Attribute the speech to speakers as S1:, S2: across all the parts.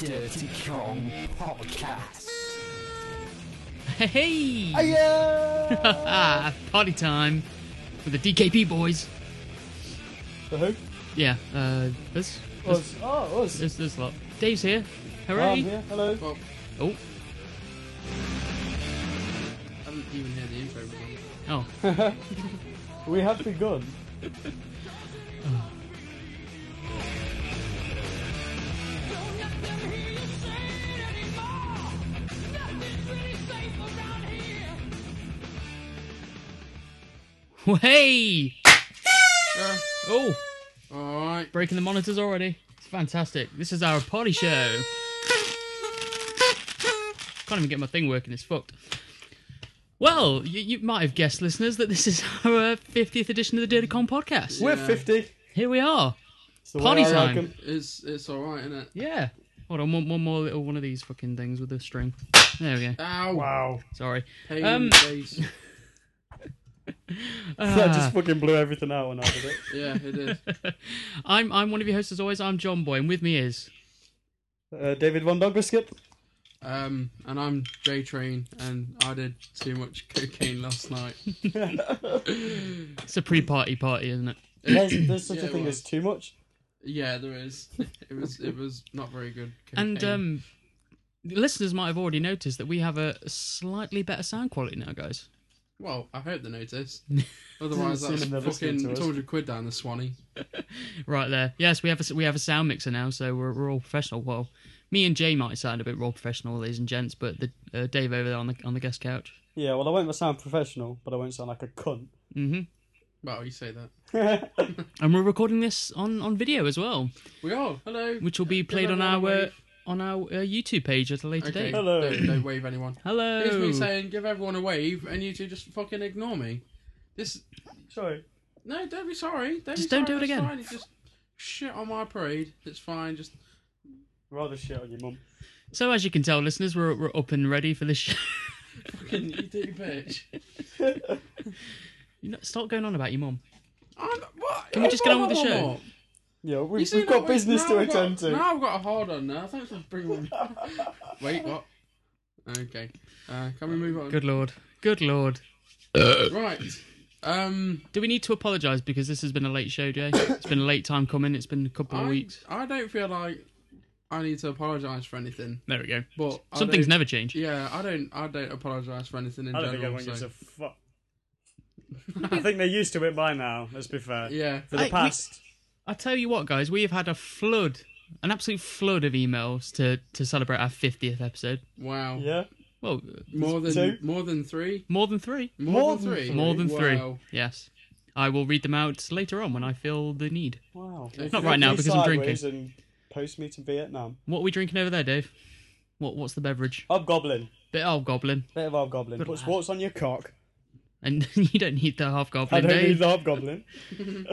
S1: Dirty Kong Podcast.
S2: Hey!
S1: Hiya!
S2: Ah, party time with the DKP boys.
S1: the who?
S2: Yeah, uh, this, this,
S1: Us. Oh, us.
S2: this, this lot. Dave's here.
S1: I'm
S2: Hooray!
S1: here. Hello.
S3: Well,
S2: Oh,
S3: I haven't even had the intro before.
S2: oh,
S1: We have begun.
S2: hey!
S1: Uh,
S3: Yeah.
S2: Oh,
S3: Alright.
S2: breaking the monitors already. It's fantastic. This is our party show. Can't even get my thing working. It's fucked. Well, you, you might have guessed, listeners, that this is our fiftieth edition of the Dirty Con podcast.
S1: We're
S3: Yeah.
S1: 50.
S2: Here we are.
S1: It's the
S2: Party
S1: way I
S2: time.
S1: reckon.
S3: It's it's alright, isn't it?
S2: Yeah. Hold on, one, one more little one of these fucking things with a string. There we go.
S3: Ow.
S1: Wow.
S2: Sorry.
S3: Pain
S2: Um,
S3: in the face.
S1: I
S2: Ah.
S1: just fucking blew everything out when I did it.
S3: Yeah, it is.
S2: I'm I'm one of your hosts as always. I'm John Boy, and with me is
S1: Uh, David Von Dog Biscuit.
S3: Um, and I'm J Train, and I did too much cocaine last night.
S2: it's a pre-party party, isn't it?
S1: There's, there's such
S3: Yeah,
S1: a
S3: it
S1: thing
S3: was.
S1: as too much.
S3: Yeah, there is. It was it was not very good. Cocaine.
S2: And um, the listeners might have already noticed that we have a slightly better sound quality now, guys.
S3: well, I hope they noticed. Otherwise,
S1: Doesn't
S3: that's
S1: seem they're listening
S3: fucking
S1: to us.
S3: 200 quid down the Swanee.
S2: Right there. Yes, we have a we have a sound mixer now, so we're we're all professional. Well, me and Jay might sound a bit more professional, ladies and gents, but the uh, Dave over there on the on the guest couch.
S1: Yeah, well, I won't sound professional, but I won't sound like a cunt.
S2: hmm
S3: Well, you say that.
S2: And we're recording this on on video as well,
S3: We are. Hello.
S2: which will be played on our uh, on our uh, YouTube page at a later
S3: Okay.
S2: date.
S1: Hello.
S3: Don't, don't wave anyone.
S2: Hello.
S3: Here's me saying, give everyone a wave, and you two just fucking ignore me. This
S1: Sorry.
S3: No, don't be sorry. Don't
S2: Just
S3: be
S2: don't
S3: sorry,
S2: do it
S3: that's
S2: again.
S3: Fine. It's just shit on my parade. It's fine. Just
S1: Rather shit on your mum.
S2: So, as you can tell, listeners, we're, we're up and ready for this show.
S3: fucking you dirty bitch.
S2: You know, stop going on about your mum.
S3: I'm, what?
S2: Can we just get on with the show?
S1: Yeah, we,
S3: You
S1: we've
S3: see,
S1: got
S3: now we-
S1: business
S3: now
S1: to
S3: I've got-
S1: attend to.
S3: Now I've got a hard on now. Thanks for bringing. Wait, what? Okay. Uh, can we move on?
S2: Good lord. Good lord.
S3: Right. Um,
S2: Do we need to apologise because this has been a late show, Jay? It's been a late time coming. It's been a couple of
S3: I,
S2: weeks.
S3: I don't feel like I need to apologise for anything,
S2: There we go.
S3: but I
S2: Some things
S3: don't-
S2: never change.
S3: Yeah, I don't. I don't apologise for anything in
S1: I don't think
S3: general.
S1: anyone gives
S3: so-
S1: a fuck. I think they're used to it by now, let's be fair.
S3: Yeah.
S1: For the
S2: I- we-
S1: past.
S2: I tell you what, guys, we have had a flood, an absolute flood of emails to, to celebrate our 50th episode.
S3: Wow.
S1: Yeah.
S2: Well,
S3: More than
S1: Two?
S3: more than three.
S2: more than three.
S3: More,
S1: More
S3: than
S1: than
S3: three.
S2: More than three.
S3: Mm. Wow.
S2: Yes. I will read them out later on when I feel the need.
S1: Wow.
S2: Not right now
S1: Three
S2: because I'm
S1: sideways
S2: drinking.
S1: And post me to Vietnam.
S2: What are we drinking over there, Dave? What What's the beverage?
S1: Hobgoblin.
S2: Bit of goblin.
S1: Bit of hobgoblin. Put warts on your cock.
S2: And you don't need the half
S1: I
S2: goblin,
S1: don't
S2: Dave.
S1: need the hobgoblin.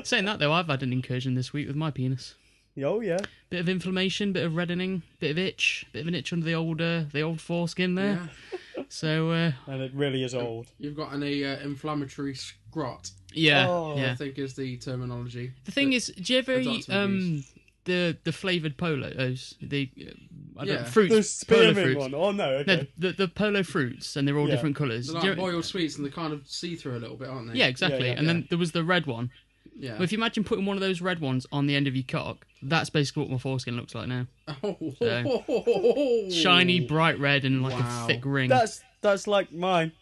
S2: Saying that though, I've had an incursion this week with my penis.
S1: Oh yeah.
S2: Bit of inflammation, bit of reddening, bit of itch, bit of an itch under the old uh, the old foreskin there.
S3: Yeah.
S2: So uh,
S1: And it really is old.
S3: You've got an uh, inflammatory scrot,
S2: yeah,
S1: Oh,
S2: yeah.
S3: I think is the terminology.
S2: The thing is, do you ever
S3: I've got
S2: eat
S3: some
S2: um the the flavored polos, the uh, I don't
S3: Yeah.
S1: The
S2: fruits, polo
S1: spearmint
S2: fruits,
S1: one. Oh no.
S2: No,
S1: Okay.
S2: the, the polo fruits, and they're all
S1: Yeah.
S2: different colours.
S3: They're
S2: Do you-
S3: like boiled sweets and they're kind of see through a little bit, aren't they?
S2: yeah, exactly.
S1: yeah,
S2: and then there was the red one.
S3: Yeah.
S2: Well, if you imagine putting one of those red ones on the end of your cock, that's basically what my foreskin looks like now.
S3: Oh,
S2: Shiny, bright red, and like a
S3: Wow.
S2: thick ring.
S1: That's that's like mine.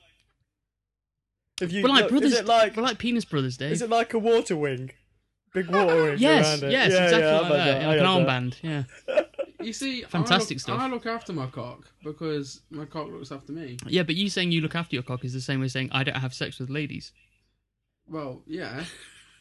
S1: If you
S2: We're like
S1: look,
S2: brothers.
S1: is it like
S2: we're like penis brothers, Dave.
S1: is it like a water wing? Big water wing.
S2: yes,
S1: around it.
S2: yes,
S1: yeah,
S2: exactly
S1: yeah,
S2: like
S1: I've had
S2: that.
S1: I
S2: Like an
S1: had that.
S2: armband. Yeah,
S3: You see,
S2: Fantastic
S3: I look,
S2: stuff.
S3: I look after my cock because my cock looks after me.
S2: yeah. But you saying you look after your cock is the same way as saying I don't have sex with ladies.
S3: Well, yeah,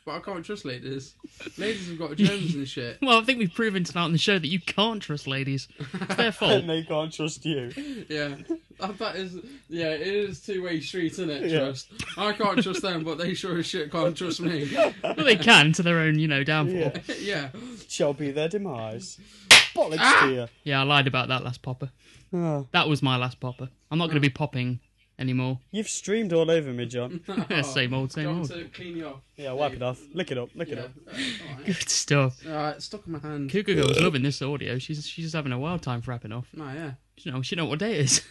S3: but I can't trust ladies. Ladies have got germs and shit.
S2: Well, I think we've proven tonight on the show that you can't trust ladies. It's their fault.
S1: And they can't trust you.
S3: Yeah, that, that is. Yeah, it is two way street, isn't it?
S1: Yeah.
S3: Trust. I can't trust them, but they sure as shit can't trust me.
S2: Well, they can to their own, you know, downfall. Yeah, Ah!
S1: Yeah.
S3: yeah.
S1: Shall be their demise. Bollocks to you.
S2: I lied about that last popper.
S1: Ah,
S2: That was my last popper. I'm not going to be popping anymore.
S1: You've streamed all over me, John.
S2: Yeah, same old, same
S3: Got
S2: old.
S3: Oh. To clean you off.
S1: Yeah, wipe it off. Lick it up. Lick it
S3: Yeah.
S1: up.
S3: Alright,
S2: Good stuff.
S3: Alright, stuck in my hand.
S2: Cougar Girl's loving this audio. She's she's having a wild time frapping off.
S3: No, yeah.
S2: You know, she know what day it is.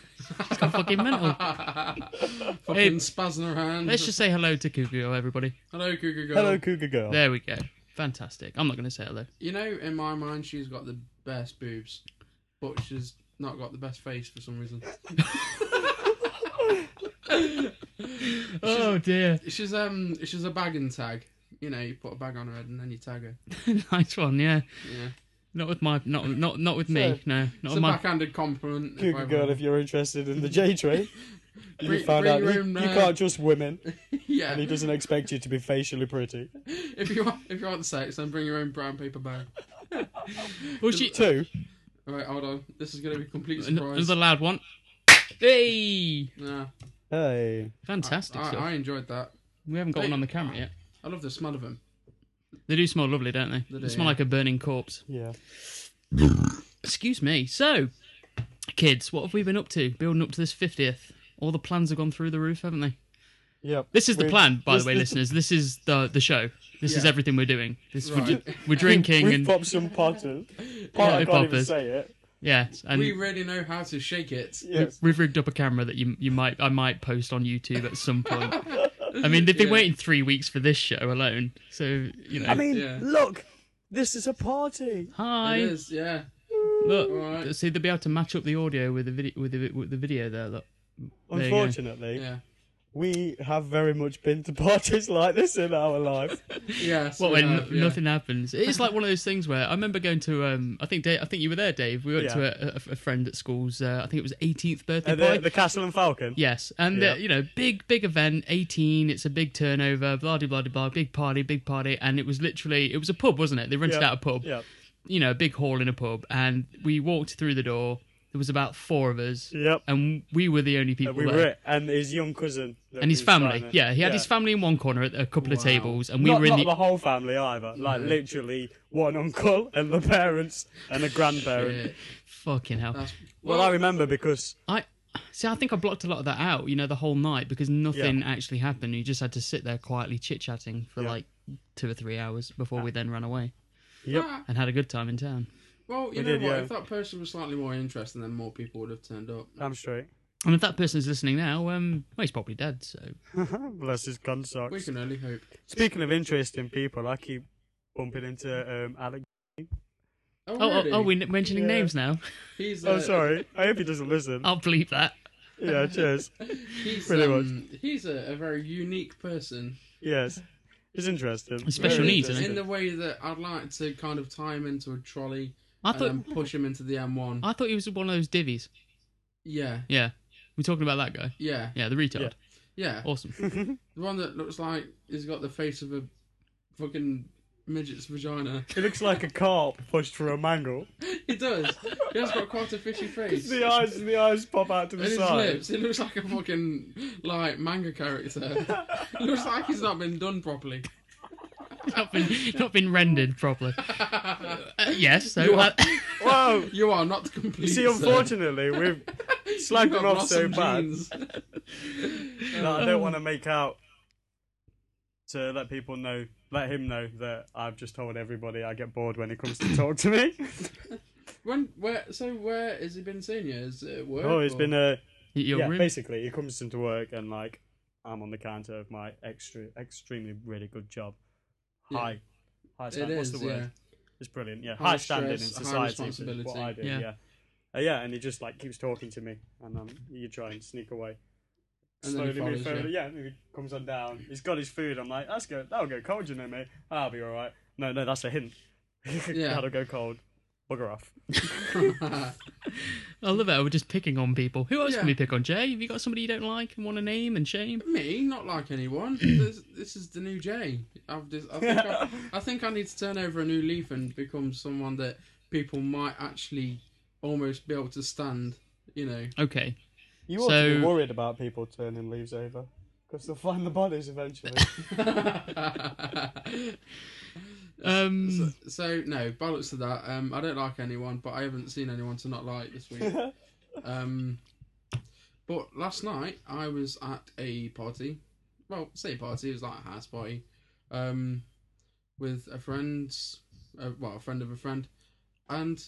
S2: she's got fucking mental.
S3: Fucking
S2: Hey,
S3: spazzing around.
S2: Let's just say hello to Cougar Girl, everybody.
S3: Hello, Cougar Girl.
S1: Hello, Cougar Girl.
S2: There we go. Fantastic. I'm not going to say hello.
S3: You know, in my mind, she's got the best boobs, but she's not got the best face for some reason.
S2: Oh dear.
S3: She's um, she's a bag and tag. You know, you put a bag on her head and then you tag her.
S2: nice one. Yeah.
S3: Yeah,
S2: Not with my. Not not not with
S1: So-
S2: me. No. Not
S3: it's
S2: with
S3: a
S2: my.
S3: backhanded compliment. if
S1: Cougar
S3: I
S1: Girl,
S3: were-
S1: if you're interested in the J train, you
S3: Bring-
S1: found
S3: bring
S1: out
S3: your
S1: you,
S3: own,
S1: you
S3: uh,
S1: can't just women,
S3: yeah.
S1: and he doesn't expect you to be facially pretty.
S3: If you want, if you want the sex, then bring your own brown paper bag.
S2: Well, Oh, she.
S1: Two.
S3: All right, hold on. This is gonna be a complete
S2: an-
S3: surprise.
S2: Another loud one. Hey.
S3: Yeah,
S1: Hey.
S2: Fantastic
S3: I,
S2: stuff.
S3: I enjoyed that.
S2: We haven't got
S3: Hey.
S2: one on the camera yet.
S3: I love the smell of them.
S2: They do smell lovely, don't they?
S3: They
S2: They,
S3: do,
S2: smell
S3: yeah.
S2: like a burning corpse.
S1: Yeah.
S2: Excuse me. So, kids, what have we been up to? Building up to this 50th. All the plans have gone through the roof, haven't they?
S1: Yep.
S2: This is the
S1: We've-
S2: plan, by
S1: this-
S2: the way,
S1: this-
S2: listeners. This is the the show. This is
S3: Yeah.
S2: everything we're doing. This we're,
S3: Right.
S2: ju- we're drinking
S1: We've
S2: and
S1: popped some potters.
S2: Yeah,
S1: I
S2: we
S1: can't even
S2: poppers.
S1: say it.
S2: yeah, and
S3: we really know how to shake it.
S1: Yes.
S2: We've rigged up a camera that you you might I might post on YouTube at some point. I mean, they've been
S3: Yeah.
S2: waiting three weeks for this show alone, so you know.
S1: I mean,
S3: Yeah.
S1: look, this is a party.
S2: hi,
S3: It is, yeah.
S2: look,
S3: Alright.
S2: see they'll be able to match up the audio with the video with the, with the video there. Look, There you go.
S1: Unfortunately,
S3: Yeah.
S1: we have very much been to parties like this in our life.
S3: Yes.
S2: What
S3: we
S2: when
S3: have, yeah.
S2: nothing happens? It's like one of those things where I remember going to um I think Dave, I think you were there, Dave. We went
S1: Yeah.
S2: to a, a, a friend at school's uh, I think it was 18th birthday
S1: Uh,
S2: party.
S1: the, the Castle and Falcon.
S2: Yes, and
S1: Yeah.
S2: uh, you know, big big event, eighteen. It's a big turnover, blah de blah de blah, big party, big party, and it was literally it was a pub, wasn't it? They rented
S1: Yeah.
S2: out a pub,
S1: Yeah.
S2: you know, a big hall in a pub, and we walked through the door. There was about four of us,
S1: Yep.
S2: and we were the only people
S1: And we
S2: there,
S1: were it. And his young cousin. that
S2: and his
S1: we was
S2: family.
S1: trying to-
S2: Yeah, he had his family in one corner at a couple of
S3: Wow.
S2: tables, and we
S1: not,
S2: were in
S1: not
S2: the.
S1: the whole family either. Like literally one uncle and the parents and a grandparent.
S3: Yeah.
S2: Fucking hell!
S3: That's,
S1: Well, I remember because
S2: I see. I think I blocked a lot of that out. You know, the whole night because nothing actually happened. You just had to sit there quietly chit chatting for
S1: Yeah. Ah.
S2: like two or three hours before we then ran away
S1: Yep.
S3: Ah,
S2: and had a good time in town.
S3: Well, you
S1: We
S3: know
S1: did,
S3: what?
S1: yeah.
S3: If that person was slightly more interesting, then more people would have turned up.
S1: I'm straight.
S2: And if that person's listening now, um, well, he's probably dead. So
S1: Bless his gun
S3: We
S1: socks.
S3: can only hope.
S1: Speaking of interesting people, I keep bumping into um, Alex.
S3: Oh,
S2: oh,
S3: really?
S2: oh, oh, we're n- mentioning
S1: Yeah.
S2: names now.
S3: He's. Uh,
S1: Oh, sorry. I hope he doesn't listen.
S2: I'll bleep that.
S1: Yeah, cheers.
S3: He's
S1: Pretty
S3: um, he's a, a very unique person.
S1: Yes. It's interesting.
S2: A special
S1: Very
S2: needs, isn't
S1: interesting.
S3: in the way that I'd like to kind of tie him into a trolley
S2: I thought
S1: Um,
S3: and then push him into the M1.
S2: I thought he was one of those divvies.
S3: Yeah,
S2: Yeah, we're talking about that guy.
S3: yeah,
S2: Yeah, the retard.
S1: Yeah.
S3: yeah.
S2: Awesome.
S3: The one that looks like he's got the face of a fucking midget's vagina.
S1: It looks like a carp pushed through a mangle.
S3: He does. he has got quite a fishy face.
S1: The eyes, the eyes pop out to the
S3: And his
S1: side.
S3: lips, it looks like a fucking like manga character. it looks like he's not been done properly.
S2: not been not been rendered properly. Uh, yes. So
S3: You are-
S2: uh,
S1: Whoa!
S3: You are not complete.
S1: You see,
S3: sir.
S1: unfortunately, we've
S3: You
S1: slagged
S3: have
S1: him off so
S3: awesome
S1: bad
S3: genes.
S1: that I don't
S3: Um.
S1: want to make out to let people know, let him know that I've just told everybody I get bored when he comes to talk to me.
S3: When where so where has he been seeing you? Is it at work?
S1: Oh, it's
S3: or-
S1: been a
S2: your
S1: yeah.
S2: room.
S1: Basically, he comes into work and like I'm on the counter of my extra, extremely really good job.
S3: Yeah.
S1: High, high
S3: It
S1: standard. What's
S3: is,
S1: the word?
S3: yeah.
S1: It's brilliant. Yeah, high,
S3: High
S1: standing
S3: stress,
S1: in
S3: high
S1: society. is what
S3: responsibility.
S1: I do. Yeah.
S2: Yeah.
S1: Yeah. Uh, yeah, and he just like keeps talking to me, and um, you try and sneak away.
S3: And then he
S1: Slowly move
S3: follows
S1: further.
S3: you.
S1: Yeah, and he comes on down. He's got his food. I'm like, that's good. That'll go cold, you know, mate. I'll be all right. No, no, that's a hint. That'll go cold. Bugger off.
S2: I love it. I was just picking on people. Who else
S3: Yeah.
S2: can we pick on? Jay, have you got somebody you don't like and want to name and shame?
S3: Me, not like anyone. This, this is the new Jay. I've just, I, think I, I think I need to turn over a new leaf and become someone that people might actually almost be able to stand. You know,
S2: Okay.
S1: You ought to be
S2: So-
S1: worried about people turning leaves over because they'll find the bodies eventually.
S2: Um.
S3: so no bollocks to that. Um, I don't like anyone, but I haven't seen anyone to not like this week. um, But last night I was at a party. Well, say party, it was like a house party, um, with a friend's, uh, well, a friend of a friend, and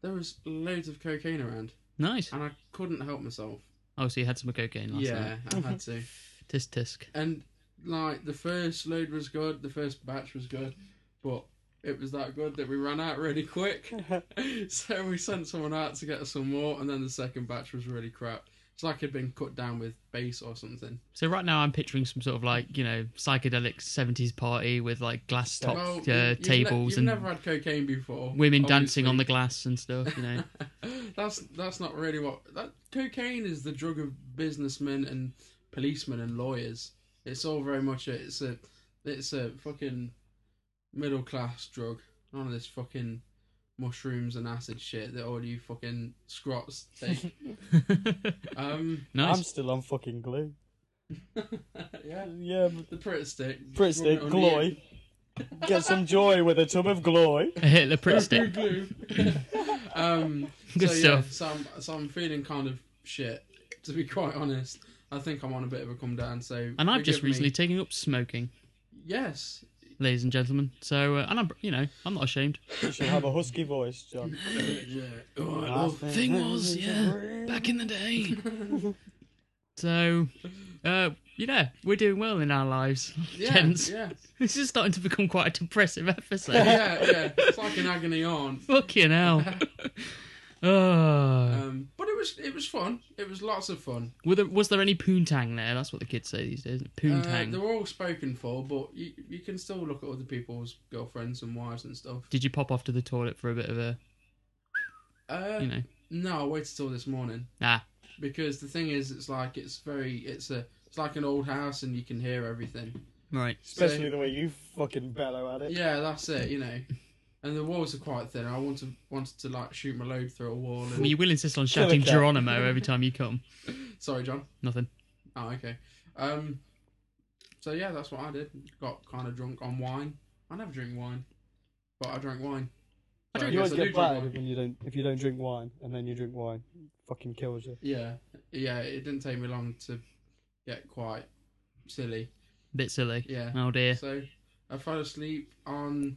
S3: there was loads of cocaine around,
S2: Nice.
S3: and I couldn't help myself.
S2: Oh, so you had some cocaine last night.
S3: yeah, I had to.
S2: Tisk tisk.
S3: And like the first load was good, the first batch was good, but it was that good that we ran out really quick. so we sent someone out to get us some more, and then the second batch was really crap. It's like it'd been cut down with base or something.
S2: So right now I'm picturing some sort of like you know psychedelic '70s party with like glass top
S3: Well, you-
S2: uh,
S3: you've ne-
S2: tables
S3: you've
S2: and
S3: never had cocaine before.
S2: women dancing on the
S3: obviously.
S2: glass and stuff. You know,
S3: that's that's not really what that cocaine is. The drug of businessmen and policemen and lawyers. It's all very much a, it's a it's a fucking middle class drug. None of this fucking mushrooms and acid shit that all you fucking scrots take. um,
S1: I'm
S2: nice.
S1: still on fucking glue.
S3: yeah,
S1: Yeah,
S3: the Pritt stick.
S1: Brit
S3: Rub it
S1: stick,
S3: under
S1: glory. Get some joy with a tub of glory.
S2: A Hitler Pritt
S3: your-
S2: stick.
S3: glue. um,
S2: Good
S3: so, yeah,
S2: stuff.
S3: so I'm so I'm feeling kind of shit, to be quite honest. I think I'm on a bit of a come down. So
S2: And I've just
S3: forgive me.
S2: recently taken up smoking,
S3: Yes.
S2: ladies and gentlemen. So uh, and I'm you know I'm not ashamed.
S1: You should have a husky voice, John.
S3: yeah. Oh,
S1: Last
S3: I love-
S2: Thing was, yeah, back in the day. so, uh, yeah, we're doing well in our lives,
S3: yeah,
S2: gents.
S3: yeah.
S2: This is starting to become quite a depressive episode.
S3: Yeah, yeah. It's like an agony aunt.
S2: Fucking hell. oh.
S3: Um, but it was it was fun. It was lots of fun.
S2: Were there, was there any poontang there? That's what the kids say these days. isn't it?
S3: Uh,
S2: Poontang.
S3: they were all spoken for, but you you can still look at other people's girlfriends and wives and stuff.
S2: Did you pop off to the toilet for a bit of a,
S3: Uh,
S2: you know? Ah,
S3: No, I waited till this morning.
S2: Nah.
S3: because the thing is it's like it's very it's a it's like an old house and you can hear everything
S2: Right.
S1: Especially the way you fucking bellow at it.
S3: yeah that's it you know and the walls are quite thin i want to wanted to like shoot my load through a wall
S2: I mean,
S3: and...
S2: you will insist on
S1: Kill a
S2: shouting
S1: cat.
S2: Geronimo every time you come.
S3: sorry john
S2: Nothing.
S3: oh okay um so yeah that's what i did got kind of drunk on wine i never drink wine but i drank wine
S2: I
S3: So
S2: drink- You
S3: guess
S1: You always
S3: do
S1: get
S3: drink
S1: battered
S3: wine.
S1: when you don't if you don't drink wine and then you drink wine. Fucking kills you.
S3: yeah yeah it didn't take me long to get quite silly
S2: Bit silly.
S3: yeah
S2: Oh dear.
S3: So I fell asleep on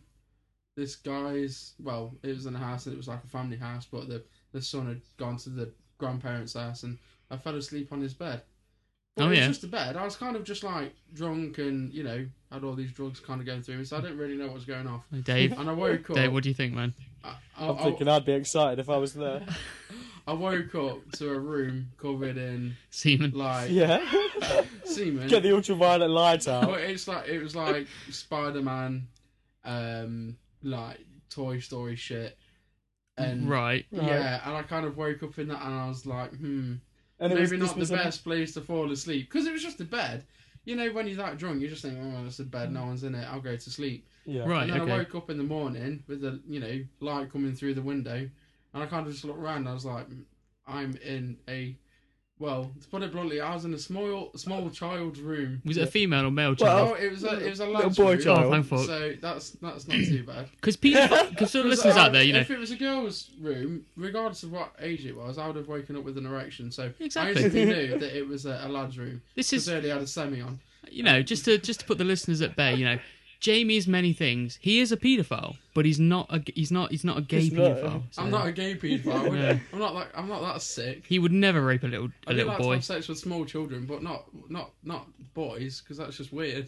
S3: this guy's. Well, it was in a house and it was like a family house, but the the son had gone to the grandparents' house, and I fell asleep on his bed. But
S2: Oh,
S3: it was
S2: yeah.
S3: just a bed. I was kind of just like drunk and you know had all these drugs kind of going through me, so I didn't really know what was going off.
S2: Oh, Dave.
S3: And I woke up.
S2: Dave, what do you think, man?
S3: I,
S2: Oh,
S3: I,
S1: I'm
S3: I,
S1: thinking I'd be excited if I was there.
S3: I woke up to a room covered in
S2: Seaman.
S3: like
S1: Yeah.
S3: semen.
S1: get the ultraviolet light
S3: Well,
S1: out.
S3: it's like it was like Spider Man, um, like Toy Story shit, and
S2: Right.
S1: Right.
S3: yeah, and I kind of woke up in that, and I was like, hmm,
S1: And it was,
S3: maybe
S1: this
S3: not the
S1: was a-
S3: best place to fall asleep because it was just a bed. You know, when you're that drunk, you just think, oh, it's a bed, no one's in it, I'll go to sleep.
S1: Yeah.
S2: Right.
S3: and then I
S2: Okay.
S3: woke up in the morning with the you know light coming through the window, and I kind of just looked around. And I was like, I'm in a well, to put it bluntly, I was in a small small child's room.
S2: Was it a female or male
S1: Well,
S2: child?
S3: Oh, it was a it was a
S1: Little
S3: lad's
S1: boy
S3: room.
S1: child.
S2: Oh, thank fuck.
S3: So that's that's not too bad.
S2: Because because sort of listeners out there, you know,
S3: um, if it was a girl's room, regardless of what age it was, I would have woken up with an erection. So
S2: Exactly.
S3: I instantly knew that it was a, a lad's room.
S2: this
S3: Because
S2: is
S3: they only had a semi on.
S2: you know just to just to put the listeners at bay, you know, Jamie is many things. He is a paedophile, but he's not a he's not he's not a gay
S1: He's not.
S2: paedophile. so
S3: I'm not a gay pedophile. I wouldn't-
S2: Yeah.
S3: I'm not like I'm not that sick.
S2: He would never rape a little a
S3: I do
S2: little
S3: like to
S2: boy.
S3: have sex with small children, but not not not boys because that's just weird.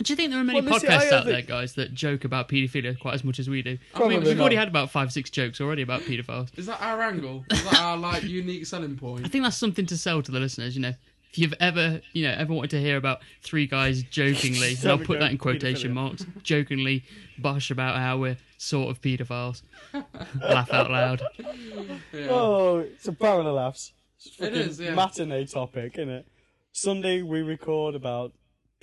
S2: Do you think there are many
S1: Well, listen,
S2: podcasts
S1: I- I
S2: out there,
S1: think-
S2: guys, that joke about paedophilia quite as much as we do? I
S1: Probably
S2: mean, we've already
S1: not.
S2: had about five six jokes already about paedophiles.
S3: Is that our angle? Is that our like unique selling
S2: I
S3: point?
S2: think that's something to sell to the listeners. You know, if you've ever you know ever wanted to hear about three guys jokingly, and I'll put that in quotation
S1: Paedophilia.
S2: marks, jokingly bosh about how we're sort of paedophiles. Laugh out loud.
S3: Yeah.
S1: Oh, it's a barrel of laughs. It's a
S3: It
S1: fucking
S3: is, yeah.
S1: Matinee topic, isn't it? Sunday we record about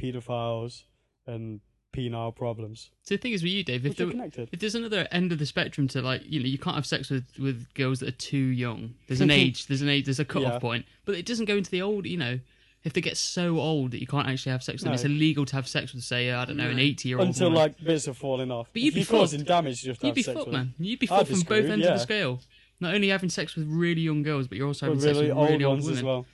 S1: paedophiles and penile problems.
S2: So the thing is with you, Dave, if,
S1: Which are
S2: there,
S1: connected.
S2: if there's another end of the spectrum to like, you know, you can't have sex with with girls that are too young. There's an age, there's an age, there's a cut off
S1: Yeah.
S2: point, but it doesn't go into the old, you know. If they get so old that you can't actually have sex with them,
S1: No.
S2: it's
S1: Mm.
S2: illegal to have sex with, say, uh, I don't know, an
S3: No.
S2: eighty-year-old.
S1: Until like bits are falling off.
S2: But you'd
S1: If
S2: be
S1: you're causing
S2: fucked.
S1: damage, you have to
S2: you'd
S1: have
S2: be
S1: sex
S2: fucked,
S1: with them.
S2: man. You'd be
S1: I'd
S2: fucked
S1: be
S2: from both
S1: screwed,
S2: ends of
S1: yeah.
S2: the scale. Not only having sex with really young girls, but you're also
S1: But
S2: having sex
S1: really
S2: with
S1: old
S2: really old
S1: ones
S2: women.
S1: as well.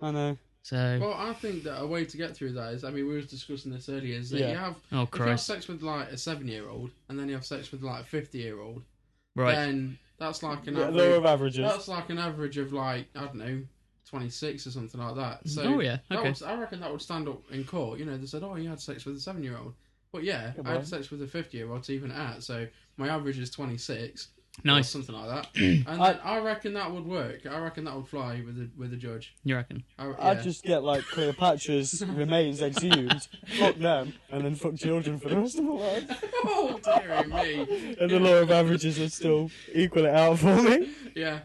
S1: I know.
S2: So, oh,
S3: Well, I think that a way to get through that is, I mean, we were discussing this earlier, is that
S1: Yeah.
S3: you have
S2: oh
S3: if you have
S2: Christ,
S3: sex with like a seven year old and then you have sex with like a fifty year old,
S2: right?
S3: then that's like an
S1: Yeah, law
S3: average.
S1: of averages.
S3: That's like an average of like I don't know, twenty six or something like that. So
S2: oh yeah,
S3: that
S2: okay.
S3: would, I reckon that would stand up in court. You know, they said, "Oh, you had sex with a seven year old." But yeah,
S1: Come
S3: I had
S1: on.
S3: sex with a fifty year old to even it out. So my average is twenty six. Or
S2: nice.
S3: something like that. And then
S1: I-
S3: I, reckon that would work. I reckon that would fly with the with the judge.
S2: You reckon?
S3: I, yeah.
S1: I'd just get like Cleopatra's remains exhumed, fuck them, and then fuck children for the rest of my life.
S3: oh dear me.
S1: And the law of averages would still equal it out for me.
S3: Yeah.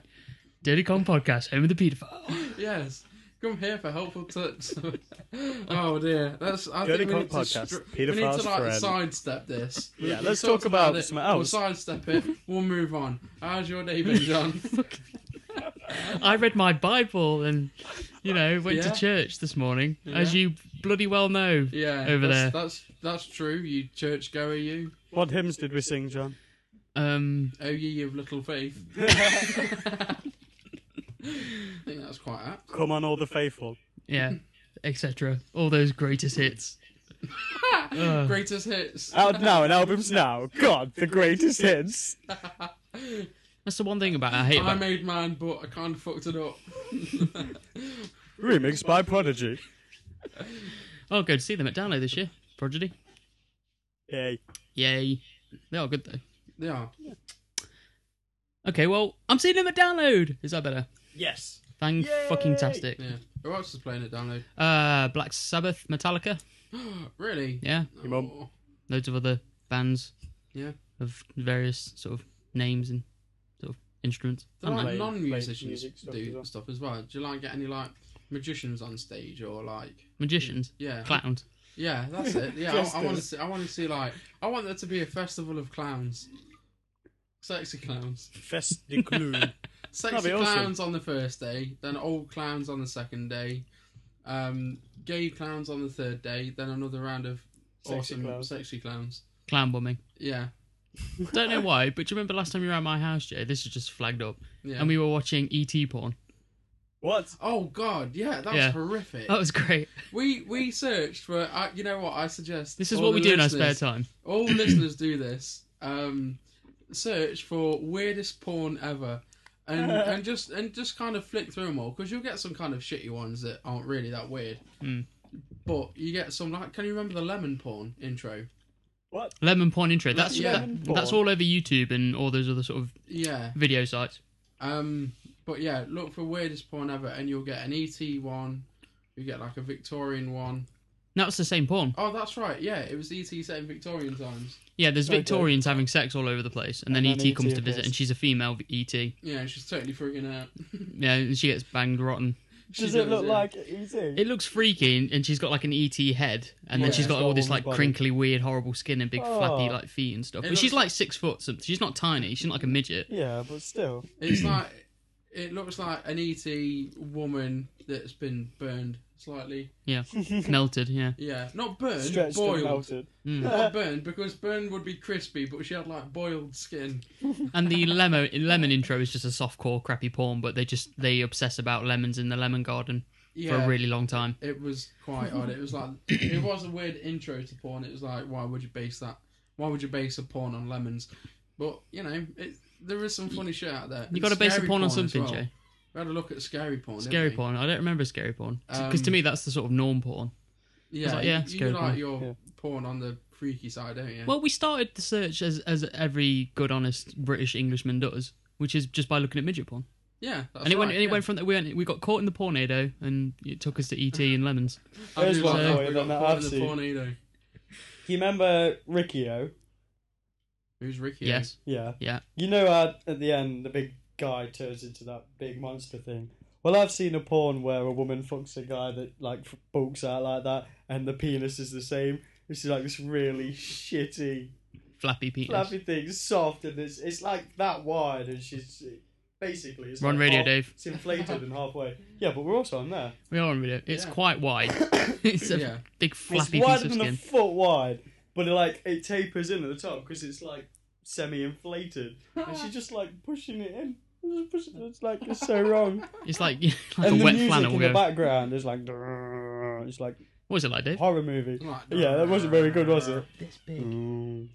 S2: Dirty Con Podcast, home of the paedophile.
S3: Yes. Come here for helpful tips. oh dear, that's. I
S1: Dirty
S3: think we need,
S1: Cock
S3: to
S1: Podcast,
S3: str- we
S1: Peter
S3: need to
S1: Fast
S3: like
S1: friend.
S3: sidestep this. We-
S1: Yeah,
S3: we
S1: let's
S3: talked
S1: talk about
S3: it.
S1: something else.
S3: We'll sidestep it. We'll move on. How's your day been, John?
S2: I read my Bible and, you know, went
S3: Yeah.
S2: to church this morning, as
S3: Yeah.
S2: you bloody well know.
S3: yeah,
S2: Over
S3: that's,
S2: there.
S3: That's that's true. You church goer, you.
S1: What hymns did we sing, John?
S2: Um,
S3: Oh ye of little faith. I think that's quite apt.
S1: Come on, all the faithful.
S2: yeah, etc. All those greatest hits. Ugh.
S3: Greatest hits.
S1: Out now and albums now. God, the greatest hits.
S2: That's the one thing about I hate
S3: I
S2: about
S3: made mine, but I kind of fucked it up.
S1: Remixed by Prodigy.
S2: Oh, go to see them at Download this year. Prodigy.
S1: Yay.
S2: Yay. They are good though.
S3: yeah.
S2: Okay, well, I'm seeing them at Download. Is that better?
S1: Yes.
S2: Thank
S1: Yay!
S2: fucking tastic.
S3: Yeah. Who else is playing it download?
S2: Uh, Black Sabbath, Metallica.
S3: really?
S2: Yeah,
S1: Your mum.
S3: Oh,
S2: loads of other bands
S3: Yeah.
S2: of various sort of names and sort of instruments.
S3: Do like
S1: Play- play
S3: non-musicians
S1: music stuff
S3: do
S1: as well.
S3: stuff as well? Do you like get any like magicians on stage or like
S2: Magicians,
S3: yeah,
S2: clowns.
S3: yeah, that's it. Yeah,
S1: Just
S3: I, I want to
S1: this.
S3: see. I want to see like I want there to be a festival of clowns, sexy clowns,
S1: Fest de Clue.
S3: sexy
S1: be awesome.
S3: clowns on the first day, then old clowns on the second day, um, gay clowns on the third day, then another round of
S1: Sexy
S3: awesome
S1: clowns.
S3: sexy clowns.
S2: Clown bombing.
S3: Yeah,
S2: Don't know why, but do you remember last time you were at my house, Jay? This is just flagged up.
S3: yeah.
S2: And we were watching ET porn.
S1: what?
S3: oh god, yeah, that
S2: Yeah. Oh.
S3: was horrific.
S2: That was great.
S3: We we searched for. Uh, you know what? I suggest
S2: This is
S3: all
S2: what we
S3: the
S2: do in our spare
S3: listeners-
S2: time.
S3: All listeners do this. Um, search for weirdest porn ever, and and just and just kind of flick through them all because you'll get some kind of shitty ones that aren't really that weird.
S2: Mm.
S3: But you get some like, can you remember the lemon porn intro?
S1: What?
S2: Lemon porn intro. That's
S3: Yeah.
S2: that, that's all over YouTube and all those other sort of
S3: Yeah.
S2: video sites.
S3: Um, but yeah, look for weirdest porn ever, and you'll get an ET one. You get like a Victorian one.
S2: No, it's the same porn.
S3: Oh, that's right. Yeah, it was ET set in Victorian times.
S2: Yeah, there's
S1: Okay.
S2: Victorians having sex all over the place, and then
S1: And then
S3: E
S2: ET comes
S1: ET
S2: to visit,
S1: appears.
S2: and she's a female E ET.
S3: Yeah, she's totally freaking out.
S2: Yeah, and she gets banged rotten.
S3: She
S1: Does it look
S3: yeah.
S1: like easy?
S2: It looks freaky, and- and she's got like an ET head, and then
S3: Yeah.
S2: she's got all this
S1: Small
S2: like
S1: woman's
S2: crinkly, weird, horrible skin and big flappy
S1: Oh.
S2: like feet and stuff.
S3: It
S2: But she's
S3: looks-
S2: like six foot something. She's not tiny. She's not like a midget.
S1: Yeah, but still.
S3: It's
S2: Mm-hmm.
S3: like it looks like an ET woman that's been burned slightly.
S2: Yeah, melted. Yeah,
S3: Yeah, not burned,
S1: Stretched and
S3: boiled.
S1: melted.
S2: Mm.
S3: Not burned because burned would be crispy, but she had like boiled skin.
S2: and the lemon lemon intro is just a soft core crappy porn, but they just they obsess about lemons in the lemon garden for
S3: Yeah,
S2: a really long time.
S3: it was quite odd. It was like it was a weird intro to porn. It was like, why would you base that? Why would you base a porn on lemons? But you know, it, there is some funny shit out there.
S2: You got to base a porn, on something,
S3: Jay.
S2: Jay.
S3: We had a look at scary porn. didn't
S2: Scary
S3: we?
S2: porn. I don't remember scary porn because to
S3: Um,
S2: me that's the sort of norm porn.
S3: Yeah,
S2: like, yeah,
S3: you- you,
S2: scary
S3: like
S2: porn.
S3: your
S1: Yeah.
S3: porn on the freaky side, don't you?
S2: Well, we started the search as as every good honest British Englishman does, which is just by looking at midget porn.
S3: yeah, that's
S2: and it went
S3: right,
S2: and it
S3: yeah.
S2: went from that we went, we got caught in the tornado and it took us to E ET and lemons.
S3: I
S1: There's
S3: do
S1: one
S3: like
S2: for
S1: you
S3: that.
S1: then that
S3: Got
S1: I've
S3: caught in
S1: seen.
S3: the tornado.
S1: You remember Riccio?
S3: Who's Ricky?
S2: Yes.
S1: Yeah.
S2: Yeah.
S1: You know how at the end the big guy turns into that big monster thing. Well, I've seen a porn where a woman fucks a guy that like f- bulks out like that, and the penis is the same. It's like this really shitty
S2: Flappy penis.
S1: flappy thing, soft, and it's it's like that wide, and she's basically it's
S2: We're on
S1: like
S2: radio,
S1: half-
S2: Dave.
S1: It's inflated and halfway. Yeah, but we're also on there.
S2: We are on video. It's
S3: Yeah.
S2: quite wide. it's a
S3: Yeah.
S2: big flappy
S1: it's
S2: piece
S1: wider
S2: of
S1: than a
S2: skin.
S1: foot wide, but it, like it tapers in at the top because it's like semi-inflated, and she's just like pushing it in. It's like it's so wrong.
S2: It's like like
S1: and
S2: a
S1: the
S2: wet
S1: music
S2: flannel.
S1: in the
S2: go-
S1: background is like, "Drrrr." it's like
S2: What was it like, Dave?
S1: horror movie.
S3: Like,
S1: Yeah, that wasn't very good, was it?
S2: This big.
S1: And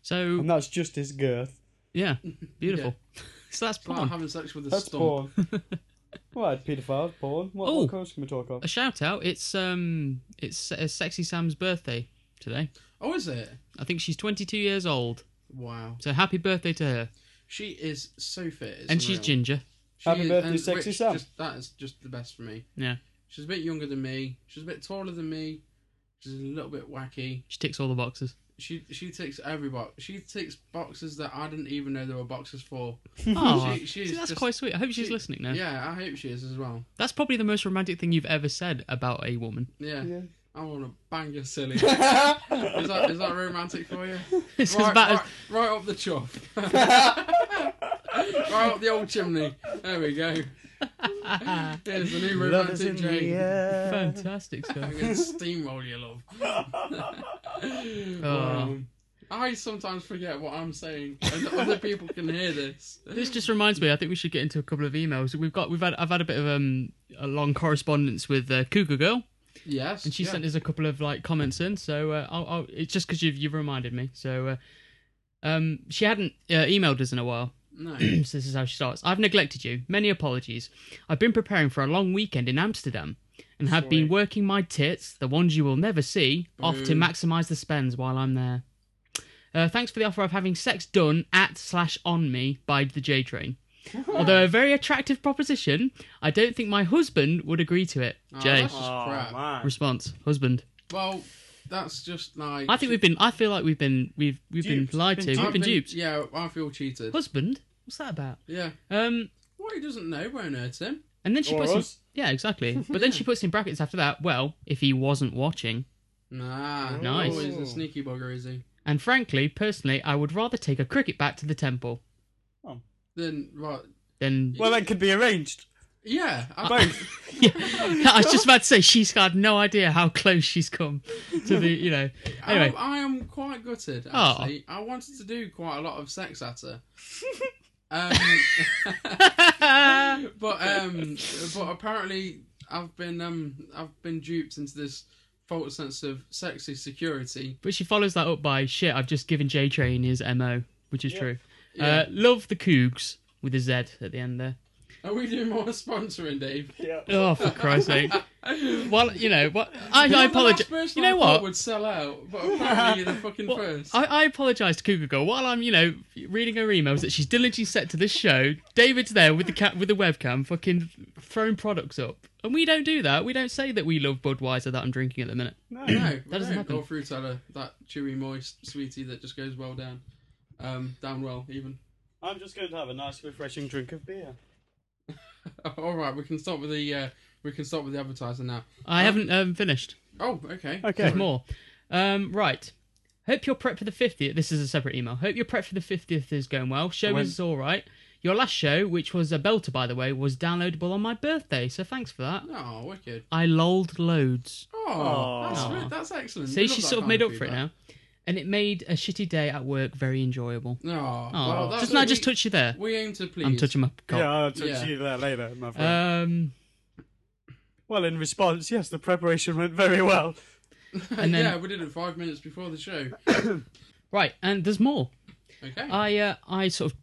S2: So
S1: that's just his girth.
S2: yeah, beautiful. so that's
S3: It's like
S2: porn.
S3: having sex with a
S1: That's
S3: stump.
S1: porn. Right, paedophile porn. What,
S2: Oh.
S1: what else can we talk of?
S2: A shout out. It's um, it's uh, sexy Sam's birthday today.
S3: Oh, is it?
S2: I think she's 22 years old.
S3: Wow.
S2: So happy birthday to her.
S3: She is so fit. It's
S2: and she's
S3: unreal.
S2: ginger.
S3: She
S1: Happy
S3: is-
S1: birthday,
S3: and
S1: sexy
S3: Rich,
S1: Sam.
S3: Just, that is just the best for me.
S2: Yeah.
S3: She's a bit younger than me. She's a bit taller than me. She's a little bit wacky.
S2: She ticks all the boxes.
S3: She she takes every box. She takes boxes that I didn't even know there were boxes for.
S2: Oh,
S3: She- she is
S2: see, that's
S3: just-
S2: quite sweet. I hope she's
S3: she-
S2: listening now.
S3: Yeah, I hope she is as well.
S2: That's probably the most romantic thing you've ever said about a woman.
S3: Yeah,
S1: Yeah.
S3: I want to bang your silly. is that is that romantic for you?
S2: It's
S3: right,
S2: as bad
S3: right, right up the chuff. right up the old chimney. There we go.
S2: as.
S3: There's the new
S1: Love is in
S3: romantic
S1: the
S3: Jane.
S1: air.
S2: Fantastic stuff.
S3: I'm gonna steamroll you, love.
S2: Oh.
S3: Um, I sometimes forget what I'm saying, and other people can hear this.
S2: This just reminds me. I think we should get into a couple of emails. We've got, we've had, I've had a bit of um, a long correspondence with uh, Cougar Girl,
S3: Yes,
S2: and she
S3: yeah.
S2: sent us a couple of like comments in. So uh, I'll, I'll, it's just because you've you've reminded me. So uh, um, she hadn't uh, emailed us in a while,
S3: No, Oh,
S2: so this is how she starts. I've neglected you. Many apologies. I've been preparing for a long weekend in Amsterdam and have been
S1: Sorry.
S2: working my tits, the ones you will never see, off to
S3: Boo.
S2: maximise the spends while I'm there. Uh, thanks for the offer of having sex done at slash on me by the J train. Although a very attractive proposition, I don't think my husband would agree to it.
S3: Oh,
S2: Jay,
S3: that's- crap.
S1: man.
S2: response, husband.
S3: well, that's just like
S2: I think we've been. I feel like we've been. We've we've
S1: Duped.
S2: been lied
S1: Been
S2: to.
S1: duped.
S2: We've
S3: I've
S2: been duped.
S3: Yeah, I feel cheated.
S2: Husband. What's that about?
S3: Yeah,
S2: Um.
S3: what he doesn't know won't hurt him.
S2: And then she
S1: Or
S2: puts in,
S1: us.
S2: yeah, exactly. But then she puts in brackets after that. Well, if he wasn't watching,
S3: Nah,
S2: Nice.
S3: Oh, he's a sneaky bugger, is he?
S2: and frankly, personally, I would rather take a cricket bat to the temple
S3: Then right,
S2: than.
S1: Well, that could be arranged.
S3: yeah, I,
S1: Both.
S2: Yeah, I was just about to say she's had no idea how close she's come to the. You know. Anyway.
S3: I, I am quite gutted.
S2: Oh.
S3: Actually, I wanted to do quite a lot of sex at her. Um, but um, but apparently I've been um I've been duped into this false sense of sexy security.
S2: but she follows that up by shit. I've just given J Train his mo, which is true.
S3: Yeah.
S2: Uh, love the Cougs with a Z at the end there.
S3: Are we doing more sponsoring, Dave?
S1: yeah.
S2: Oh, for Christ's sake. Well, you know what? I,
S3: You're
S2: I
S3: the
S2: apologize.
S3: last person
S2: You
S3: I
S2: know
S3: thought
S2: what?
S3: Would sell out, but apparently you're the fucking
S2: Well,
S3: first.
S2: I, I apologise to Cougar Girl while I'm, you know, reading her emails that she's diligently set to this show. David's there with the cat with the webcam, fucking throwing products up, and we don't do that. We don't say that we love Budweiser that I'm drinking at the minute.
S3: No,
S1: No.
S3: we
S2: doesn't
S3: don't.
S2: happen.
S3: Or fruit salad, that chewy, moist sweetie that just goes well down, um, down well even.
S1: I'm just going to have a nice, refreshing drink of beer.
S3: All right, we can start with the uh, we can start with the advertiser now.
S2: I haven't um, finished.
S3: Oh, okay.
S1: Okay.
S2: There's more. Um, right. Hope your prep for the 50th. This is a separate email. Hope your prep for the 50th is going well. Show
S1: When-
S2: is all right. Your last show, which was a belter, by the way, was downloadable on my birthday, so thanks for that.
S3: Oh, wicked.
S2: I lolled loads.
S3: Oh,
S1: Aw.
S3: that's, that's excellent.
S2: See, she's sort of made up for it now. And it made a shitty day at work very enjoyable.
S3: No, oh,
S2: Oh,
S3: well, that's
S2: doesn't
S3: what
S2: I just
S3: we,
S2: touch you there?
S3: We aim to please.
S2: I'm touching my
S1: Yeah, Uh,
S2: cock.
S1: I'll talk
S3: Yeah.
S1: to you there later, my friend.
S2: Um,
S1: well, in response, yes, the preparation went very well.
S2: and then-
S3: yeah, we did it five minutes before the show.
S2: right, and there's more.
S3: Okay.
S2: I uh, I sort of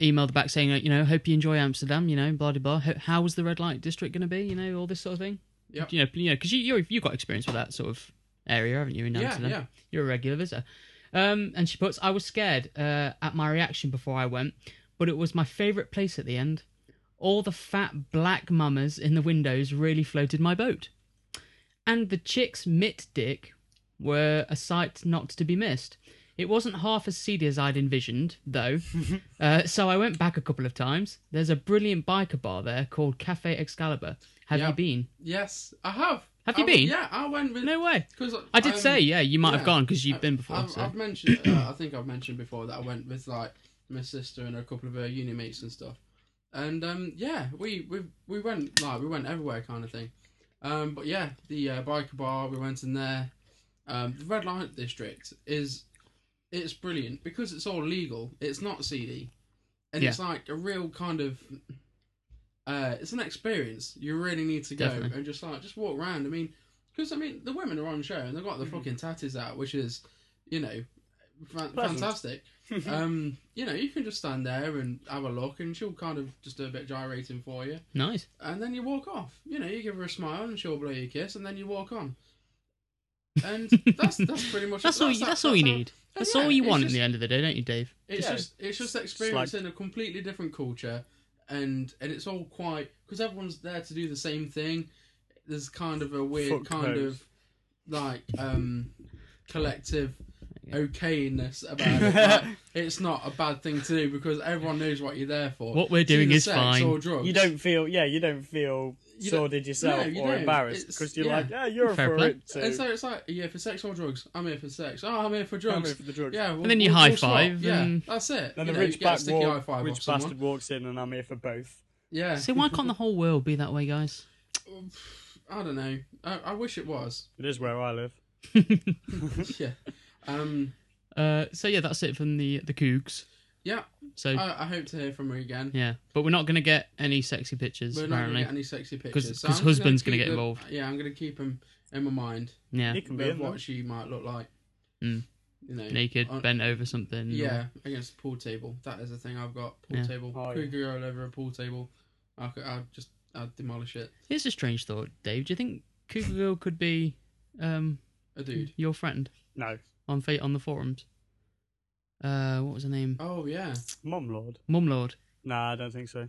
S2: emailed back saying, like, you know, hope you enjoy Amsterdam, you know, blah, blah, blah. How, how was the red light district going to be, you know, all this sort of thing?
S3: Yep.
S2: You know, you know, because you, you're, you've got experience with that sort of area, haven't you, in
S3: yeah,
S2: Amsterdam?
S3: yeah.
S2: You're a regular visitor. Um, and she puts, I was scared uh, at my reaction before I went, but it was my favourite place at the end. All the fat black mamas in the windows really floated my boat. And the chick's mitt dick were a sight not to be missed. It wasn't half as seedy as I'd envisioned, though, uh, so I went back a couple of times. There's a brilliant biker bar there called Cafe Excalibur. Have
S3: Yeah.
S2: you been?
S3: Yes, I have.
S2: Have you
S3: I-
S2: been?
S3: Yeah, I went with.
S2: No way.
S3: Cause,
S2: I did say, yeah, you might
S3: yeah.
S2: have gone because you've been before.
S3: I've,
S2: so.
S3: I've mentioned. Uh, I think I've mentioned before that I went with like my sister and a couple of her uni mates and stuff. And um, yeah, we, we we went like we went everywhere kind of thing. Um, but yeah, the uh, biker bar we went in there. Um, the red light district is it's brilliant because it's all legal. It's not CD. and
S2: Yeah.
S3: it's like a real kind of uh it's an experience you really need to go
S2: Definitely.
S3: and just like just walk around i mean because i mean the women are on show and they've got the
S2: Mm-hmm.
S3: fucking tatties out which is you know fan-
S1: Pleasant.
S3: fantastic um you know you can just stand there and have a look and she'll kind of just do a bit of gyrating for you
S2: Nice.
S3: and then you walk off you know you give her a smile and she'll blow you a kiss and then you walk on and that's that's pretty much
S2: That's all. you-
S3: that-
S2: That's all you
S3: how-
S2: need.
S3: and
S2: That's
S3: yeah,
S2: all you
S3: it's
S2: want
S3: just-
S2: in the end of the day, don't you, Dave?
S3: it's
S1: Yeah.
S3: just it's just
S1: like-
S3: experiencing a completely different culture, and and it's all quite because everyone's there to do the same thing. There's kind of a weird
S1: Fuck
S3: kind
S1: knows.
S3: of like um collective okayness about it. Like, it's not a bad thing to do because everyone knows what you're there for.
S2: What we're
S3: It's either
S2: doing is
S3: sex
S2: fine.
S3: Or drugs.
S1: You don't feel, yeah, you don't feel
S3: You don't-
S1: sordid yourself
S3: No, you
S1: or
S3: don't.
S1: embarrassed
S3: It's-
S1: because you're
S3: yeah.
S1: like, yeah, you're
S2: Fair
S1: for
S2: play.
S1: it. So,
S3: And so it's like, yeah, for sex or drugs. I'm here for sex. Oh, I'm here for drugs.
S1: I'm here for the drugs.
S3: Yeah, we'll-
S2: then you
S3: we'll-
S2: high
S3: we'll swap.
S2: five and-
S3: Yeah, that's it.
S1: Then
S3: you
S1: the
S3: know, you
S1: rich,
S3: get a
S1: back
S3: sticky high
S1: walk,
S3: five off
S1: rich
S3: someone.
S1: bastard walks in, and I'm here for both.
S3: Yeah.
S2: See, why can't the whole world be that way, guys?
S3: I don't know. I, I wish it was.
S1: It is where I live.
S3: yeah. Um.
S2: Uh, so yeah, that's it from the the Cougs.
S3: Yeah. Uh,
S2: So
S3: I, I hope to hear from her again.
S2: yeah, but we're not gonna get any sexy pictures
S3: We're not gonna
S2: apparently.
S3: get any sexy pictures.
S2: 'Cause-
S3: So
S2: 'cause
S3: I'm just
S2: husband's gonna
S3: keep
S2: get
S3: them-
S2: involved.
S3: Yeah, I'm gonna keep him in my mind
S2: Yeah,
S1: You can be
S3: of
S1: in them.
S3: what she might look like.
S2: Mm.
S3: You know,
S2: naked,
S3: on-
S2: bent over something. or-
S3: Uh, Yeah, against the pool table. That is the thing I've got. Pool
S2: Yeah.
S3: table.
S1: Oh,
S3: Could
S1: yeah.
S3: go all over a pool table. I could. I'd just. I'd demolish it.
S2: Here's a strange thought, Dave. Do you think Cougar Girl could be um
S3: A dude.
S2: your friend
S1: No,
S2: on fa- on the forums? Uh, what was her name?
S3: Oh yeah.
S1: mum lord.
S2: Mumlord.
S1: Nah, I don't think so.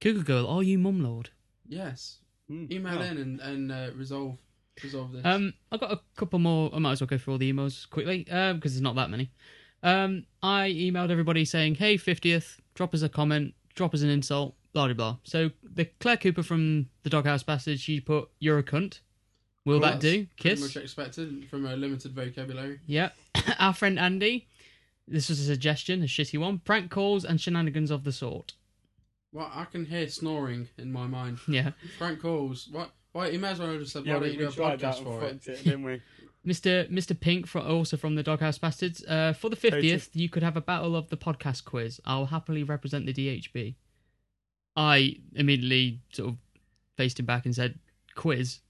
S2: Cougar Girl, are you Mumlord?
S3: Yes.
S1: Mm.
S3: Email
S1: Oh.
S3: in and and uh, resolve resolve this.
S2: Um, I've got a couple more. I might as well go through all the emails quickly because there's not that many. Um, I emailed everybody saying, hey, 50th, drop us a comment, drop us an insult, blah, blah, blah. So the Claire Cooper from the Doghouse Bastard, she put, you're a cunt. Will
S3: Well,
S2: that
S3: that's
S2: do?
S3: Pretty
S2: Kiss?
S3: much expected from a limited vocabulary.
S2: Yeah. Our friend Andy, this was a suggestion, a shitty one. Prank calls and shenanigans of the sort.
S3: Well, I can hear snoring in my mind.
S2: Yeah.
S3: Frank calls. What? Why? You may as well have just said,
S1: Yeah,
S3: why
S1: we,
S3: don't you
S1: we
S3: do a
S1: tried that
S3: podcast
S1: and
S3: for it?
S1: fucked it, didn't we?
S2: Mr. Mr. Pink, fro- also from the Doghouse Bastards, uh, for the fiftieth, you could have a battle of the podcast quiz. I'll happily represent the DHB. I immediately sort of faced him back and said, "Quiz.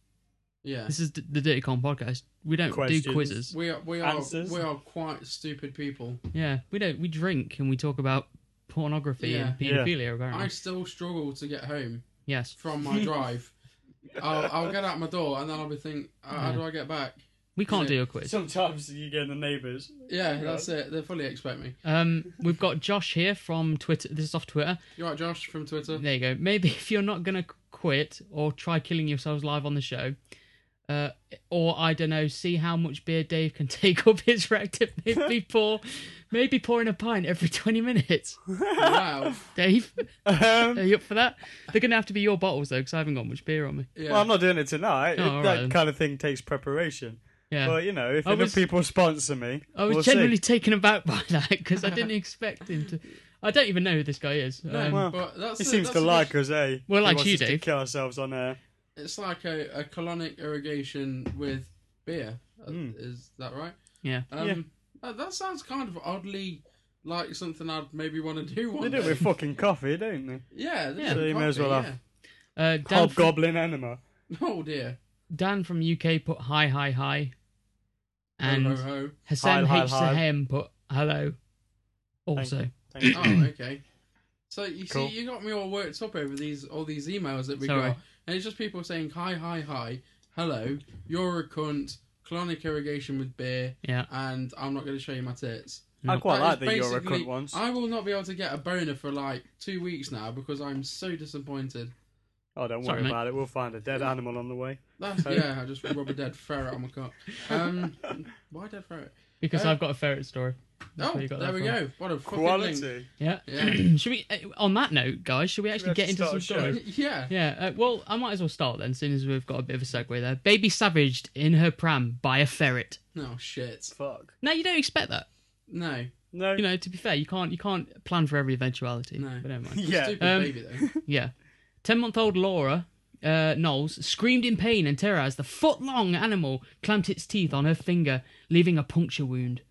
S3: Yeah.
S2: This is the, the Dirty Con podcast. We don't do
S1: Questions.
S2: quizzes.
S3: We are, we are,
S1: Answers.
S3: we are quite stupid people.
S2: Yeah, we don't. We drink and we talk about pornography and
S1: Yeah. Yeah.
S2: paedophilia. Apparently,
S3: I still struggle to get home
S2: yes.
S3: from my drive. I'll, I'll get out my door and then I'll be thinking, how how do I get back?
S2: We can't
S3: Yeah.
S2: do a quiz.
S1: Sometimes you get the neighbours.
S3: Yeah, that's it. They fully expect me.
S2: Um, we've got Josh here from Twitter. This is off Twitter.
S3: You all right, Josh from Twitter?
S2: There you go. Maybe if you're not gonna quit or try killing yourselves live on the show, uh, or I don't know, see how much beer Dave can take up his rectum. Maybe pour, maybe pouring a pint every twenty minutes.
S3: wow.
S2: Dave,
S1: Um,
S2: are you up for that? They're gonna have to be your bottles though, because I haven't got much beer on me.
S3: Yeah.
S1: Well, I'm not doing it tonight.
S2: Oh,
S1: It-
S2: all right
S1: that
S2: then.
S1: kind of thing takes preparation.
S2: Yeah,
S1: But you know, if
S2: I
S1: enough
S2: was-
S1: people sponsor me,
S2: I was
S1: we'll see.
S2: genuinely taken aback by that because I didn't expect him to. I don't even know who this guy is. Um,
S1: well,
S3: but that's
S1: He
S3: a-
S1: seems
S3: that's
S1: to
S3: a
S1: like
S3: good-
S1: us, eh?
S2: Well,
S1: He
S2: like
S1: wants
S2: you
S1: us to
S2: do.
S1: kill ourselves on air.
S3: It's like a, a colonic irrigation with beer. Uh,
S1: Hmm.
S3: Is that right?
S2: yeah,
S3: Um, That, that sounds kind of oddly like something I'd maybe want to do
S1: They
S3: one
S1: do it
S3: day.
S1: with fucking coffee, don't they?
S3: Yeah, they
S2: Yeah.
S3: do
S1: So you may as
S3: coffee,
S1: well
S3: yeah.
S2: uh,
S1: Oh,
S2: Dan, from,
S1: Hobgoblin enema.
S3: Oh dear.
S2: Dan from UK put hi hi hi,
S1: Oh,
S2: and.
S3: ho, ho, ho.
S2: Hassan
S1: Hi, hi,
S2: H.
S1: hi.
S2: Sahem put hello. Also,
S1: Thank you.
S3: Oh, okay. So you
S1: Cool.
S3: see, you got me all worked up over these all these emails that we
S2: Sorry.
S3: got, and it's just people saying hi, hi, hi, hello, you're a cunt, colonic irrigation with beer,
S2: yeah,
S3: and I'm not going to show you my tits.
S1: I quite like
S3: is
S1: the Euro
S3: basically-
S1: cunt ones.
S3: I will not be able to get a boner for like two weeks now because I'm so disappointed.
S1: Oh, don't
S2: Sorry,
S1: worry
S2: mate.
S1: about it. We'll find a dead animal on the way.
S3: That's, yeah, I just rub a dead ferret on my cock. Um, why dead ferret?
S2: because
S3: Uh,
S2: I've got a ferret story. That's where
S3: Oh, there
S2: you got that
S3: we
S2: from.
S3: go. What a fucking link.
S1: Quality.
S2: Yeah.
S3: Yeah.
S2: should we? eh, On that note, guys, should we actually
S1: have
S2: get
S1: to
S2: into
S1: start
S2: some
S1: a show?
S2: stories?
S3: Yeah.
S2: Yeah. Uh, well, I might as well start then, soon as we've got a bit of a segue there. Baby savaged in her pram by a ferret.
S3: No Oh, shit.
S1: Fuck.
S2: Now you don't expect that.
S3: No.
S1: No.
S2: You know, to be fair, you can't you can't plan for every eventuality.
S3: No.
S2: But never mind.
S1: yeah.
S3: Stupid
S2: Um,
S3: baby though.
S2: Yeah. 10 month old Laura uh, Knowles screamed in pain and terror as the foot long animal clamped its teeth on her finger, leaving a puncture wound.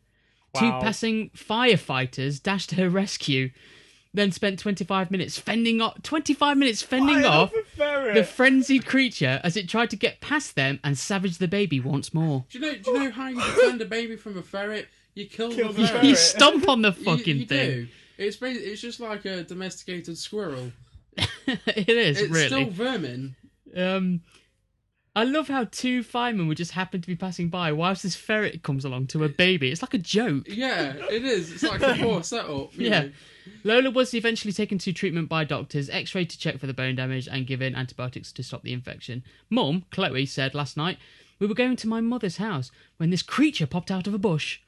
S1: Wow.
S2: Two passing firefighters dashed to her rescue. then spent 25 minutes fending off 25 minutes fending
S1: I
S2: off
S1: prefer
S2: the
S1: it.
S2: frenzied creature as it tried to get past them and savage the baby once more.
S3: Do you know? Do you know how you defend a baby from a ferret? You kill,
S1: Kill
S3: the
S1: the
S3: ferret.
S2: you
S1: ferret.
S2: stomp on the
S3: You-
S2: fucking
S3: you
S2: thing.
S3: Do. It's basically, it's just like a domesticated squirrel.
S2: it is
S3: It's, still
S2: really.
S3: vermin.
S2: Um, I love how two firemen would just happen to be passing by whilst this ferret comes along to a baby. It's like a joke.
S3: Yeah, it is. It's like a poor setup. you
S2: Yeah.
S3: know.
S2: Lola was eventually taken to treatment by doctors, x rayed to check for the bone damage, and given antibiotics to stop the infection. Mum, Chloe, said last night, We were going to my mother's house when this creature popped out of a bush.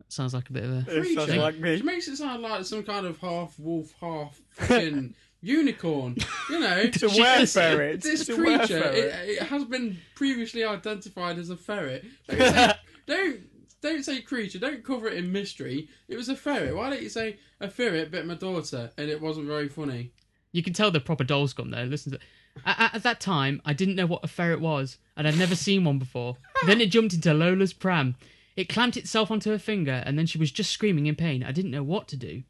S2: That sounds like a bit of a.
S1: It sounds
S3: creature.
S1: like me.
S3: She makes it sound like some kind of half wolf, half fucking unicorn. You know,
S1: It's a
S2: She-
S1: werferret.
S3: this
S1: It's a
S3: creature
S1: werferret.
S3: it, it has been previously identified as a ferret. Don't say, don't, don't say creature. Don't cover it in mystery. It was a ferret. Why don't you say a ferret bit my daughter and it wasn't very funny?
S2: You can tell the proper doll's gone there. Listen to at, at that time, I didn't know what a ferret was, and I'd never seen one before. then it jumped into Lola's pram. It clamped itself onto her finger, and then she was just screaming in pain. I didn't know what to do.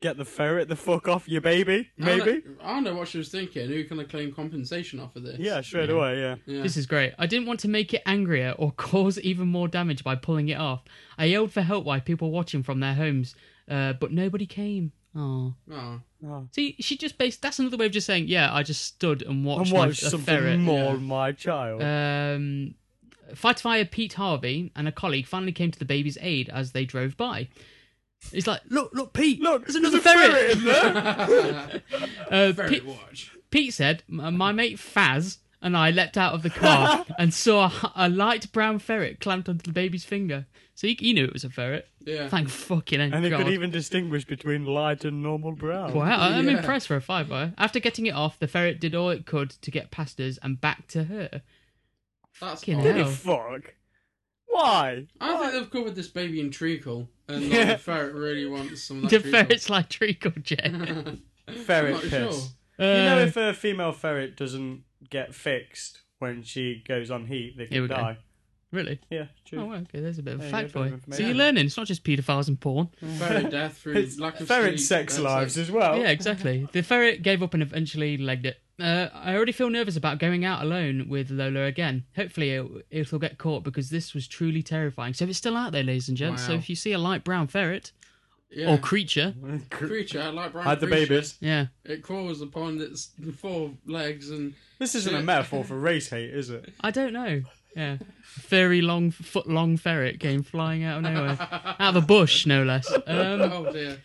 S1: Get the ferret the fuck off your baby,
S3: I don't-
S1: maybe.
S3: I don't, know what she was thinking. Who can I claim compensation off of this?
S1: Yeah, straight away. Yeah.
S3: Yeah.
S2: This is great. I didn't want to make it angrier or cause even more damage by pulling it off. I yelled for help while people were watching from their homes, uh, but nobody came. Oh,
S3: Oh.
S1: Oh.
S2: see, she just based. That's another way of just saying, yeah, I just stood and watched,
S1: And
S2: my-
S1: watch
S2: a
S1: something
S2: ferret.
S1: more,
S3: yeah.
S1: my child.
S2: Um, fight fire Pete Harvey and a colleague finally came to the baby's aid as they drove by. He's like, look, look, Pete,
S1: Look,
S2: there's another ferret.
S1: in there.
S2: Uh,
S3: Ferret
S2: Pete,
S3: watch.
S2: Pete said, "M- my mate Faz and I leapt out of the car and saw a, a light brown ferret clamped onto the baby's finger. So he, he knew it was a ferret.
S3: Yeah.
S2: Thank fucking
S1: and it
S2: God.
S1: could even distinguish between light and normal brown.
S2: Wow, I'm
S3: Yeah.
S2: impressed for a five by. After getting it off, the ferret did all it could to get past us and back to her.
S3: That's
S2: Fucking
S3: odd.
S1: Did
S2: hell.
S1: it fuck? Why?
S3: I think they've covered this baby in treacle, and like,
S1: Yeah.
S3: the ferret really wants some of
S2: The
S3: that treacle.
S2: ferret's like treacle jet.
S1: Ferret
S3: I'm not
S1: piss.
S3: sure.
S1: you
S2: Uh,
S1: know, if a female ferret doesn't get fixed when she goes on heat, they
S2: Here we
S1: can
S2: go.
S1: die.
S2: really?
S1: Yeah, true.
S2: Oh, well, okay, there's a bit of a
S1: There you
S2: fact
S1: go, bit
S2: for
S1: of
S2: you. So you're
S1: information.
S2: learning. It's not just paedophiles and porn.
S3: Ferret death through
S1: It's
S3: lack of
S1: ferret
S3: sleep,
S1: sex
S3: that's
S1: lives
S3: it.
S1: as well.
S2: Yeah, exactly. The ferret gave up and eventually legged it. Uh, I already feel nervous about going out alone with Lola again. Hopefully, it, it'll get caught because this was truly terrifying. So it's still out there, ladies and gents. So
S3: Wow.
S2: if you see a light brown ferret
S3: Yeah.
S2: or creature,
S3: creature like brown
S1: Had the
S3: creature.
S1: babies.
S2: yeah,
S3: It crawls upon its four legs and
S1: This isn't a
S3: Yeah.
S1: metaphor for race hate, is it?
S2: I don't know. Yeah, furry long foot long ferret came flying out of nowhere, out of a bush, no less. Um,
S3: oh dear.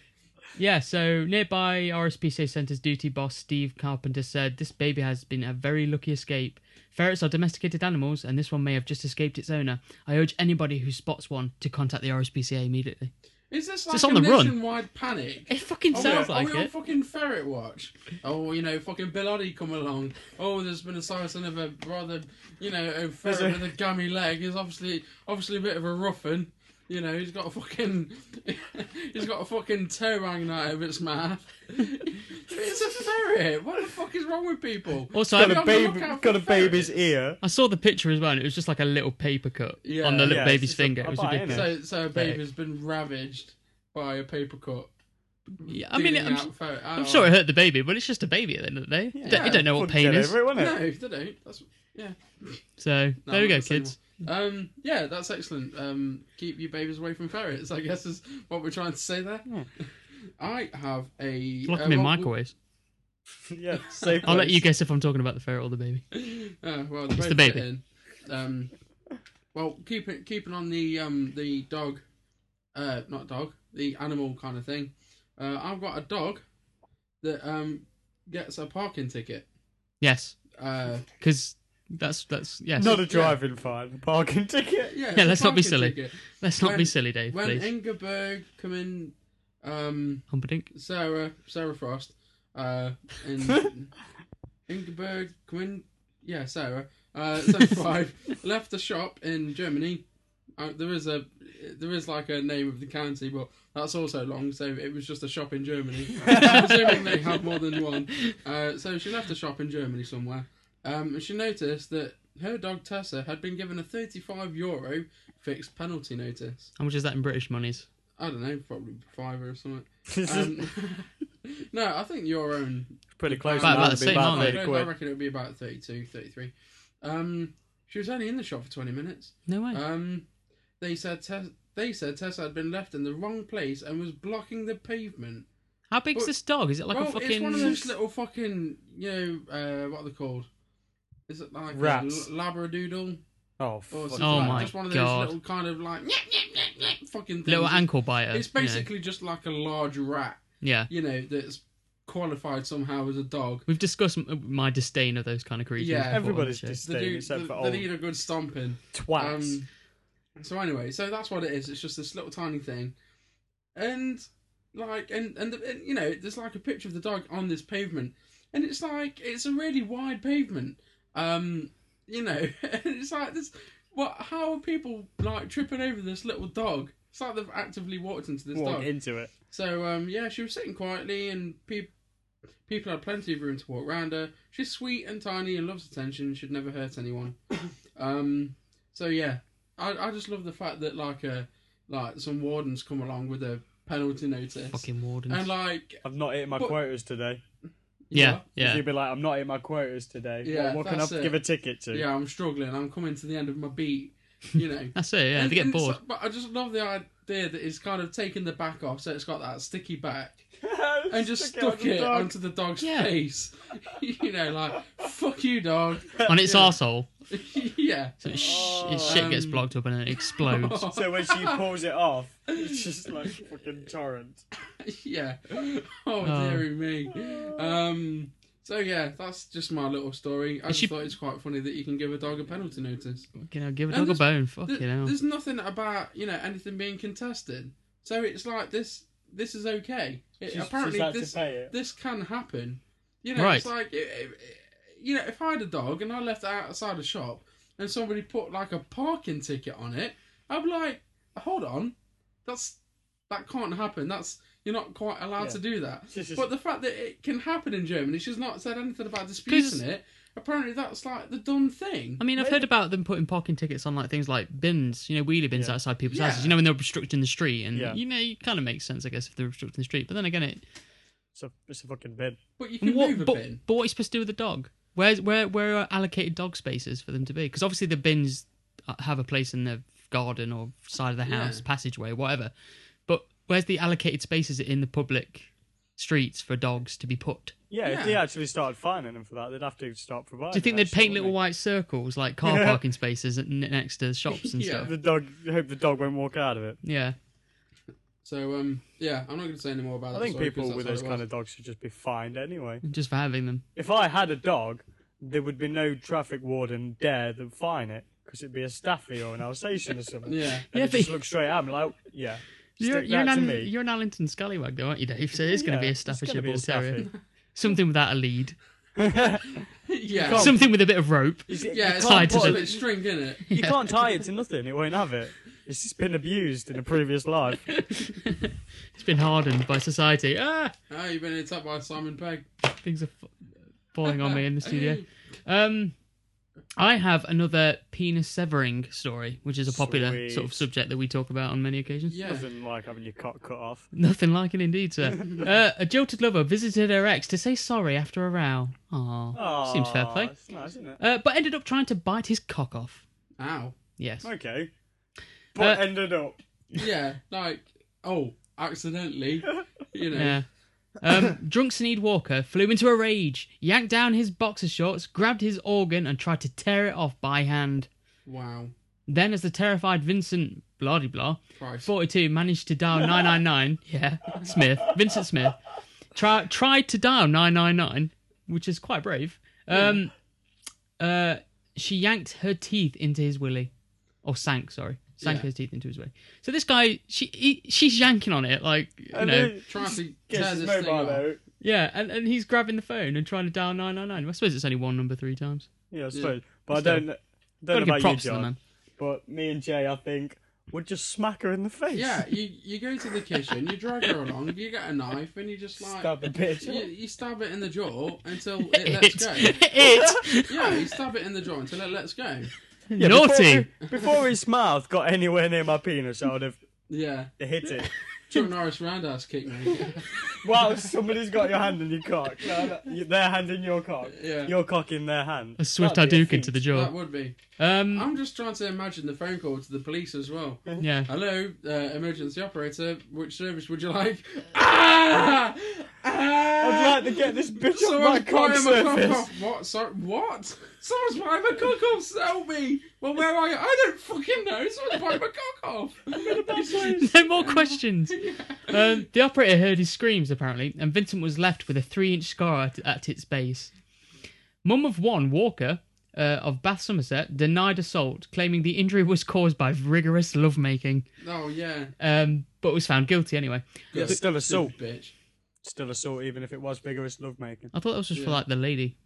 S2: Yeah, so nearby RSPCA Centre's duty boss Steve Carpenter said this baby has been a very lucky escape. Ferrets are domesticated animals, and this one may have just escaped its owner. I urge anybody who spots one to contact the RSPCA immediately.
S3: Is this like
S2: it's
S3: a
S2: on the run.
S3: nationwide panic?
S2: It fucking
S1: Oh,
S3: Are we-
S2: sounds
S3: are
S2: like
S3: we Oh, on
S2: it.
S3: fucking ferret watch? Oh, you know, fucking Bilotti come along. Oh, there's been a sighting of a rather, you know, a ferret
S1: There's a-
S3: with a gummy leg. He's obviously, obviously a bit of a roughen. You know, he's got a fucking, he's got a fucking toe hanging out of its mouth. it's a ferret. What the fuck is wrong with people?
S2: Also,
S1: Got
S2: Be
S1: a
S2: on
S1: baby,
S3: lookout for
S1: got a baby's
S3: ferrets.
S1: ear.
S2: I saw the picture as well, and it was just like a little paper cut
S3: Yeah,
S2: on the little
S1: yeah, it's
S2: baby's
S1: just a-
S2: finger.
S1: a
S2: It was
S1: bite,
S2: ridiculous.
S1: innit?
S3: So, so a baby has been ravaged by a paper cut.
S2: Yeah, I mean,
S3: Dealing
S2: I'm,
S3: out ferret-
S2: I'm
S3: oh.
S2: sure it hurt the baby, but it's just a baby at the end of the day. You don't- you don't know what
S1: Wouldn't
S2: pain
S1: get
S2: is.
S1: over it, wouldn't it?
S3: Oh, No, they don't. That's yeah.
S2: So
S3: No,
S2: there we
S3: I'm
S2: go,
S3: not saying
S2: kids.
S3: that. Um, yeah, that's excellent. Um, keep your babies away from ferrets. I guess is what we're trying to say there.
S1: Yeah.
S3: I have a
S2: Lock
S3: uh,
S2: them in
S3: well,
S2: microwaves.
S1: yeah, safe
S2: I'll let
S1: place.
S2: you guess if I'm talking about the ferret or the baby.
S3: Uh, well, it's
S2: the baby.
S3: Um, well, keep it keeping on the um the dog, uh, not dog, the animal kind of thing. Uh, I've got a dog that um gets a parking ticket.
S2: Yes,
S3: Uh,
S2: because that's that's yes.
S1: Not a driving fine, a parking ticket.
S3: yeah, it's
S2: Yeah,
S3: a
S2: let's not be
S3: parking
S2: silly.
S3: ticket.
S2: Let's not be
S3: When-
S2: silly, Dave,
S3: When
S2: please.
S3: Ingeborg come in, um,
S2: Humperdink.
S3: Sarah, Sarah Frost, uh, and Ingeborg come in, yeah, Sarah, uh, 75, left the shop in Germany. Uh, there is a, there is like a name of the county, but that's also long, so it was just a shop in Germany. I'm assuming they had more than one. Uh, so she left the shop in Germany somewhere. Um, and she noticed that her dog Tessa had been given a 35 euro fixed penalty notice.
S2: How much is that in British monies?
S3: I don't know, probably five or something.
S1: This is-
S3: Um, No, I think your own.
S1: Pretty close.
S3: About-
S1: now,
S3: about
S2: the
S1: it'd be
S2: same,
S1: about
S2: aren't
S3: I,
S2: they?
S1: thirty
S3: don't- I
S1: quid.
S3: reckon it'll be about 32, 33. Um, she was only in the shop for 20 minutes.
S2: No way.
S3: Um, they said Tess, they said Tessa had been left in the wrong place and was blocking the pavement.
S2: How big's
S3: well-
S2: this dog? Is it like
S3: well,
S2: a fucking?
S3: it's one of those little fucking, you know, uh, what are they called? Is it like
S1: Rats.
S3: a l- labradoodle?
S1: Oh,
S3: Or
S1: fuck.
S3: something
S2: Oh
S3: like,
S2: my
S3: just one of
S2: God.
S3: those little kind of like nyap, nyap, nyap, nyap fucking things.
S2: Little ankle biter.
S3: It's
S2: you know.
S3: basically just like a large rat,
S2: Yeah.
S3: you know, that's qualified somehow as a dog.
S2: We've discussed m- my disdain of those kind of creatures.
S3: Yeah.
S2: before on the
S1: Everybody's
S2: show.
S3: They,
S1: disdain
S3: do,
S1: except
S3: they,
S1: for
S3: they
S1: old
S3: need a good stomping.
S1: twats.
S3: Um, so anyway, so that's what it is. It's just this little tiny thing, and like, and and, and you know, there's like a picture of the dog on this pavement, and it's like it's a really wide pavement. Um, you know, and it's like this. What? How are people like tripping over this little dog? It's like they've actively walked into this
S1: walk
S3: dog.
S1: into it.
S3: So um, yeah, she was sitting quietly, and people people had plenty of room to walk round her. She's sweet and tiny and loves attention. Should never hurt anyone. um, so yeah, I I just love the fact that like uh like some wardens come along with a penalty notice
S2: Fucking wardens.
S3: and like
S1: I've not hit my
S3: But-
S1: quotas today.
S2: yeah,
S1: Yeah.
S2: yeah.
S1: You'd be like, I'm not hit my quotas today.
S3: Yeah,
S1: what, what can I
S3: that's it.
S1: give a ticket to?
S3: yeah, I'm struggling. I'm coming to the end of my beat. You know.
S2: That's it. Yeah,
S3: And-
S2: they get
S3: and it's
S2: bored.
S3: like- but I just love the idea that it's kind of taken the back off, so it's got that sticky back, and just stuck it,
S1: on
S3: onto the dog's
S2: Yeah.
S3: face. you know, like fuck you, dog.
S2: on its
S3: Yeah.
S2: arsehole.
S3: yeah. Oh,
S2: So its, sh- its shit gets
S3: Um,
S2: blocked up and it explodes.
S1: So when she pulls it off, it's just like fucking torrent.
S3: yeah. Oh, dearie me. Um. So yeah, that's just my little story. I
S2: Is
S3: just
S2: she-
S3: thought it's quite funny that you can give a dog a penalty notice.
S2: you know, give a
S3: and
S2: dog a
S3: there's-
S2: bone.
S3: Th-
S2: Fucking hell.
S3: There's nothing about you know anything being contested, so it's like this. This is okay. It,
S1: She's,
S3: apparently,
S1: she's had
S3: this
S1: to pay it.
S3: this can happen. You know, it's like it, it- you know, if I had a dog and I left it outside a shop and somebody put like a parking ticket on it, I'd be like, hold on, that's that can't happen. That's you're not quite allowed
S1: Yeah.
S3: to do that.
S1: This is-
S3: But the fact that it can happen in Germany, she's not said anything about
S2: Please-
S3: disputing it. Apparently, that's like the done thing.
S2: I mean, I've heard about them putting parking tickets on like things like bins, you know, wheelie bins
S1: Yeah.
S2: outside people's
S3: Yeah.
S2: houses. You know, when they're obstructing the street, and
S1: Yeah.
S2: you know, it kind of makes sense, I guess, if they're obstructing the street. But then again, it
S1: It's a, it's a fucking bid.
S3: But you can move
S2: what?
S3: a
S2: But,
S3: bin.
S2: but what are you supposed to do with the dog? Where's where where are allocated dog spaces for them to be? Because obviously the bins uh, have a place in the garden or side of the house,
S3: Yeah.
S2: passageway, whatever. But where's the allocated spaces in the public streets for dogs to be put?
S1: Yeah,
S3: Yeah.
S1: if they actually started fining them for that, they'd have to start providing.
S2: Do you think
S1: that
S2: they'd paint
S1: shit,
S2: little
S1: wouldn't
S2: white circles like car parking spaces at- next to shops and
S3: Yeah.
S2: stuff?
S1: they? The dog. I hope the dog won't walk out of it.
S2: Yeah.
S3: So um, yeah, I'm not going to say any more about
S1: I
S3: that.
S1: think
S3: story 'cause
S1: people
S3: that's
S1: with
S3: how
S1: those
S3: it
S1: kind
S3: was.
S1: of dogs should just be fined anyway.
S2: Just for having them.
S1: If I had a dog, there would be no traffic warden dare to fine it because it'd be a staffy or an Alsatian or something.
S3: yeah.
S1: And
S2: Yeah,
S1: yeah, just
S2: but-
S1: look straight at me like, yeah.
S2: You're,
S1: stick
S2: you're, an
S1: that to
S2: Al-
S1: me.
S2: you're an Allington scallywag, though, aren't you, Dave? So it's going to
S1: Yeah,
S2: be a
S1: it's gonna
S2: Staffordshire
S1: be a
S2: Bull Terrier. Something without a lead.
S1: staffy.
S3: yeah.
S1: Can't-
S2: Something with a bit of rope.
S3: Yeah, it's
S2: Tied
S3: tied
S2: to
S3: to a
S2: the-
S3: bit string, in it?
S1: You can't tie it to nothing. It won't have it. It's just been abused in a previous life.
S2: It's been hardened by society. Ah!
S3: Oh, you've been attacked by Simon Pegg.
S2: things are f- falling on me in the studio. Um, I have another penis severing story, which is a popular
S1: Sweet.
S2: sort of subject that we talk about on many occasions.
S3: Yeah.
S1: Nothing like having your cock cut off.
S2: Nothing like it, indeed, sir. uh, a jilted lover visited her ex to say sorry after a row.
S1: Oh.
S2: Aw, seems fair
S1: Aw,
S2: play.
S1: Ah, It's nice, isn't it?
S2: Uh, but ended up trying to bite his cock off.
S3: Ow.
S2: Yes.
S1: Okay. But
S2: Uh,
S1: ended up.
S3: Yeah, like, oh, accidentally. You know.
S2: Yeah. Um, drunk Sneed Walker flew into a rage, yanked down his boxer shorts, grabbed his organ, and tried to tear it off by hand.
S3: Wow.
S2: Then, as the terrified Vincent blah de blah 42 managed to dial 999 yeah smith vincent smith try, tried to dial 999 which is quite brave um uh she yanked her teeth into his willy or sank sorry sank
S3: Yeah.
S2: her teeth into his willy so this guy she he, she's yanking on it like you
S1: And
S2: know
S1: then
S3: Trying to tear
S1: gets
S3: this
S1: his
S3: thing
S1: mobile
S3: off.
S1: out.
S2: yeah and, and he's grabbing the phone and trying to dial 999 i suppose it's only one number three times
S1: Yeah, I suppose. But I
S2: Still.
S1: don't,
S2: gotta
S1: don't know
S2: give
S1: about you,
S2: props to the
S1: John.
S2: man
S1: But me and Jay, I think, would just smack her in the face.
S3: Yeah, you, you go to the kitchen, you drag her along, you get a knife, and you just like.
S1: Stab the bitch.
S3: You,
S1: up.
S3: you stab it in the jaw until it lets
S2: it,
S3: go.
S2: it
S3: Yeah, you stab it in the jaw until it lets go.
S1: Yeah,
S2: naughty
S1: Before, before his mouth got anywhere near my penis, I would have
S3: Yeah.
S1: hit it.
S3: Chuck Norris roundhouse kick me.
S1: Wow, somebody's got your hand in your cock. No, no, y- their hand in your cock.
S3: yeah,
S1: Your cock in their hand.
S2: A swift
S1: That'd be a
S2: Hadouken to the
S1: feat.
S2: jaw.
S3: that would be.
S2: Um,
S3: I'm just trying to imagine the phone call to the police as well.
S2: yeah.
S3: Hello, uh, emergency operator. Which service would you like? Ah!
S1: I'd
S3: Ah!
S1: like to get this bitch off my
S3: Someone's
S1: cock
S3: buying my cock
S1: surface.
S3: off. What? Sorry, what? Someone's buying my cock off. Help me. Well, where are you? I don't fucking know. Someone's buying my cock off. It's just-
S2: No more questions. Um, the operator heard his screams, apparently, and Vincent was left with a three inch scar at, at its base. Mum of one, Walker, uh, of Bath, Somerset, denied assault, claiming the injury was caused by rigorous lovemaking,
S3: Oh yeah.
S2: um, but was found guilty anyway.
S1: Yeah, still assault.
S3: bitch.
S1: Still assault, even if it was vigorous lovemaking.
S2: I thought that was just for
S3: Yeah.
S2: like the lady.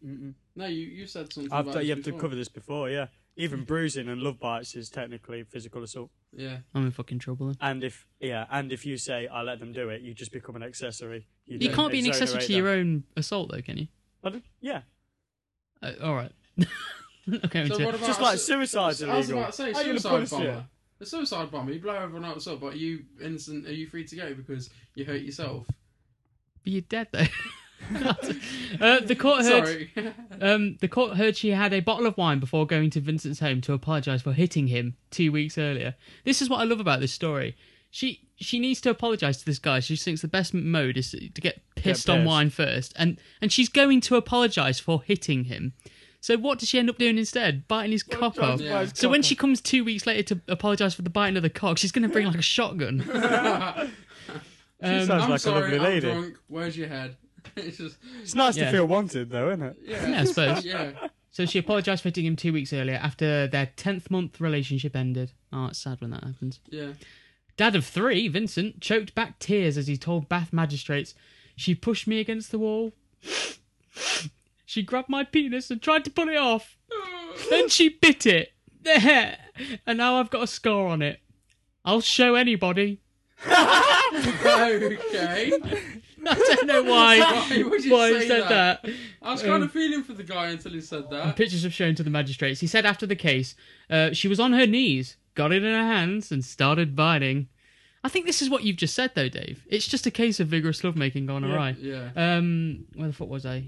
S3: No, you, you said something.
S1: I've
S3: about
S1: done,
S3: this
S1: you have to
S3: before.
S1: cover this before, yeah. Even bruising and love bites is technically physical assault.
S3: Yeah.
S2: I'm in fucking trouble then.
S1: And if yeah, and if you say I let them do it, you just become an accessory.
S2: You
S1: don't
S2: can't be an accessory
S1: exonerate
S2: to your own assault, though, can you?
S1: them. Pardon? Yeah,
S2: Uh, all right. okay,
S3: So
S2: into-
S3: what about
S1: just like
S3: su-
S1: suicide's
S3: I was
S1: illegal.
S3: about to say
S1: How you gonna
S3: suicide
S1: punish it?
S3: bomber. The suicide bomber. You blow everyone else up, but are you innocent? Are you free to go because you hurt yourself?
S2: But you're dead though. uh, the court heard.
S3: Sorry.
S2: Um, the court heard she had a bottle of wine before going to Vincent's home to apologise for hitting him two weeks earlier. This is what I love about this story. She she needs to apologise to this guy. She thinks the best mode is to get pissed on
S1: pissed.
S2: wine first, and and she's going to apologise for hitting him. So what does she end up doing instead? Biting his cock
S1: Tries
S2: off.
S1: to
S3: Yeah.
S1: bite his
S2: So when
S1: cock
S2: she comes two weeks later to apologise for the biting of the cock, she's going to bring like a shotgun. Um,
S1: off. she sounds
S3: I'm
S1: like a
S3: sorry.
S1: lovely
S3: I'm
S1: lady.
S3: drunk. Where's your head? It's just
S1: It's nice
S2: Yeah.
S1: to feel wanted, though, isn't it?
S3: yeah.
S2: Yeah, I suppose.
S3: Yeah.
S2: So she apologised for hitting him two weeks earlier after their 10th month relationship ended. Oh, it's sad when that happens.
S3: Yeah.
S2: Dad of three, Vincent, choked back tears as he told Bath magistrates, She pushed me against the wall. she grabbed my penis and tried to pull it off. Then she bit it. There. And now I've got a scar on it. I'll show anybody.
S3: okay.
S2: I don't know why.
S3: Why would you
S2: Why
S3: say
S2: he said
S3: that?
S2: that?
S3: I was
S1: Um,
S3: kind of feeling for the guy until he said that.
S2: Pictures have shown to the magistrates. He said after the case, uh, she was on her knees, got it in her hands, and started biting. I think this is what you've just said, though, Dave. It's just a case of vigorous lovemaking gone awry.
S3: Yeah.
S2: Um, where the fuck was I?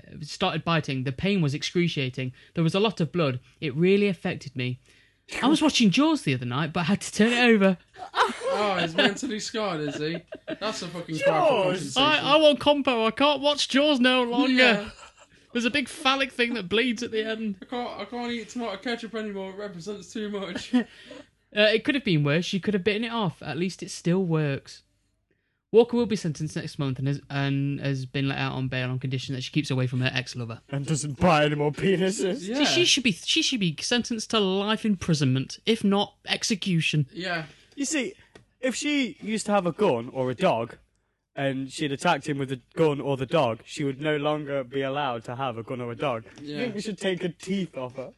S2: Uh, started biting. The pain was excruciating. There was a lot of blood. It really affected me. I was watching Jaws the other night, but I had to turn it over.
S3: Oh, he's mentally scarred, is he? That's a fucking cry for
S1: Yours.
S3: compensation.
S2: I, I want compo. I can't watch Jaws no longer.
S3: Yeah.
S2: There's a big phallic thing that bleeds at the end.
S3: I can't, I can't eat tomato ketchup anymore. It represents too much.
S2: Uh, it could have been worse. She could have bitten it off. At least it still works. Walker will be sentenced next month and has, and has been let out on bail on condition that she keeps away from her ex-lover.
S1: And doesn't bite any more penises.
S3: Yeah.
S2: So she should be she should be sentenced to life imprisonment, if not execution.
S3: Yeah.
S1: You see, if she used to have a gun or a dog, and she'd attacked him with the gun or the dog, she would no longer be allowed to have a gun or a dog. You
S3: Yeah.
S1: think we should take her teeth off her?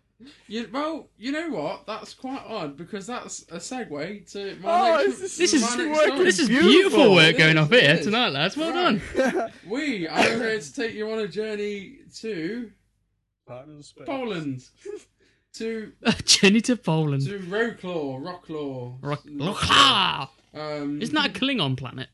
S3: You, well, you know what? That's quite odd because that's a segue to my
S1: Oh,
S3: next.
S1: this is-
S2: This
S3: my
S2: is
S3: next
S1: working.
S3: song.
S2: this is beautiful,
S1: Beautiful.
S2: work
S3: It
S2: going
S3: is,
S2: off here
S3: it is.
S2: tonight, lads. Well
S3: Right.
S2: done.
S3: We are going to take you on a journey to Poland, to
S2: Journey to Poland.
S3: to Rocklaw, Rocklaw.
S2: Rock- Rock-
S3: Um,
S2: Isn't that a Klingon planet?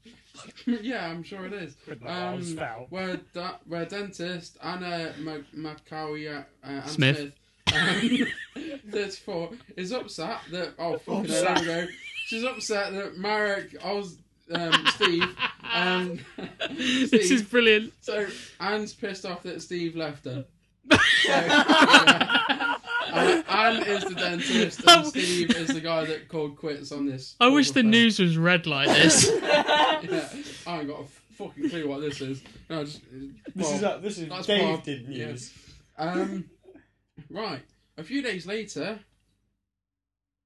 S3: yeah, I'm sure it is.
S1: I'll
S3: Um,
S1: spout.
S3: where, da- where dentist Anna Mac- Macauia uh, Ann
S2: Smith.
S3: Smith, um, 34, is upset that. Oh, fuck it, there we go. She's upset that Marek, Oz, um, Steve, um,
S2: This is
S3: Steve-
S2: brilliant.
S3: So Anne's pissed off that Steve left her. So, yeah. Uh, Anne is the dentist, and
S2: Oh.
S3: Steve is the guy that called quits on this.
S2: I wish the
S3: whole affair.
S2: news was red like this.
S3: Yeah, I ain't got a fucking clue what this is. No, just,
S1: This
S3: well,
S1: is uh, this is
S3: that's
S1: Dave
S3: Bob.
S1: did news.
S3: Um, right. A few days later,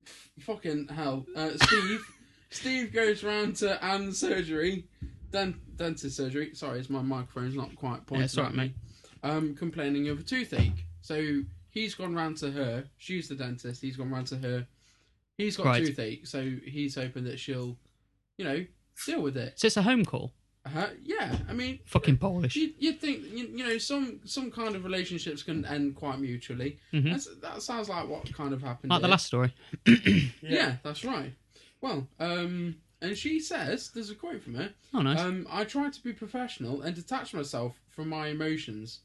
S3: f- fucking hell, uh, Steve. Steve goes round to Anne's surgery, dent- dentist surgery. Sorry, it's my microphone's not quite pointing.
S2: Yeah, it's all
S3: at
S2: right,
S3: me. Um, complaining of a toothache. So he's gone round to her. She's the dentist. He's gone round to her. He's got
S2: Right.
S3: toothache, so he's hoping that she'll, you know, deal with it.
S2: So it's a home call.
S3: Uh, yeah, I mean,
S2: Fucking Polish.
S3: you you think you, you know some some kind of relationships can end quite mutually. That's, that sounds like what kind of happened.
S2: Like the
S3: here.
S2: last story.
S3: Yeah. that's right. Well, um, And she says, there's a quote from her.
S2: Oh, nice.
S3: Um, I tried to be professional and detach myself from my emotions,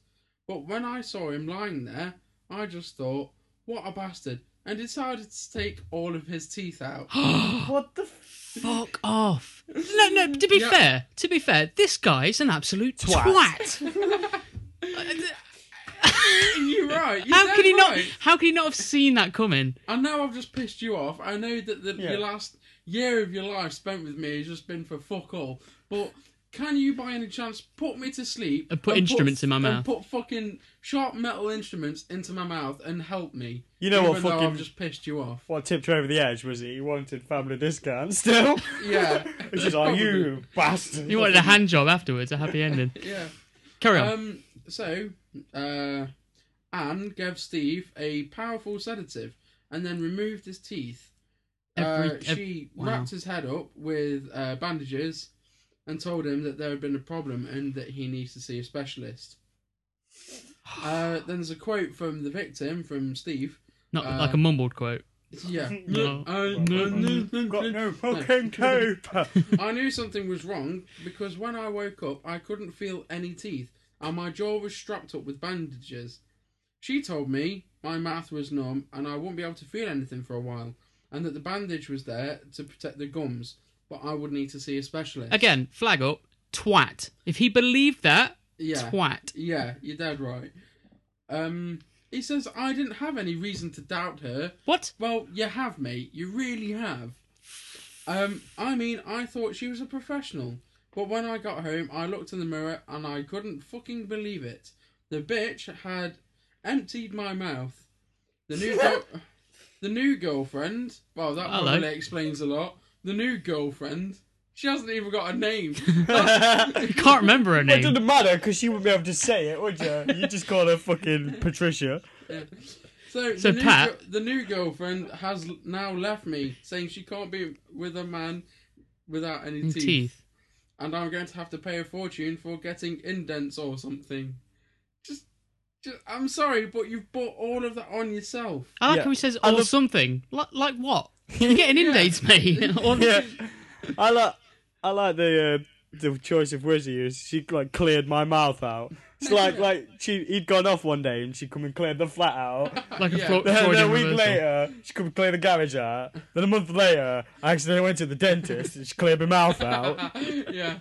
S3: but when I saw him lying there, I just thought, "What a bastard!" and decided to take all of his teeth out.
S1: What the f-
S2: Fuck off. No, no, to be
S3: Yeah.
S2: fair, to be fair, this guy's an absolute
S1: Twat.
S2: twat.
S3: You're right. You're
S2: How
S3: dead
S2: could he not
S3: right.
S2: how could he not have seen that coming?
S3: I know I've just pissed you off. I know that the,
S1: Yeah.
S3: your last year of your life spent with me has just been for fuck all. But can you, by any chance, put me to sleep
S2: And put instruments in my mouth.
S3: and put fucking sharp metal instruments into my mouth and help me?
S1: You know what
S3: even though
S1: fucking-
S3: I've just pissed you off.
S1: What tipped her over the edge was he wanted family discount still.
S3: Yeah,
S1: Which is like, you bastard.
S2: He wanted a hand job afterwards, a happy ending.
S3: Yeah.
S2: Carry on.
S3: Um. So, uh, Anne gave Steve a powerful sedative and then removed his teeth.
S2: Every-
S3: uh,
S2: ev-
S3: she
S2: wow.
S3: wrapped his head up with uh, bandages and told him that there had been a problem and that he needs to see a specialist. Uh, then there's a quote from the victim, from Steve.
S2: Not
S3: uh,
S2: like a mumbled quote.
S3: Yeah. Uh,
S2: No.
S1: Got no fucking tape.
S3: I knew something was wrong because when I woke up, I couldn't feel any teeth and my jaw was strapped up with bandages. She told me my mouth was numb and I wouldn't be able to feel anything for a while, and that the bandage was there to protect the gums, but I would need to see a specialist.
S2: Again, flag up, twat. If he believed that,
S3: yeah,
S2: twat.
S3: yeah, you're dead right. Um, he says I didn't have any reason to doubt her.
S2: What?
S3: Well, you have, mate. You really have. Um, I mean, I thought she was a professional, but when I got home, I looked in the mirror and I couldn't fucking believe it. The bitch had emptied my mouth. The new, go- the new girlfriend. Well, that
S2: Hello.
S3: probably explains a lot. The new girlfriend. She hasn't even got a name.
S2: I can't remember her
S1: It
S2: name.
S1: doesn't matter because you wouldn't be able to say it, would you? You just call her fucking Patricia.
S3: So,
S2: So,
S3: the, new
S2: Pat-
S3: gir- the new girlfriend has l- now left me, saying she can't be with a man without any teeth,
S2: Teeth.
S3: and I'm going to have to pay a fortune for getting indents or something. Just, just I'm sorry, but you've brought all of that on yourself.
S2: I like
S1: Yeah.
S2: how he says
S1: I
S2: or
S1: love-
S2: something. Like, like what? You're getting indates, mate. Or-
S1: Yeah, I like I like the uh, the choice of words he used. She like cleared my mouth out. It's like like she he'd gone off one day and she come and cleared the flat out.
S2: Like a
S3: Yeah.
S2: Flo-
S1: Then
S2: Freudian
S1: a week
S2: reversal.
S1: later, she come and clear the garage out. Then a month later, I accidentally went to the dentist and she cleared my mouth out.
S3: yeah,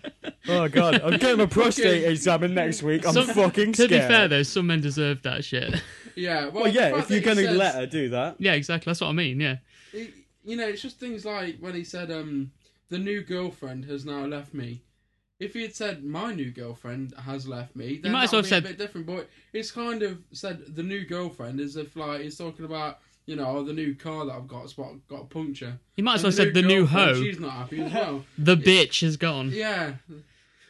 S1: Oh god, I'm getting my prostate
S3: Okay.
S1: examined next week. I'm
S2: Some-
S1: fucking
S2: To
S1: scared.
S2: be fair, though, some men deserve that shit.
S3: yeah.
S1: well,
S3: Well, the
S1: yeah,
S3: fact
S1: if you're
S3: that he
S1: gonna
S3: says-
S1: let her do that,
S2: yeah, exactly. That's what I mean. Yeah.
S3: it- you know, it's just things like when he said, um, the new girlfriend has now left me. If he had said, my new girlfriend has left me, then
S2: might
S3: might
S2: as
S3: that
S2: well
S3: would be
S2: have
S3: a
S2: said-
S3: bit different. But it's kind of said the new girlfriend as if, like, he's talking about, you know, oh, the new car that I've got's got, got a puncture.
S2: He might as
S3: And
S2: well said the new
S3: girlfriend,
S2: hoe.
S3: She's not happy as well.
S2: The bitch is gone.
S3: yeah.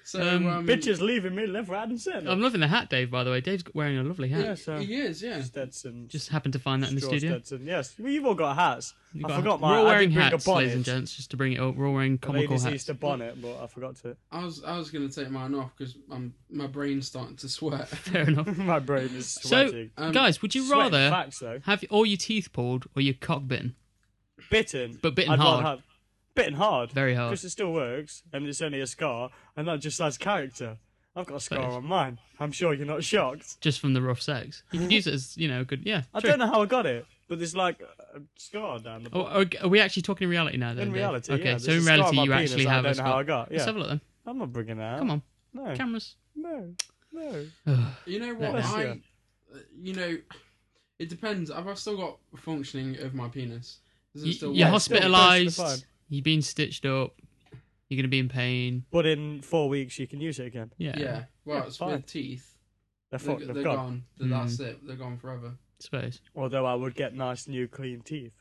S3: So,
S2: Um,
S3: um,
S1: bitches leaving me left, right, and centre.
S2: I'm loving the hat, Dave. By the way, Dave's wearing a lovely hat.
S1: Yeah, so-
S3: He is, yeah.
S1: Stetson.
S2: Just happened to find that in the
S1: Straw
S2: studio.
S1: Stetson. Yes, well, you've all got hats.
S2: You
S1: I
S2: got-
S1: forgot
S2: We're
S1: mine.
S2: all wearing
S1: I did
S2: hats,
S1: bring a bonnet.
S2: ladies and gents, just to bring it up. We're all wearing comical
S1: Ladies
S2: hats.
S1: used a bonnet, but I forgot to.
S3: I was I was gonna take mine off because my brain's starting to sweat.
S2: Fair enough.
S1: My brain is
S2: So,
S1: sweating.
S3: Um,
S2: guys, would you
S1: Sweating
S2: rather
S1: facts though.
S2: have all your teeth pulled or your cock bitten?
S1: Bitten,
S2: But bitten
S1: I'd rather
S2: hard.
S1: Have, bitten hard.
S2: Very hard.
S1: Because it still works, and it's only a scar, and that just adds character. I've got a scar
S2: is-
S1: on mine. I'm sure you're not shocked.
S2: Just from the rough sex. You could use it as, you know, a good. Yeah.
S1: I
S2: true.
S1: don't know how I got it, but there's like a scar down the.
S2: Oh, are, are we actually talking in reality now? Then,
S1: in
S2: Dave?
S1: reality,
S2: Okay,
S1: yeah,
S2: so
S1: there's
S2: in
S1: a scar on
S2: reality,
S1: my
S2: you
S1: penis
S2: actually
S1: that
S2: have
S1: I
S2: a
S1: don't know how
S2: scar.
S1: I got.
S2: Let's
S1: Yeah.
S2: have a look then.
S1: I'm not bringing that. out.
S2: Come on,
S1: No.
S2: cameras.
S1: No. No.
S3: You know what?
S1: Bless
S3: I,
S1: you.
S3: uh, you know, it depends. Have I still got functioning of my penis? Does it
S2: You,
S3: still
S2: you're
S3: work?
S1: it's still- it's still
S2: hospitalised.
S1: fine.
S2: You've been stitched up. You're gonna be in pain.
S1: But in four weeks, you can use it again.
S2: Yeah.
S3: Yeah. Well,
S1: Yeah,
S3: it's
S1: fine.
S3: with teeth.
S1: They're,
S3: They're,
S1: fucked.
S3: they're
S1: They've Hmm.
S3: gone.
S1: gone.
S3: Th- That's it. They're gone forever.
S2: I suppose.
S1: Although I would get nice new clean teeth.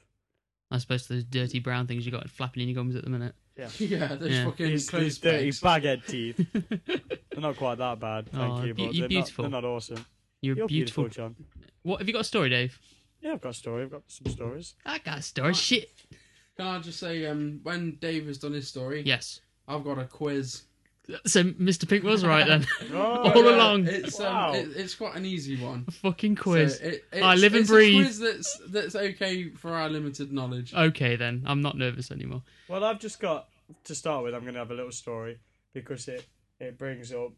S2: I suppose those dirty brown things you got flapping in your gums at the minute.
S3: yeah. Those
S2: Yeah.
S3: fucking
S1: These,
S3: close
S1: these dirty
S3: pegs.
S1: baguette teeth. they're not quite that bad, thank
S2: Aw,
S1: you,
S2: be-
S1: but
S2: you're
S1: they're,
S2: beautiful.
S1: Not, they're not awesome.
S2: You're,
S1: You're
S2: beautiful.
S1: beautiful, John.
S2: What have you got a story, Dave?
S1: Yeah, I've got a story. I've got some stories.
S2: I got a story. Shit.
S3: Can I just say, um, when Dave has done his story,
S2: Yes.
S3: I've got a quiz.
S2: So Mr. Pink was right then.
S1: Oh,
S2: All
S3: Yeah,
S2: along.
S3: It's um,
S1: Wow.
S3: it, it's quite an easy one.
S2: A fucking quiz.
S3: So it, it's,
S2: I live and
S3: it's
S2: breathe. Oh,
S3: A quiz that's that's okay for our limited knowledge.
S2: Okay then, I'm not nervous anymore.
S1: Well, I've just got to start with, I'm going to have a little story because it it brings up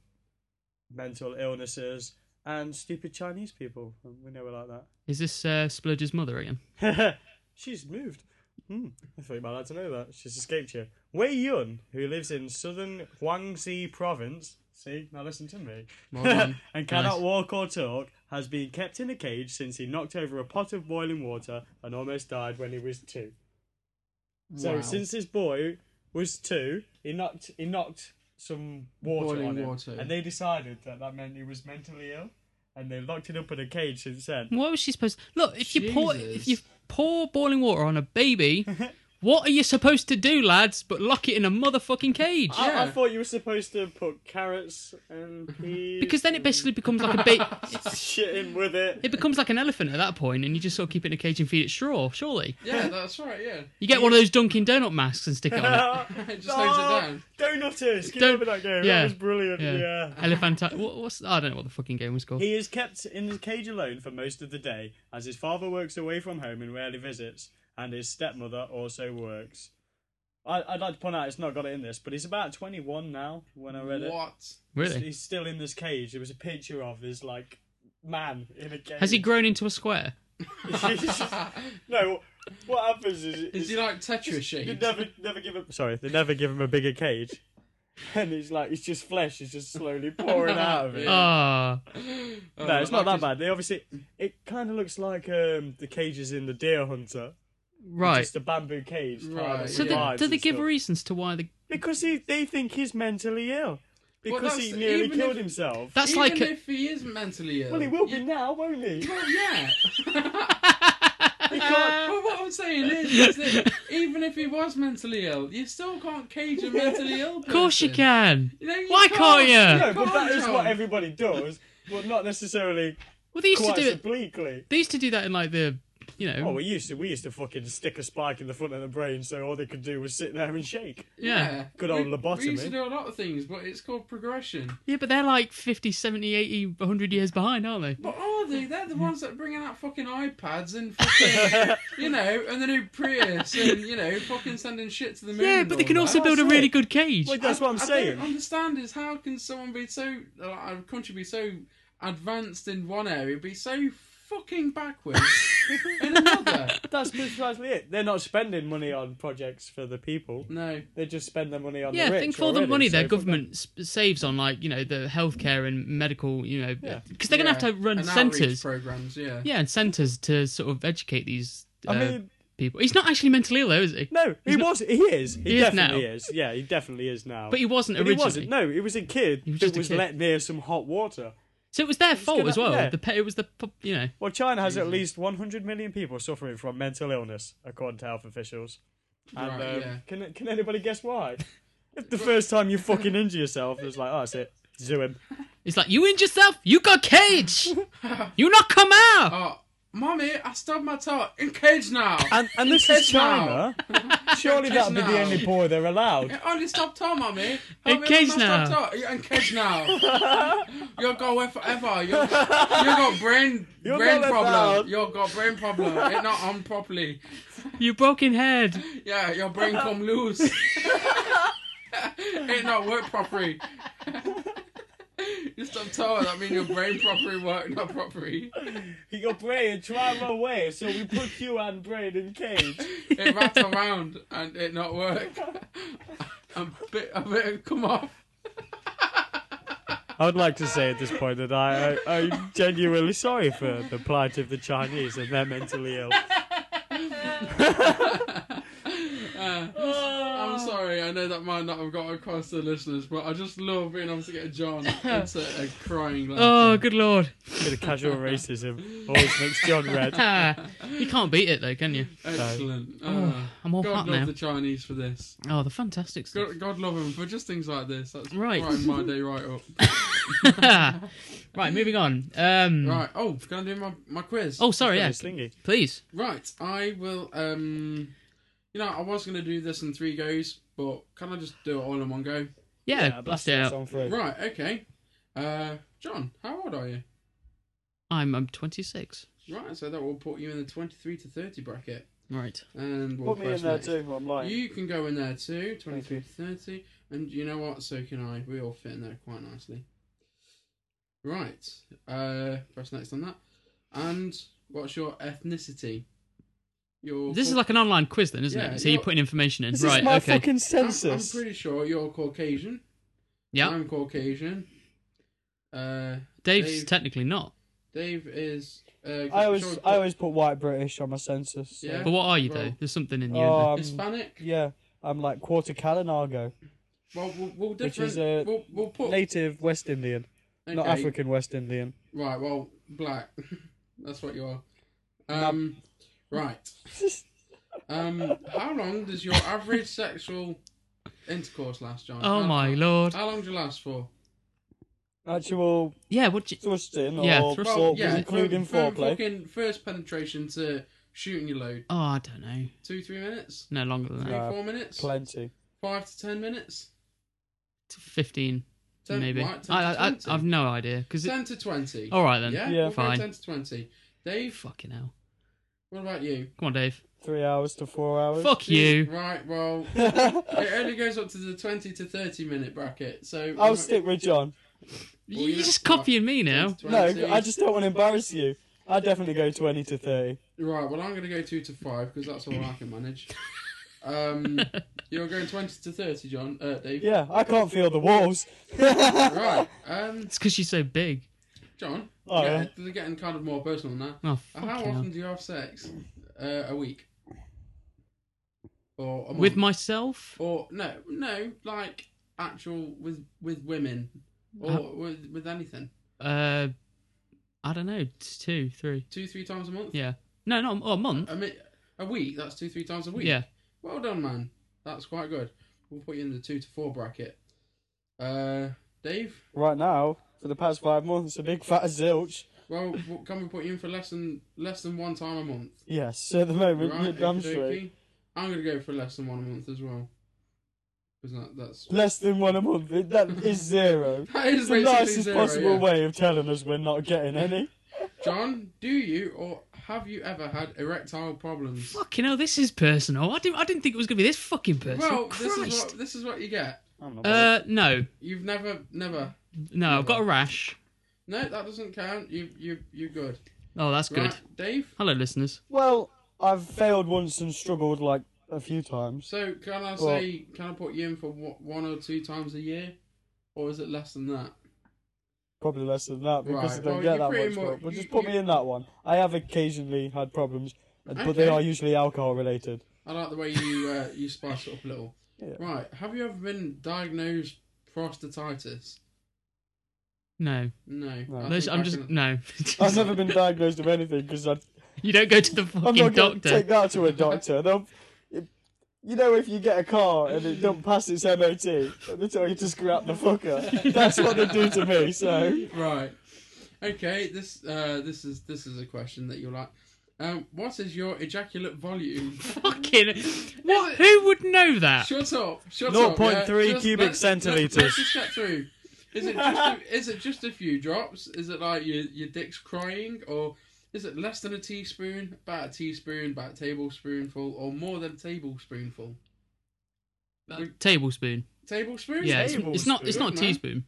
S1: mental illnesses and stupid Chinese people. And We know we're like that.
S2: Is this uh, Spludge's mother again?
S1: She's moved. Hmm. I thought you might like to know that. She's escaped here. Wei Yun, who lives in southern Guangxi province, see, now listen to me,
S3: Well done.
S1: and cannot walk or talk, has been kept in a cage since he knocked over a pot of boiling water and almost died when he was two. So
S3: Wow.
S1: since this boy was two, he knocked he knocked some water
S3: Boiling
S1: on him,
S3: water.
S1: and they decided that that meant he was mentally ill, and they locked him up in a cage since then.
S2: What was she supposed? Look, if you pour if
S3: Jesus.
S2: you pour boiling water on a baby, what are you supposed to do, lads? But lock it in a motherfucking cage.
S1: I, I
S3: Yeah.
S1: thought you were supposed to put carrots and peas
S2: Because then it basically becomes like a ba-
S1: and shit in with it.
S2: it becomes like an elephant at that point, and you just sort of keep it in a cage and feed it straw. Surely,
S3: Yeah, that's right. Yeah,
S2: you get one of those Dunkin' Donut masks and stick it on it.
S3: just
S1: Oh,
S3: lays it down.
S1: Donutters, get
S2: Don-
S1: over that game.
S2: yeah.
S1: That was brilliant.
S2: Yeah.
S1: Yeah.
S2: Elephant. What, what's I don't know what the fucking game was called.
S1: He is kept in his cage alone for most of the day, as his father works away from home and rarely visits, and his stepmother also works. I, I'd like to point out it's not got it in this, but he's about 21 now. When I read it,
S3: What?
S1: He's-
S2: Really?
S1: he's still in this cage. There was a picture of his like man in a cage.
S2: Has he grown into a square?
S1: no, what happens is
S3: Is he like Tetris
S1: They
S3: shaped?
S1: never, never give him. Sorry, they never give him a bigger cage, and it's like it's just flesh is just slowly pouring out of it.
S3: Yeah.
S2: Ah,
S3: Oh,
S1: No, it's not
S3: like
S1: that
S3: his-
S1: bad. They obviously, it kind of looks like um, the cages in the Deer Hunter,
S2: right.
S1: just a bamboo cage. tied up
S3: Right,
S1: with
S2: So
S3: yeah.
S2: they,
S1: wires
S2: do they
S1: and
S2: give
S1: stuff.
S2: reasons to why the?
S1: because he, they think he's mentally ill because he
S3: that's-
S1: nearly
S3: even
S1: killed
S3: if-
S1: himself.
S2: That's
S3: Even
S2: like a-
S3: if he is mentally ill.
S1: Well, he will be now, won't he?
S3: Well, yeah.
S1: He can't-
S3: Well, what I'm saying is, is that even if he was mentally ill, you still can't cage a mentally ill person.
S2: Of course you can.
S3: No, you
S2: Why can't you?
S1: no, but
S3: can't,
S1: that is what
S3: John.
S1: everybody does, but not necessarily
S2: Well, they used to
S1: quite
S2: do
S1: as
S2: it.
S1: obliquely.
S2: They used to do that in like the, you know,
S1: Oh, we used to we used to fucking stick a spike in the front of the brain, so all they could do was sit there and shake.
S2: Yeah.
S1: Good old
S3: we, We used
S1: lobotomy.
S3: to do a lot of things, but it's called progression.
S2: Yeah, but they're like 50, 70, 80, 100 years behind, aren't they?
S3: But are they? They're the ones that are bringing out fucking iPads and fucking, you know, and the new Prius and, you know, fucking sending shit to the moon.
S2: Yeah,
S3: and
S2: but they can
S3: all that.
S2: also build a
S1: That's
S2: really
S1: it.
S2: good cage.
S1: Like that's what I'm
S3: I
S1: saying.
S3: don't understand is how can someone be so, like, a country be so advanced in one area, be so fucking backwards in another?
S1: That's precisely it. They're not spending money on projects for the people.
S3: No.
S1: They just spend their money on
S2: Yeah,
S1: the rich.
S2: think for all the
S1: already,
S2: money
S1: so
S2: their
S1: fuck
S2: government s saves on, like, you know, the healthcare and medical, you know,
S1: Yeah.
S2: because they're going to
S3: Yeah,
S2: have to run
S3: and
S2: centres.
S3: outreach programs. Yeah.
S2: Yeah, and centres to sort of educate these
S1: them. I
S2: uh,
S1: mean,
S2: people. He's not actually mentally ill, though, is he?
S1: no, he was. He is. He,
S2: He is
S1: definitely is, Yeah, he definitely is now.
S2: But he wasn't
S1: But he
S2: originally.
S1: wasn't. No, he was a kid
S2: He was just
S1: that
S2: a
S1: was
S2: kid.
S1: let near some hot water.
S2: So it was their fault
S1: gonna-
S2: as well.
S1: yeah.
S2: The pe- it was the, pu- you know.
S1: Well, China has at least 100 million people suffering from mental illness, according to health officials. And
S3: Right,
S1: um,
S3: yeah.
S1: can can anybody guess why? If the first time you fucking injure yourself, it's like, oh, that's it. Zoo him.
S2: It's like, you injured yourself, you got cage! you not come out!
S3: Oh, mommy, I stubbed my toe in cage now.
S1: And, and this
S3: Kids
S1: is China. Surely
S3: Kids
S1: that'd be
S3: now.
S1: the only boy they're allowed.
S3: Only stop toe, mommy.
S2: In
S3: Help me
S2: cage
S3: with my
S2: now.
S3: stubbed toe. You're in cage now. You'll go away forever. You'll, you got brain
S1: You're
S3: brain
S1: not
S3: problem.
S1: allowed.
S3: You'll got brain problem. It's not on properly.
S2: You broken head.
S3: Yeah, your brain come loose. it not work properly. you stop toe. That mean your brain properly work not properly.
S1: Your brain drive away, so we put you and brain in cage.
S3: it wrapped around and it not work. A bit, a bit come off.
S1: I would like to say at this point that I, I I'm genuinely sorry for the plight of the Chinese and their mentally ill.
S2: Oh.
S3: I'm sorry, I know that might not have got across to the listeners, but I just love being able to get John into a crying laugh.
S2: Oh, good lord.
S1: Bit of casual racism always makes John red.
S2: Ah, you can't beat it, though, can you?
S3: Excellent. Oh,
S2: I'm all
S3: God
S2: hot
S3: love
S2: now.
S3: the Chinese for this.
S2: Oh, the fantastic stuff.
S3: God, God love him for just things like this. That's
S2: Right.
S3: right. my day right up.
S2: right, moving on. Um,
S3: Right. Oh, can I do my, my quiz?
S2: Oh, sorry, yeah.
S1: Slingy.
S2: Please.
S3: Right. I will. Um, you know, I was gonna do this in three goes, but can I just do it all in one go?
S2: Yeah, blast it out.
S3: Right, okay. Uh, John, how old are you?
S2: I'm, I'm 26.
S3: Right, so that will put you in the 23 to 30 bracket.
S2: Right.
S3: And we'll
S1: Put me in
S3: press
S1: there
S3: next.
S1: too. I'm lying.
S3: You can go in there too,
S1: Thank you.
S3: 23 to 30. And you know what? So can I. We all fit in there quite nicely. Right. Uh, press next on that. And what's your ethnicity? Your
S2: This is
S3: Cau-
S2: like an online quiz, then, isn't
S3: Yeah,
S2: it? So you're
S3: you're-
S2: putting information in.
S1: This
S2: right.
S1: is my
S2: okay.
S1: fucking
S3: I'm, I'm
S1: census.
S3: pretty sure you're Caucasian.
S2: Yeah.
S3: I'm Caucasian. Uh,
S2: Dave's
S3: Dave-
S2: technically not.
S3: Dave is. Uh,
S1: I always,
S3: sure-
S1: I always put white British on my census. so-
S3: Yeah.
S2: But what are you
S3: Well-
S2: though? There's something in you. isn't
S1: Oh, I'm,
S3: Hispanic.
S1: yeah, I'm like quarter Kalinago,
S3: Well, we'll, we'll
S1: Which
S3: different.
S1: is, uh,
S3: we'll, we'll put
S1: native West Indian, not
S3: okay.
S1: African West Indian.
S3: Right, well, black. That's what you are. Um, right. Um, how long does your average sexual intercourse last, John?
S2: there? Oh
S3: How-
S2: my lord.
S3: How long do you last for?
S1: Actual
S2: Yeah. What? do you-
S1: thrusting or
S2: Yeah,
S1: or
S2: thrusting.
S3: Well, yeah,
S1: including
S3: from, from
S1: foreplay.
S3: fucking first penetration to shooting your load,
S2: Oh, I don't know.
S3: two, three minutes,
S2: No longer than that.
S3: three,
S1: Nah,
S3: four minutes,
S1: Plenty.
S3: five to ten minutes,
S2: Fifteen,
S3: ten,
S2: maybe.
S3: right, 10
S2: I, I, I,
S3: to 20.
S2: I've no idea. Because
S3: ten to twenty.
S2: all right then.
S3: yeah,
S1: Yeah.
S3: we'll go
S2: Fine.
S3: Ten to twenty. Dave,
S2: Fucking hell.
S3: what about you?
S2: Come on, Dave.
S1: Three hours to four hours.
S2: Fuck you.
S3: Right. Well, it only goes up to the twenty to thirty minute bracket. So
S1: I'll stick with John.
S3: Well,
S2: You're
S3: yeah,
S2: just
S3: right.
S2: copying me now.
S3: 10 to
S1: No,
S3: 20.
S1: I just don't want to embarrass you. I definitely go twenty to thirty.
S3: Right, well, I'm going to go 2 to 5 because that's all I can manage. Um, you're going 20 to 30, John, uh, Dave.
S1: Yeah, I can't feel the walls.
S3: Right, um,
S2: It's because she's so big.
S3: John,
S1: Oh,
S3: yeah,
S1: yeah.
S3: they're getting kind of more personal now.
S2: Oh,
S3: How
S2: fucking hell.
S3: often do you have sex uh, a week? Or a month?
S2: With myself?
S3: Or, no, no, like actual with with women or
S2: Uh,
S3: with, with anything.
S2: Uh, I don't know. t- Two, three.
S3: Two, three times a month?
S2: Yeah. No, not a- oh, a month.
S3: A, mi- a week, that's two, three times a week.
S2: Yeah.
S3: Well done, man. That's quite good. We'll put you in the two to four bracket. Uh, Dave,
S1: Right now, for the past five months, a big fat zilch.
S3: well, w- can we put you in for less than less than one time a month?
S1: Yes, at the moment,
S3: Right,
S1: you're damn
S3: okie
S1: straight.
S3: dokie. I'm gonna go for less than one a month as well. Because that, that's
S1: Less than one a month. it- That is zero.
S3: that is
S1: It's the
S3: basically
S1: nicest
S3: zero,
S1: possible
S3: yeah.
S1: way of telling us we're not getting any.
S3: John, do you or have you ever had erectile problems?
S2: Fucking hell, this is personal. I didn't, I didn't think it was going to be this fucking personal.
S3: Well,
S2: Christ.
S3: this is what this is what you get.
S1: I'm not bothered.
S2: Uh, no.
S3: You've never, never.
S2: No, I've got a rash.
S3: No, that doesn't count. You, you, you're good.
S2: Oh, that's good.
S3: Right, Dave.
S2: Hello, listeners.
S1: well, I've failed once and struggled like a few times.
S3: So can I
S1: Well-
S3: say, can I put you in for wha- one or two times a year, or is it less than that?
S1: Probably less than that because
S3: Right,
S1: I don't
S3: well,
S1: get
S3: you
S1: that
S3: pretty
S1: much.
S3: much-
S1: More. But
S3: you-
S1: just put
S3: you-
S1: me in that one. I have occasionally had problems, uh, but
S3: Okay.
S1: they are usually alcohol related.
S3: I like the way you uh, you spice it up a little.
S1: Yeah.
S3: Right, have you ever been diagnosed prostatitis?
S2: No.
S3: No,
S1: No.
S3: I
S2: Those-
S3: think
S2: I'm
S3: I
S2: just.
S3: can-
S2: No.
S1: I've never been diagnosed with anything because I
S2: you don't go to the
S1: I'm
S2: fucking
S1: not going to
S2: doctor.
S1: take that to a doctor. They'll, if- you know, if you get a car and it don't pass its MOT, they tell you to scrap the fucker. That's what they do to me. So
S3: Right. Okay. This uh, this is this is a question that you like. Um, what is your ejaculate volume?
S2: Fucking. What? Who would know that?
S3: Shut up! Shut up!
S1: 0.3
S3: yeah. Just-
S1: cubic
S3: let's- let's-
S1: centimetres.
S3: Let's just get through. Is it just a, is it just a few drops? Is it like your your dick's crying, or is it less than a teaspoon, about a teaspoon, about a tablespoonful, or more than a tablespoonful?
S2: Uh, tablespoon.
S3: Tablespoon?
S2: Yeah, it's, it's not. It's
S3: Tablespoon,
S2: not a
S3: man.
S2: teaspoon.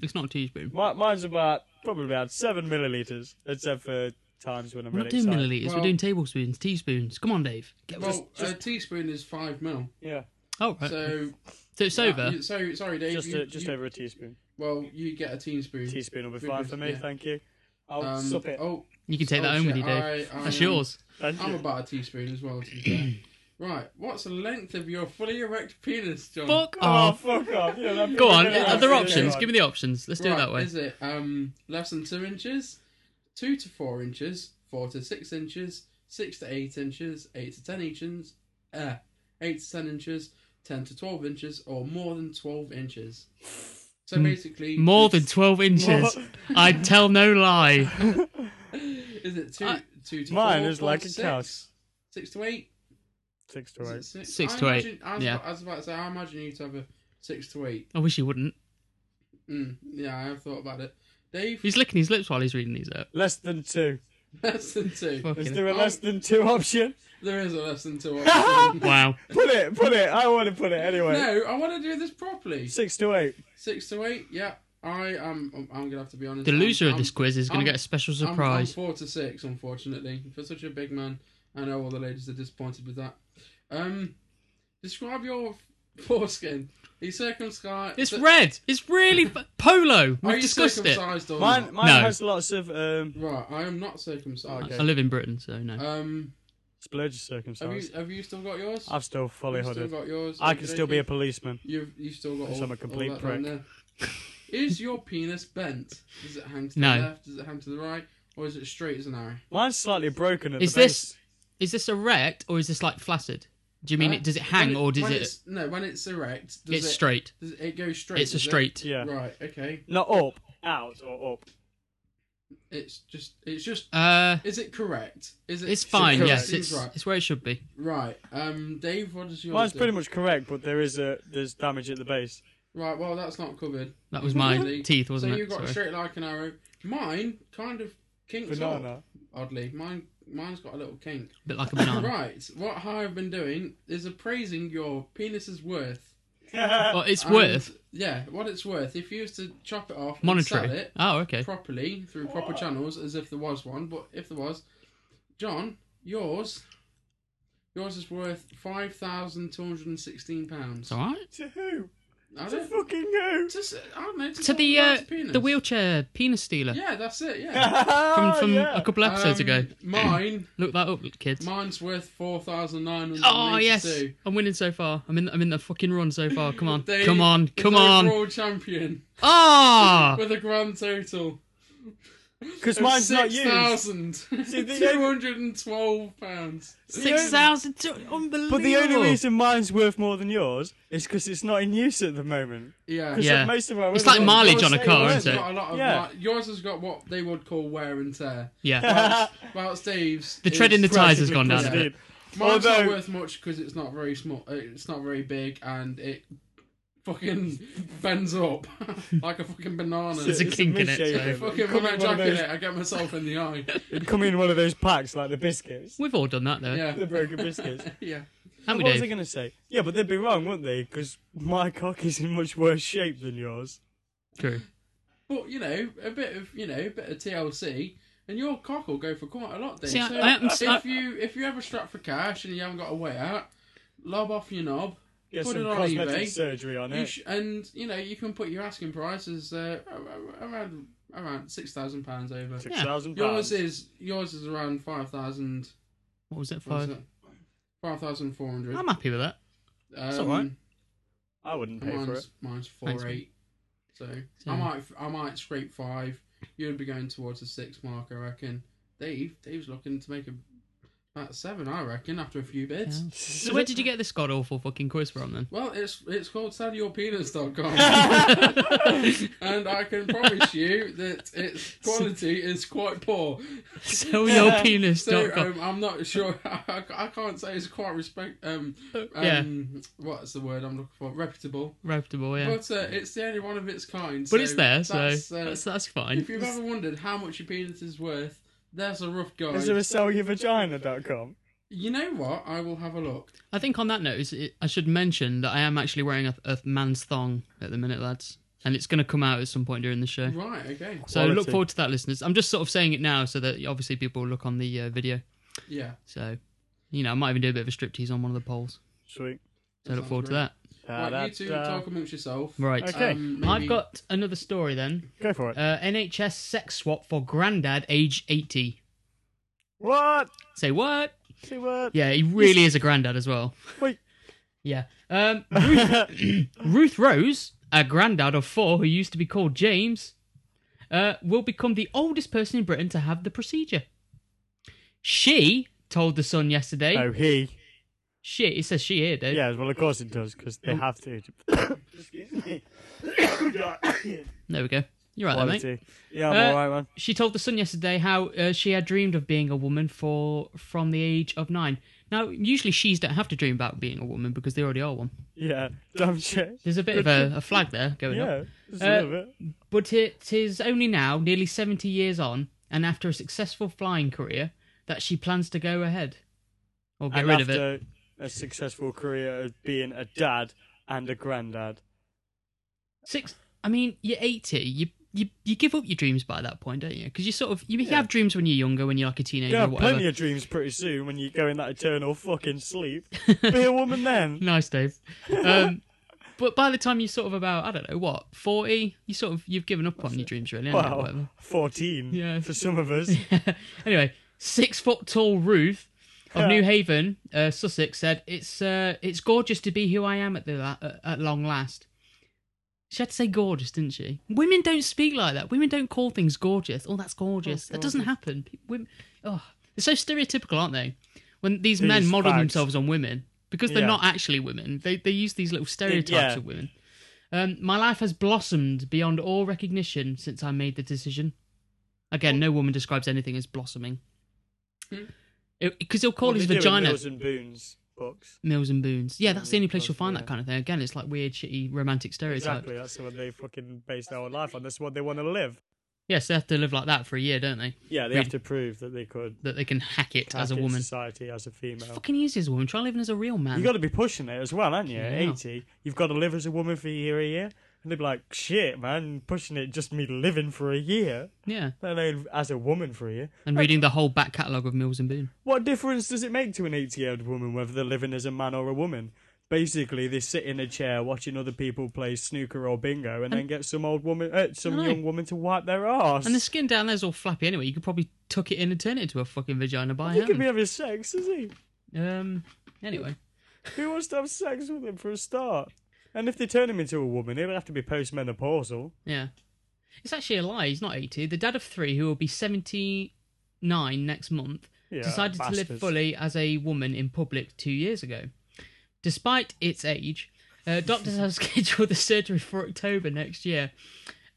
S2: It's not a teaspoon.
S1: my, mine's about probably about seven milliliters, except for times when I'm
S2: We're
S1: really
S2: not doing
S1: excited.
S2: milliliters. We're
S3: Well-
S2: doing tablespoons, teaspoons. Come on, Dave. Get us-
S3: Well, uh, a teaspoon is five mil.
S1: Yeah,
S2: Oh, right. So,
S3: So uh,
S2: it's over.
S3: you- so sorry, Dave.
S1: just
S3: you,
S1: a, just
S3: you-
S1: over a teaspoon.
S3: Well, you get a teaspoon.
S1: Teaspoon will be
S3: because-
S1: fine for me.
S3: yeah.
S1: Thank you. I'll
S3: Um,
S1: sup it.
S3: Oh,
S2: You can take
S3: oh
S2: that home with you,
S3: shit,
S2: Dave.
S3: I- I
S2: That's
S3: am-
S2: yours.
S1: Thank
S3: I'm
S1: you.
S3: about a teaspoon as well. To be fair. Right, what's the length of your fully erect penis, John?
S2: Fuck
S1: Oh,
S2: off.
S1: fuck off. Yeah, that'd be
S2: Go on.
S1: really nice
S2: Other
S1: to do.
S2: options. Give me the options. Let's do it
S3: Right,
S2: that way.
S3: Is it um less than two inches, two to four inches, four to six inches, six to eight inches, eight to ten inches, uh, eight to ten inches, ten to twelve inches, or more than twelve inches? So basically,
S2: Hmm. More than
S3: it's-
S2: 12 inches.
S1: More-
S2: I tell no lie.
S3: is it two?
S2: I-
S3: two to
S1: Mine
S3: four,
S1: is
S3: four
S1: like
S3: to
S1: a
S3: six,
S1: couse.
S3: Six to eight.
S1: Six
S3: Is
S1: to
S3: it
S1: eight.
S2: Six
S3: I
S2: to eight,
S3: imagine- I was,
S2: yeah.
S3: about, I was about to say, I imagine you to have a six to eight.
S2: I wish he wouldn't.
S3: Mm, yeah, I have thought about it. Dave,
S2: He's licking his lips while he's reading these out.
S1: Less than two.
S3: Less than two.
S1: Is
S2: Fucking-
S1: there a less than two option?
S3: There is a less than two option.
S2: wow.
S1: Put it, put it. I want to put it anyway.
S3: no, I want to do this properly.
S1: Six to eight.
S3: Six to eight. Yeah, I am. I'm, I'm gonna have to be honest.
S2: The
S3: I'm-
S2: loser of
S3: I'm-
S2: this quiz is going
S3: I'm-
S2: to get a special
S3: I'm- I'm
S2: surprise.
S3: four to six, unfortunately, for such a big man. I know all the ladies are disappointed with that. Um, describe your foreskin. He's circumcised.
S2: It's red. It's really f- polo.
S3: Are
S2: We've
S3: you
S2: discussed it.
S3: circumcised or
S1: Mine,
S3: not?
S1: mine
S2: No.
S1: has lots of um,
S3: Right, I am not circumcised.
S2: I live in Britain, so no.
S3: Um,
S1: splurge
S3: have you
S1: circumstances.
S3: have you still got yours?
S1: I've still fully
S3: You've still
S1: hooded.
S3: got yours.
S1: I can still be a
S3: Okey-dokey.
S1: policeman.
S3: You've you've still got.
S1: 'cause
S3: All,
S1: I'm a complete
S3: all that down there. Is your penis bent? Does it hang to the
S2: No.
S3: left? Does it hang to the right? Or is it straight as an arrow?
S1: Mine's slightly broken at
S2: Is
S1: the base.
S2: this is this erect or is this like flaccid? Do you mean
S3: Huh?
S2: it? Does it
S3: Uh, When
S2: hang or does
S3: when
S2: it?
S3: it's- no, when it's erect, does
S2: It's
S3: it,
S2: straight.
S3: Does it, it go straight?
S2: It's a
S3: does it?
S2: straight.
S1: Yeah.
S3: Right. Okay.
S1: Not up, out, or up.
S3: It's just. It's just.
S2: Uh,
S3: Is it correct? Is it?
S2: it's fine.
S1: correct.
S2: Yes,
S1: Seems
S2: it's
S3: right.
S2: it's where it should be.
S3: Right. Um, Dave, what is yours?
S1: Mine's
S3: do?
S1: pretty much correct, but there is a there's damage at the base.
S3: Right. Well, that's not covered.
S2: That was my
S3: Really?
S2: teeth, wasn't
S3: so
S2: it?
S3: you got
S2: Sorry.
S3: straight like an arrow. Mine kind of kinks up.
S1: Banana.
S3: Oddly, mine. Mine's got a little kink.
S2: bit like a banana.
S3: Right. What I've been doing is appraising your penis's worth.
S2: Well, it's
S3: and-
S2: worth
S3: Yeah. What it's worth. If you used to chop it off, and sell
S2: monetary.
S3: it,
S2: Oh, okay.
S3: properly through proper channels as if there was one, but if there was, John, yours, yours is worth five thousand two hundred and sixteen pounds.
S2: It's all right.
S1: to who?
S3: I
S1: To
S3: don't,
S1: fucking who?
S3: just, I don't know.
S2: To the uh,
S3: someone else's penis.
S2: the wheelchair penis stealer
S3: Yeah, that's it. Yeah.
S2: from
S1: from
S2: from a couple episodes
S3: Um,
S2: ago.
S3: Mine,
S2: Look that up, kids.
S3: mine's worth four thousand nine hundred.
S2: Oh yes, I'm winning so far. I'm in I'm in the fucking run so far. Come on,
S3: Dave
S2: come on, come on.
S3: World champion
S2: Ah,
S3: with a grand total
S1: Because
S3: of
S1: mine's not
S3: six
S1: used.
S3: thousand
S1: See, the-
S3: two hundred and twelve pounds.
S2: six thousand two, unbelievable.
S1: But the only reason mine's worth more than yours is because it's not in use at the moment.
S3: Yeah.
S1: 'Cause
S2: Yeah.
S1: most of our
S2: It's like
S1: other ones-
S2: mileage on a
S1: Yours
S2: car,
S1: they
S2: isn't
S1: weren't.
S2: it?
S3: Got a lot of
S1: Yeah.
S3: like- yours has got what they would call wear and tear.
S2: Yeah,
S3: Whilst Dave's,
S2: the tread in the
S3: is-
S2: tires has gone down a
S3: Practically
S2: bit.
S1: Indeed.
S3: Mine's
S1: Although-
S3: not worth much because it's not very small. uh, It's not very big, and it fucking bends up like a fucking banana.
S2: It's a
S1: It's a
S2: kink in it.
S1: misshapen.
S2: so-
S3: fucking
S1: Could
S3: when
S1: be
S3: I
S1: one of
S3: jacket
S1: those-
S3: it, I get myself in the eye.
S1: It'd come in one of those packs like the biscuits.
S2: We've all done that though,
S1: The
S3: Yeah,
S1: broken biscuits.
S3: yeah.
S2: haven't we,
S1: what was I
S2: Dave?
S1: going to say? Yeah, but they'd be wrong, wouldn't they? Because my cock is in much worse shape than yours.
S2: True.
S3: But you know, a bit of you know, a bit of TLC. And your cock will go for quite a lot, Dave.
S2: See, I-
S3: so
S2: I am-
S3: if
S2: I-
S3: you if you ever strap for cash and you haven't got a way out, lob off your knob,
S1: Get
S3: Put
S1: some
S3: it on
S1: cosmetic
S3: eBay.
S1: surgery on
S3: You
S1: it.
S3: sh- and you know you can put your asking prices uh, a- a- around around six thousand pounds over.
S1: Six thousand
S3: Yours
S1: pounds.
S3: is yours is around five thousand.
S2: What was it? Five.
S3: Five thousand four hundred. Um,
S2: I'm happy with that. all right.
S1: I wouldn't pay for it.
S3: Mine's, mine's four
S2: Thanks,
S3: eight. So
S2: So-
S3: I might I might scrape five. You'd be going towards the six mark, I reckon. Dave Dave's looking to make a about seven, I reckon, after a few
S2: Yeah.
S3: bids.
S2: So where did you get this god awful fucking quiz from then?
S3: Well, it's it's called saddleyourpenis.com. and I can promise you that its quality is quite poor. So
S2: Sellyourpenis.com.
S3: um, I'm not sure. I, I can't say it's quite respect. Um,
S2: yeah,
S3: um, what's the word I'm looking for? Reputable.
S2: reputable. Yeah,
S3: But uh, it's the only one of its kind.
S2: but
S3: so
S2: it's there, so
S3: that's, uh,
S2: that's that's fine.
S3: if you've ever wondered how much your penis is worth, there's a rough guide.
S1: Is there a sellyourvagina.com?
S3: You know what? I will have a look.
S2: I think on that note, is it, I should mention that I am actually wearing a, a man's thong at the minute, lads, and it's going to come out at some point during the show.
S3: Right. Okay.
S2: So
S1: Quality.
S2: look forward to that, listeners. I'm just sort of saying it now so that obviously people will look on the uh, video.
S3: Yeah.
S2: So, you know, I might even do a bit of a striptease on one of the polls.
S1: Sweet.
S2: So look
S3: Sounds
S2: forward to
S3: great.
S2: that.
S1: Da,
S3: Right, you
S1: da,
S3: two
S1: da.
S3: talk amongst yourself.
S2: Right.
S1: Okay.
S3: Um, maybe-
S2: I've got another story then.
S1: Go for it.
S2: Uh, NHS sex swap for granddad age 80.
S1: What?
S2: Say what?
S1: See what?
S2: Yeah, he really is a granddad as well.
S1: Wait.
S2: Yeah. Um, Ruth Rose, a granddad of four who used to be called James, uh, will become the oldest person in Britain to have the procedure. She told The Sun yesterday.
S1: oh, he.
S2: She, it says she here, Dave.
S1: Yeah, well, of course it does, because they have to. Excuse me.
S2: There we go. You're right there, mate.
S1: Quality. Yeah, I'm
S2: Uh,
S1: alright, man.
S2: She told The Sun yesterday how uh, she had dreamed of being a woman for from the age of nine. Now, usually she's don't have to dream about being a woman because they already are one.
S1: Yeah, damn shit.
S2: There's a bit of a, a flag there going up.
S1: Yeah, just a
S2: Uh,
S1: little bit.
S2: But it is only now, nearly 70 years on, and after a successful flying career, that she plans to go ahead or get
S1: and
S2: rid of it.
S1: after a successful career of being a dad and a granddad.
S2: Six. I mean, you're 80. You you you give up your dreams by that point, don't you? Because you sort of you, you
S1: Yeah.
S2: have dreams when you're younger, when you're like a teenager
S1: You
S2: or
S1: have
S2: whatever.
S1: plenty of dreams pretty soon when you go in that eternal fucking sleep. Be a woman then.
S2: nice, Dave. Um, but by the time you're sort of about I don't know what 40, you sort of you've given up on your dreams really. haven't you, or whatever.
S1: Wow, 14
S2: Yeah.
S1: for some of us.
S2: anyway, six foot tall Ruth of
S1: Yeah.
S2: New Haven, uh, Sussex, said, "It's uh, it's gorgeous to be who I am at the la- uh, at long last." She had to say gorgeous, didn't she? Women don't speak like that. Women don't call things gorgeous. Oh, that's gorgeous. that doesn't happen. Pe- Women, oh, they're so stereotypical, aren't they? When these, men
S1: These
S2: model
S1: fags.
S2: themselves on women because they're
S1: Yeah.
S2: not actually women. They they use these little stereotypes
S1: yeah.
S2: of women. Um, my life has blossomed beyond all recognition since I made the decision. Again, no woman describes anything as blossoming.
S3: Hmm.
S2: Because he'll call
S1: What
S2: his
S1: they do in
S2: vagina
S1: Mills and Boons books.
S2: Mills and Boons. Yeah, that's the only place you'll
S1: Mills,
S2: find
S1: yeah.
S2: that kind of thing. Again, it's like weird, shitty, romantic stereotype.
S1: Exactly, that's what they fucking based our life on. That's what they want to live.
S2: Yes, they have to live like that for a year, don't they?
S1: Yeah, they
S2: Yeah.
S1: have to prove that they could
S2: That they can hack it as a
S1: hack in
S2: woman.
S1: society as a
S2: It's
S1: female.
S2: fucking easy as a woman. Try living as a real man.
S1: You got to be pushing it as well, aren't you? At
S2: Yeah.
S1: 80, you've got to live as a woman for a year, a year. And they'd be like, shit, man, pushing it just me living for a year,
S2: Yeah,
S1: let alone as a woman for a year.
S2: and reading the whole back catalogue of Mills and Boon.
S1: What difference does it make to an 80 year old woman whether they're living as a man or a woman? Basically, they sit in a chair watching other people play snooker or bingo, and, then get some old woman, uh, some
S2: I know.
S1: young woman to wipe their arse.
S2: And the skin down there's all flappy anyway. You could probably tuck it in and turn it into a fucking vagina by
S1: he could be
S2: hand.
S1: having sex, is he?
S2: Um. Anyway,
S1: Who wants to have sex with him for a start? And if they turn him into a woman, he'll have to be postmenopausal.
S2: yeah, it's actually a lie. He's not eighty. The dad of three, who will be seventy-nine next month,
S1: Yeah,
S2: decided to live
S1: bastards.
S2: fully as a woman in public two years ago. Despite its age, uh, doctors have scheduled the surgery for October next year.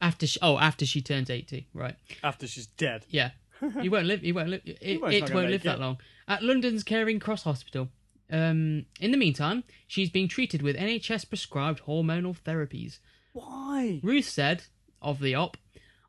S2: After she, oh, after she turns eighty, right?
S1: after she's dead.
S2: Yeah, he won't live. He won't live. It, it
S1: won't- he's not
S2: won't,
S1: gonna
S2: live
S1: make
S2: that
S1: it.
S2: long. At London's Caring Cross Hospital. Um, in the meantime, she's being treated with NHS prescribed hormonal therapies.
S1: Why?
S2: Ruth said of the op,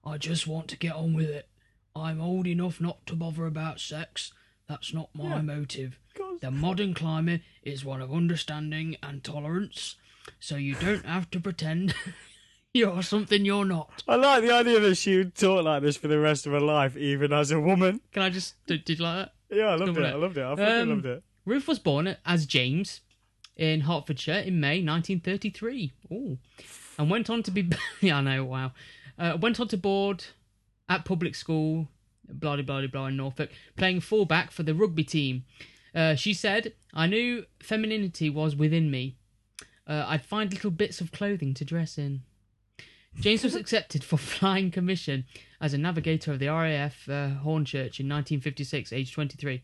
S2: I just want to get on with it. I'm old enough not to bother about sex. That's not my motive.
S1: Because-
S2: The modern climate is one of understanding and tolerance, so you don't have to pretend you're something you're not.
S1: I like the idea that she would talk like this for the rest of her life, even as a woman.
S2: Can I just. Did, did you like that?
S1: Yeah, I loved
S2: Loving
S1: it.
S2: it.
S1: I loved it. I fucking
S2: Um,
S1: loved it.
S2: Ruth was born as James in Hertfordshire in May 1933. Ooh. And went on to be. yeah, I know, wow. Uh, went on to board at public school, blah, blah, blah, blah, in Norfolk, playing fullback for the rugby team. Uh, she said, I knew femininity was within me. Uh, I'd find little bits of clothing to dress in. James was accepted for flying commission as a navigator of the RAF uh, Hornchurch in 1956, aged 23.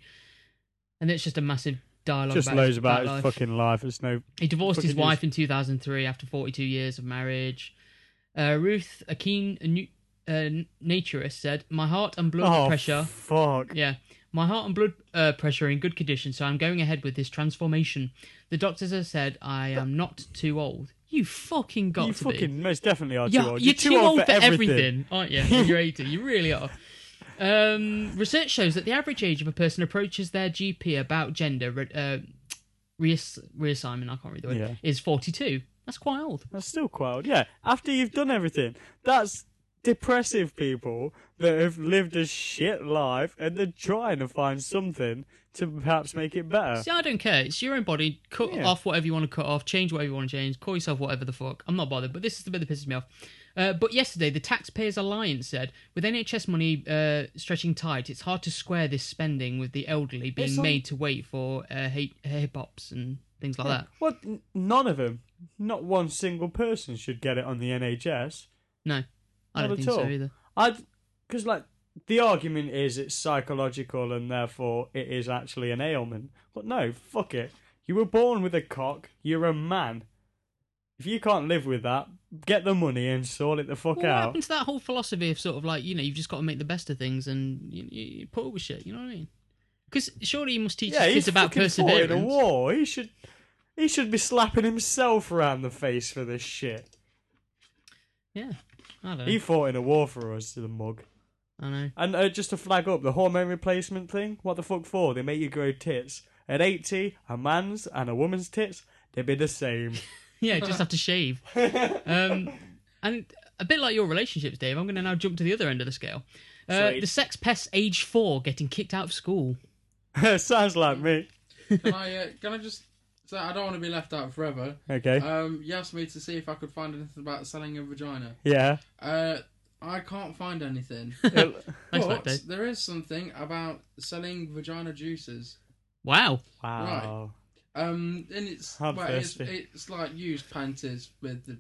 S2: And it's just a massive dialogue.
S1: Just
S2: about
S1: loads
S2: his-
S1: about
S2: about
S1: his
S2: life.
S1: fucking life. It's no.
S2: He divorced his
S1: fucking
S2: wife in 2003 after 42 years of marriage. Uh, Ruth, a keen nu- uh, naturist, said, "My heart and blood
S1: Oh,
S2: pressure,
S1: fuck.
S2: yeah, my heart and blood uh, pressure are in good condition, so I'm going ahead with this transformation. The doctors have said I am not too old. You fucking got
S1: You
S2: to
S1: fucking
S2: be.
S1: most definitely are
S2: Yeah,
S1: too old.
S2: you're too old for everything, aren't you? When you're 80, you really are." Um, research shows that the average age of a person approaches their GP about gender re- uh, reass- reassignment. I can't read the word.
S1: Yeah.
S2: Is 42. That's quite old.
S1: That's still quite old. Yeah, after you've done everything. That's depressive people that have lived a shit life and they're trying to find something to perhaps make it better.
S2: See, I don't care. It's your own body. Cut
S1: Yeah.
S2: off whatever you want to cut off. Change whatever you want to change. Call yourself whatever the fuck. I'm not bothered. But this is the bit that pisses me off. Uh, but yesterday, the Taxpayers Alliance said, with NHS money uh, stretching tight, it's hard to square this spending with the elderly being
S1: It's on-
S2: made to wait for uh, hip hops and things like that.
S1: What? n- None of them. Not one single person should get it on the NHS.
S2: No, I
S1: Not
S2: don't
S1: at
S2: think
S1: all.
S2: so either.
S1: I'd because like the argument is it's psychological and therefore it is actually an ailment. But no, fuck it. You were born with a cock. You're a man. If you can't live with that, get the money and sort it the fuck
S2: Well, what
S1: out.
S2: happened to that whole philosophy of sort of like you know you've just got to make the best of things and you, you, you put up with shit? You know what I mean? Because surely you must teach
S1: Yeah,
S2: his
S1: he's
S2: kids about
S1: fucking fought in a
S2: perseverance.
S1: war. He should. He should be slapping himself around the face for this shit.
S2: Yeah, I don't know.
S1: He fought in a war for us, the mug.
S2: I know.
S1: And uh, just to flag up the hormone replacement thing, what the fuck for? They make you grow tits. At 80, a man's and a woman's tits, they be the same.
S2: Yeah, just have to shave. Um, and a bit like your relationships, Dave, I'm going to now jump to the other end of the scale. Uh,
S1: Sweet.
S2: the sex pest age four getting kicked out of school.
S1: Sounds like me.
S3: Can I? Uh, can I just? So I don't want to be left out forever.
S1: Okay.
S3: Um, you asked me to see if I could find anything about selling a vagina.
S1: yeah.
S3: Uh, I can't find anything.
S1: It-
S2: Thanks for that,
S3: but
S2: Dave.
S3: there is something about selling vagina juices.
S2: Wow.
S1: wow.
S3: Um, and it's
S1: I'm
S3: well, it's,
S1: thirsty.
S3: it's like used panties with the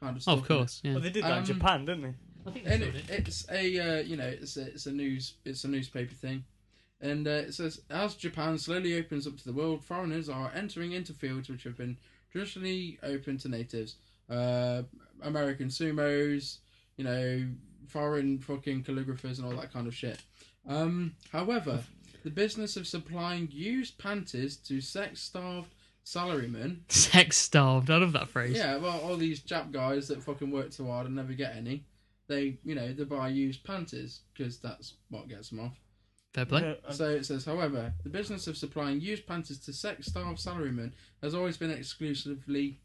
S3: kind of
S2: Oh,
S3: stuff.
S2: of course. Yeah.
S1: Well, they did that in
S3: Um,
S1: Japan, didn't they?
S2: I think
S3: in it. And it- it's a uh, you know it's a, it's a news it's a newspaper thing. And uh, it says, as Japan slowly opens up to the world, foreigners are entering into fields which have been traditionally open to natives. Uh, American sumos, you know, foreign fucking calligraphers and all that kind of shit. Um, however, the business of supplying used panties to sex-starved salarymen
S2: Sex starved. I love that phrase.
S3: yeah, well, all these Jap guys that fucking work too hard and never get any, they, you know, they buy used panties because that's what gets them off.
S2: Fair play.
S1: Yeah,
S3: So it says, however, the business of supplying used panties to sex-starved salarymen has always been exclusively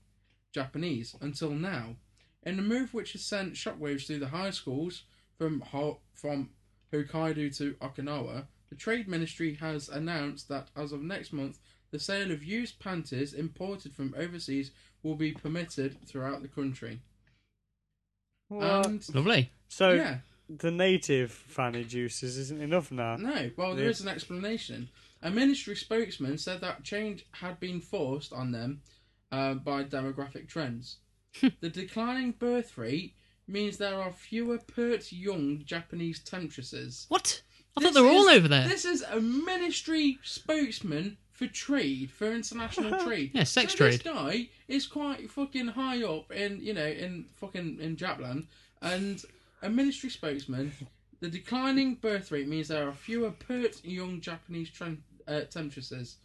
S3: Japanese until now. In a move which has sent shockwaves through the high schools from Ho- from Hokkaido to Okinawa, the Trade Ministry has announced that as of next month, the sale of used panties imported from overseas will be permitted throughout the country.
S1: What?
S3: And
S2: Lovely.
S1: so
S3: Um, yeah,
S1: the native fanny juices isn't enough now.
S3: no, well, there
S1: Yeah.
S3: is an explanation. A ministry spokesman said that change had been forced on them uh, by demographic trends. the declining birth rate means there are fewer pert young Japanese temptresses.
S2: What? I
S3: This
S2: thought they were all
S3: is-
S2: over there.
S3: This is a ministry spokesman for trade, for international trade.
S2: Yeah, sex
S3: so
S2: trade.
S3: This guy is quite fucking high up in you know in fucking in Japland, and a ministry spokesman. The declining birth rate means there are fewer pert young Japanese tran uh, temptresses.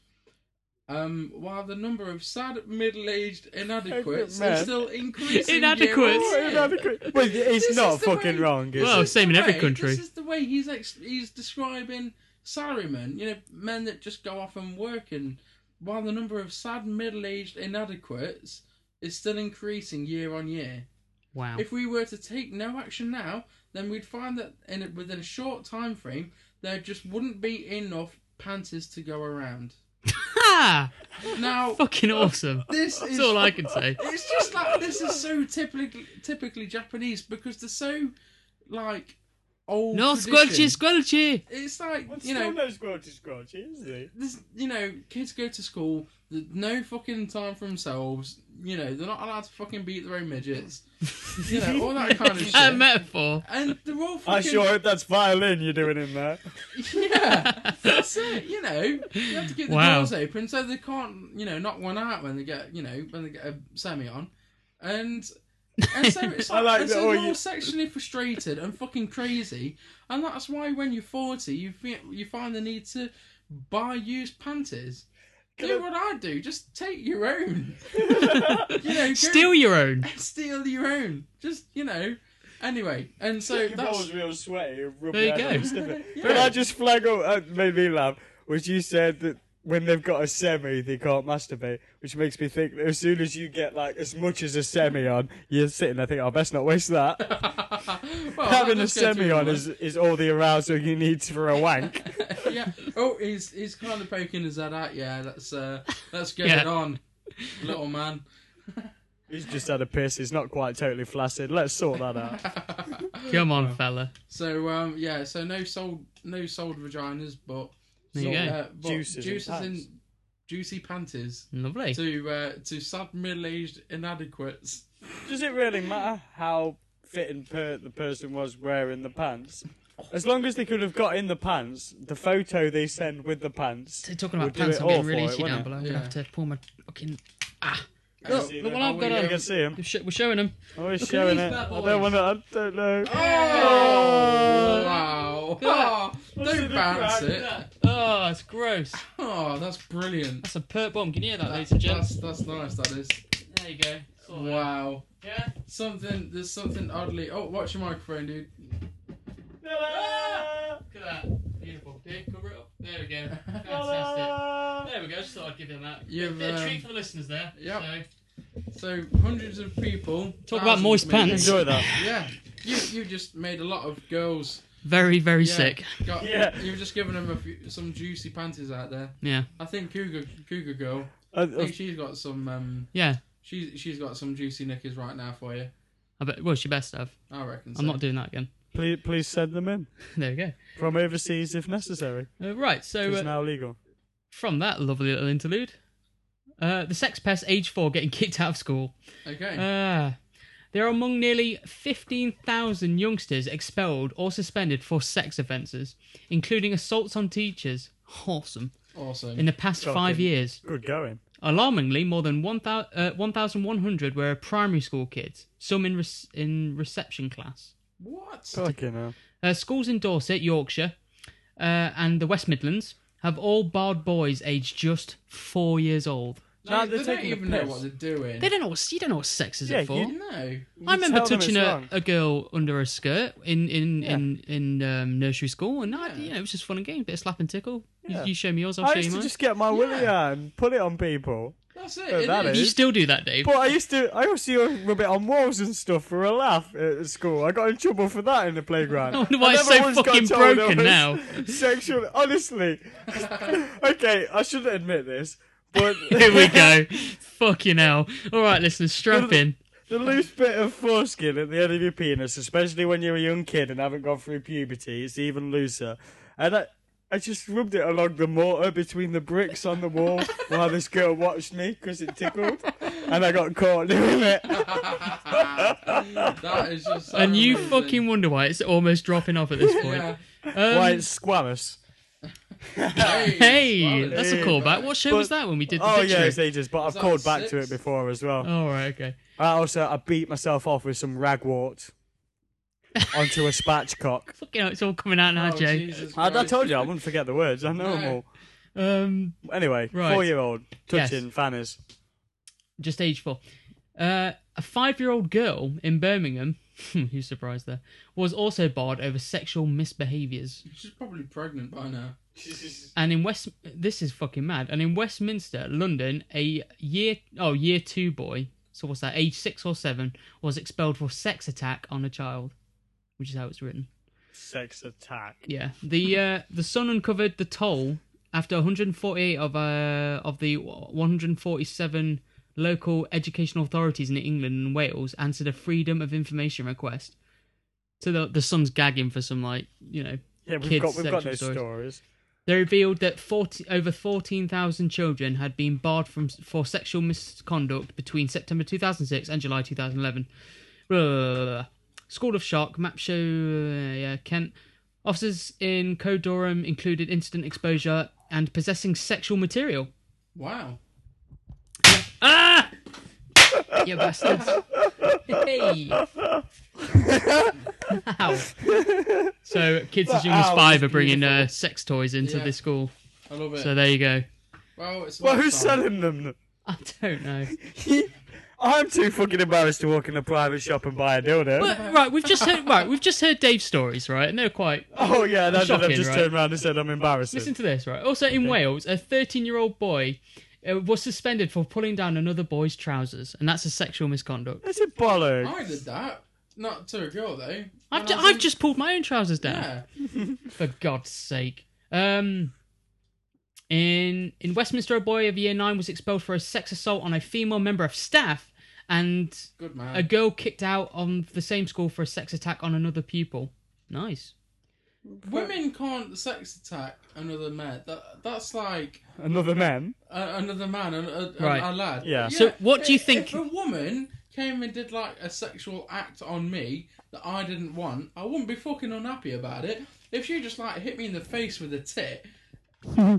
S3: Um, while the number of sad middle-aged inadequates
S1: men.
S3: is still increasing.
S2: Inadequates.
S3: year on year.
S1: Inadequate. Well, it's
S3: This
S1: not
S3: is the
S1: fucking
S3: way-
S1: wrong, is
S3: this
S2: Well,
S1: it?
S3: is
S2: same
S3: the
S2: in every
S3: way-
S2: country.
S3: This is the way he's ex- he's describing salarymen. You know, men that just go off and work. And while the number of sad middle-aged inadequates is still increasing year on year,
S2: Wow.
S3: if we were to take no action now, then we'd find that in a, within a short time frame, there just wouldn't be enough panties to go around.
S2: Ha!
S3: Now,
S2: Fucking awesome.
S3: this
S2: That's
S3: is
S2: all I can say.
S3: it's just like this is so typically typically Japanese because they're so like old.
S2: No
S3: tradition.
S2: squelchy, squelchy.
S3: It's like
S1: Well,
S3: you know,
S1: no squelchy squelchy, is it?
S3: this, you know, kids go to school. th- No fucking time for themselves. You know, they're not allowed to fucking beat their own midgets. You know, all that kind of shit.
S2: That metaphor.
S3: and they're all
S1: I
S3: fucking
S1: sure hope that's violin you're doing in there.
S3: yeah. That's it. You know, you have to keep the
S2: Wow.
S3: doors open so they can't, you know, knock one out when they get, you know, when they get a semi on, and and so it's
S1: I
S3: like,
S1: like
S3: and
S1: that
S3: so
S1: all
S3: they're
S1: you-
S3: all sexually frustrated and fucking crazy, and that's why when you're forty, you fi- you find the need to buy used panties.
S1: Can
S3: do
S1: I-
S3: what I do. Just take your own. you know, go-
S2: Steal your own.
S3: steal your own. Just you know. Anyway, and so
S1: Your
S3: that's
S1: balls real sweaty. rub
S2: There you
S1: your hand
S2: go.
S1: on your sniffing.
S3: Yeah.
S1: Can I just flag up? That made me laugh. Which you said that when they've got a semi, they can't masturbate. Which makes me think that as soon as you get like as much as a semi on, you're sitting there thinking, "Oh, I best not waste that.
S2: Oh,
S3: Well,
S1: Having
S3: that
S1: a
S3: does go to
S1: semi on
S3: everyone.
S1: is, is all the arousal you need for a wank.
S3: yeah. Oh, he's he's kind of poking his head out. Yeah, let's uh, let's get
S2: Yeah.
S3: it on, little man.
S1: He's just had a piss. He's not quite totally flaccid. Let's sort that out.
S2: Come on, fella.
S3: So um, yeah. So no sold no sold vaginas, but
S2: There you go.
S3: uh, but
S1: Juices
S3: juices,
S1: and
S3: in
S1: pants.
S3: juicy panties
S2: Lovely.
S3: to uh, to sad middle aged inadequates.
S1: Does it really matter how fit and pert the person was wearing the pants? As long as they could have got in the pants, the photo they send with the pants.
S2: So talking about
S1: would do
S2: pants,
S1: it
S2: I'm getting
S1: all
S2: really
S1: for it,
S2: itchy down
S1: wouldn't
S2: below. I'm gonna
S3: Yeah.
S2: have to pull my fucking.
S1: I
S2: Look,
S1: see
S2: look
S1: them.
S2: what I've
S1: Oh,
S2: got
S1: we-
S2: on.
S1: I can see him.
S2: We're sh- we're showing them.
S1: Oh, he's
S3: at
S1: showing
S3: these
S1: it.
S3: fat
S1: I don't
S3: boys.
S1: want to. I don't know.
S2: Ah!
S3: Wow! Oh,
S1: Look at
S3: don't
S1: the
S3: bounce
S1: crack.
S3: it.
S2: Oh, it's gross.
S3: Oh, that's brilliant.
S2: That's a pert bomb. Can you hear that, ladies and
S3: That's
S2: gents?
S3: that's nice. That is.
S2: There you go. Sort of.
S3: Wow.
S2: Yeah.
S3: Oh, Something. There's something oddly. Oh, watch your microphone, dude.
S1: Ta-da!
S2: Look at that. Beautiful. Dave, cover it up. There we go. Fantastic.
S1: Ta-da!
S2: There we go. Just thought I'd give them that.
S3: You've,
S2: Bit of
S3: um,
S2: treat for the listeners there.
S3: yep.
S2: So,
S3: um, So hundreds of people.
S2: Talk about
S3: thousands
S2: moist
S3: maybe.
S2: pants.
S1: Enjoy that.
S3: Yeah, you you just made a lot of girls.
S2: very, very
S3: yeah,
S2: sick.
S3: Got,
S1: Yeah.
S3: You've just given them a few, some juicy panties out there.
S2: Yeah.
S3: I think Cougar Cougar Girl.
S1: I,
S3: I think
S1: I,
S3: she's got some. Um,
S2: Yeah.
S3: she's she's got some juicy knickers right now for you.
S2: I bet, well, she best have.
S3: I reckon. So.
S2: I'm not doing that again.
S1: please, please send them in
S2: There we go.
S1: from overseas if necessary.
S2: Uh, right. So,
S1: It's
S2: uh,
S1: now legal.
S2: from that lovely little interlude, uh, the Sex Pest, age four, getting kicked out of school.
S3: Okay.
S2: Ah. They're among nearly 15,000 youngsters expelled or suspended for sex offences, including assaults on teachers. Awesome.
S3: awesome.
S2: In the past five
S1: Shocking.
S2: years.
S1: Good going.
S2: Alarmingly, more than 1,000 uh, 1,100 were primary school kids, some in, rec- in reception class.
S3: what?
S1: Fucking hell.
S2: Uh, schools in Dorset, Yorkshire, uh, and the West Midlands have all barred boys aged just four years old.
S1: Nah,
S3: No,
S1: they're
S3: they don't
S1: taking the
S3: even know
S1: piss.
S3: what they're doing.
S2: They don't know what, you don't know what sex is
S1: Yeah,
S2: it for.
S1: you-
S3: No.
S2: I
S1: You
S2: remember
S1: tell them
S2: touching
S1: it's
S2: a,
S1: wrong.
S2: a girl under a skirt in in
S1: Yeah.
S2: in, in um, nursery school, and I,
S3: Yeah.
S2: you know it was just fun and games, bit of slap and tickle. You-
S1: Yeah.
S2: You, show me yours, I'll
S1: I
S2: show you
S1: used to
S2: mine.
S1: just get my willy
S3: Yeah.
S1: out and put it on people.
S3: That's it.
S1: But
S3: it
S1: that
S2: You
S1: is-
S2: still do that, Dave.
S1: But I used to, I used to rub it on walls and stuff for a laugh at school. I got in trouble for that in the playground.
S2: I wonder why it's
S1: never
S2: so
S1: once got
S2: fucking
S1: told I
S2: broken
S1: was
S2: now.
S1: Sexual, honestly. okay, I shouldn't admit this, but
S2: Here we go. Fucking hell. All right, listeners, strap in.
S1: the loose bit of foreskin at the end of your penis, especially when you're a young kid and haven't gone through puberty, it's even looser. And I, I just rubbed it along the mortar between the bricks on the wall while this girl watched me because it tickled, and I got caught doing it.
S3: that is just. So
S2: And you
S3: amazing.
S2: fucking wonder why it's almost dropping off at this
S3: Yeah.
S2: point.
S1: Why
S2: Um,
S1: it's squamous?
S2: hey,
S3: Well,
S2: that's a
S1: Hey.
S2: callback. What show was
S1: But-
S2: that when we did the
S1: Oh
S2: picture?
S1: yeah, it's ages, but I've
S3: that
S1: called back to
S3: six?
S1: it before as well.
S2: All right, okay.
S1: I also I beat myself off with some ragwort onto a spatchcock.
S2: Fucking hell, it's all coming out now,
S3: Oh,
S2: Jay.
S3: Jesus
S1: I, I
S3: Christ.
S1: told you I wouldn't forget the words. I know them
S3: No.
S2: Um,
S1: all. Anyway,
S2: Right.
S1: four-year-old touching
S2: Yes.
S1: fanners.
S2: just age four. Uh, a five-year-old girl in Birmingham, who's surprised there, was also barred over sexual misbehaviours.
S3: She's probably pregnant by now.
S2: And in West, this is fucking mad. And in Westminster, London, a year oh year two boy, so what's that? Age six or seven was expelled for sex attack on a child, which is how it's written.
S1: Sex attack.
S2: Yeah. The uh, the Sun uncovered the toll after 148 of uh, of the 147 local education authorities in England and Wales answered a freedom of information request. So the the Sun's gagging for some like you know.
S1: Yeah, we've
S2: Kids'
S1: got we've got
S2: sexual stories.
S1: those stories.
S2: They revealed that 40, over 14,000 children had been barred from for sexual misconduct between September 2006 and July 2011. Blah, blah, blah, blah. School of Shock, map show, uh, yeah, Kent. Officers in Code Durham included incident exposure and possessing sexual material.
S3: Wow.
S2: Ah! you bastards. Hey. Ow. So kids as young as
S1: Ow,
S2: five
S1: that's
S2: are bringing
S1: beautiful.
S2: uh, sex toys into
S3: Yeah.
S2: the school.
S3: I love it.
S2: So there you go.
S3: well, it's
S1: Well,
S3: about
S1: who's
S3: time.
S1: selling them?
S2: I don't know.
S1: I'm too fucking embarrassed to walk in a private shop and buy a dildo.
S2: But, right, we've just heard. Right, we've just heard Dave's stories. Right, and they're quite.
S1: oh yeah, that's
S2: Shocking,
S1: I've just
S2: right?
S1: turned around and said I'm embarrassed.
S2: Listen to this. Right. Also in Wales, a 13-year-old boy uh, was suspended for pulling down another boy's trousers, and that's a sexual misconduct.
S1: It's a bollocks.
S3: I did that. Not to a girl, though.
S2: I've,
S3: When
S2: ju-
S3: I was
S2: I've
S3: in-
S2: just pulled my own trousers down.
S3: Yeah.
S2: For God's sake. Um. In in Westminster, a boy of year nine was expelled for a sex assault on a female member of staff, and
S3: Good
S2: a
S3: man.
S2: girl kicked out of the same school for a sex attack on another pupil. Nice.
S3: Women can't sex attack another man. That, that's like
S1: Another man.
S3: a, another man, a, a, a-
S2: Right.
S3: a lad.
S1: Yeah.
S2: So what do you
S3: if-
S2: think-
S3: If a woman came and did like a sexual act on me that I didn't want, I wouldn't be fucking unhappy about it. If she just like hit me in the face with a tit,
S2: There you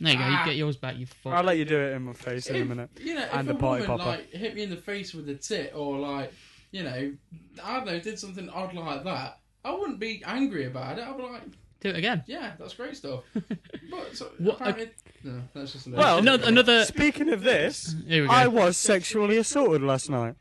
S2: go. You
S3: Ah.
S2: get yours back. You fuck.
S1: I'll let you do it in my face in a minute.
S3: You know,
S1: And
S3: if
S1: a
S3: a,
S1: party
S3: woman
S1: popper.
S3: like hit me in the face with a tit or like, you know, I don't know, did something odd like that, I wouldn't be angry about it. I'd be like,
S2: Do it again.
S3: yeah, that's great stuff. but so,
S2: What-
S3: apparently, no, that's just a
S1: uh, Well,
S2: Another, another.
S1: Speaking of this,
S2: Here we go.
S1: I was sexually assaulted last night.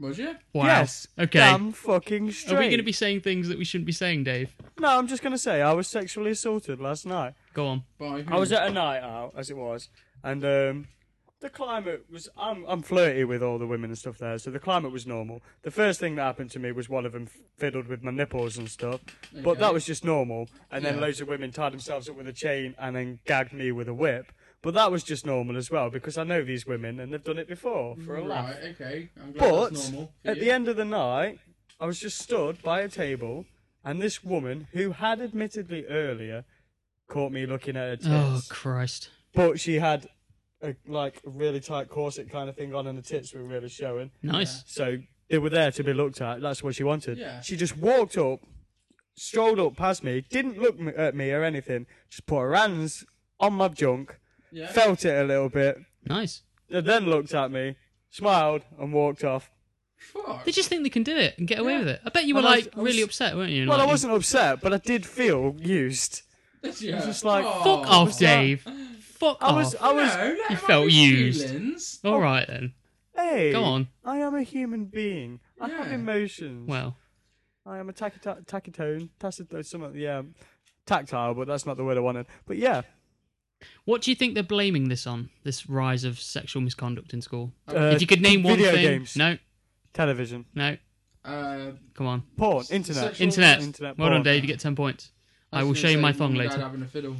S3: Was you?
S2: Wow.
S1: Yes.
S2: Okay.
S1: Damn fucking straight.
S2: Are we going to be saying things that we shouldn't be saying, Dave?
S1: No, I'm just going to say I was sexually assaulted last night.
S2: Go on.
S3: By who?
S1: I was at a night out, as it was, and um, the climate was. I'm, I'm flirty with all the women and stuff there, so the climate was normal. The first thing that happened to me was one of them fiddled with my nipples and stuff, but
S3: Okay.
S1: that was just normal. And then
S3: Yeah.
S1: loads of women tied themselves up with a chain and then gagged me with a whip. But that was just normal as well because I know these women and they've done it before for a laugh.
S3: Right, okay. I'm glad
S1: But
S3: that's normal. for
S1: at
S3: you.
S1: the end of the night, I was just stood by a table, and this woman, who had admittedly earlier caught me looking at her tits,
S2: Oh Christ.
S1: but she had a like a really tight corset kind of thing on, and the tits were really showing.
S2: Nice.
S1: So they were there to be looked at. That's what she wanted.
S3: Yeah.
S1: She just walked up, strolled up past me, didn't look m- at me or anything. Just put her hands on my junk,
S3: Yeah.
S1: felt it a little bit,
S2: Nice.
S1: and then looked at me, smiled, and walked off.
S3: Fuck.
S2: They just think they can do it and get away
S3: Yeah.
S2: with it. I bet you were
S1: And I was-
S2: like
S1: I was-
S2: really upset, weren't you?
S1: Well, I
S2: Like,
S1: wasn't upset, but I did feel used.
S3: yeah.
S1: just like,
S2: Fuck
S3: Oh.
S2: off,
S1: was that-
S2: Dave. Fuck
S1: I was,
S2: off.
S1: I was.
S3: No, let
S2: You
S3: him
S2: felt
S3: have his
S2: used.
S3: feelings.
S2: All right then.
S1: Hey,
S2: Go on.
S1: I am a human being. I have
S3: Yeah.
S1: emotions.
S2: Well,
S1: I am a tachyta- tachytone, tacit- something, yeah, tactile, but that's not the word I wanted. But yeah,
S2: what do you think they're blaming this on? This rise of sexual misconduct in school.
S1: Uh,
S2: if you could name one
S1: video
S2: thing.
S1: games.
S2: No.
S1: television,
S2: No.
S3: Uh,
S2: Come on.
S1: porn, internet.
S3: Sexual-
S2: Internet.
S1: Internet
S2: well
S1: porn.
S2: done, Dave. You get ten points. I will
S3: was
S2: show
S3: gonna
S2: you my
S3: say,
S2: thong
S3: mum and dad
S2: later.
S3: Having a fiddle.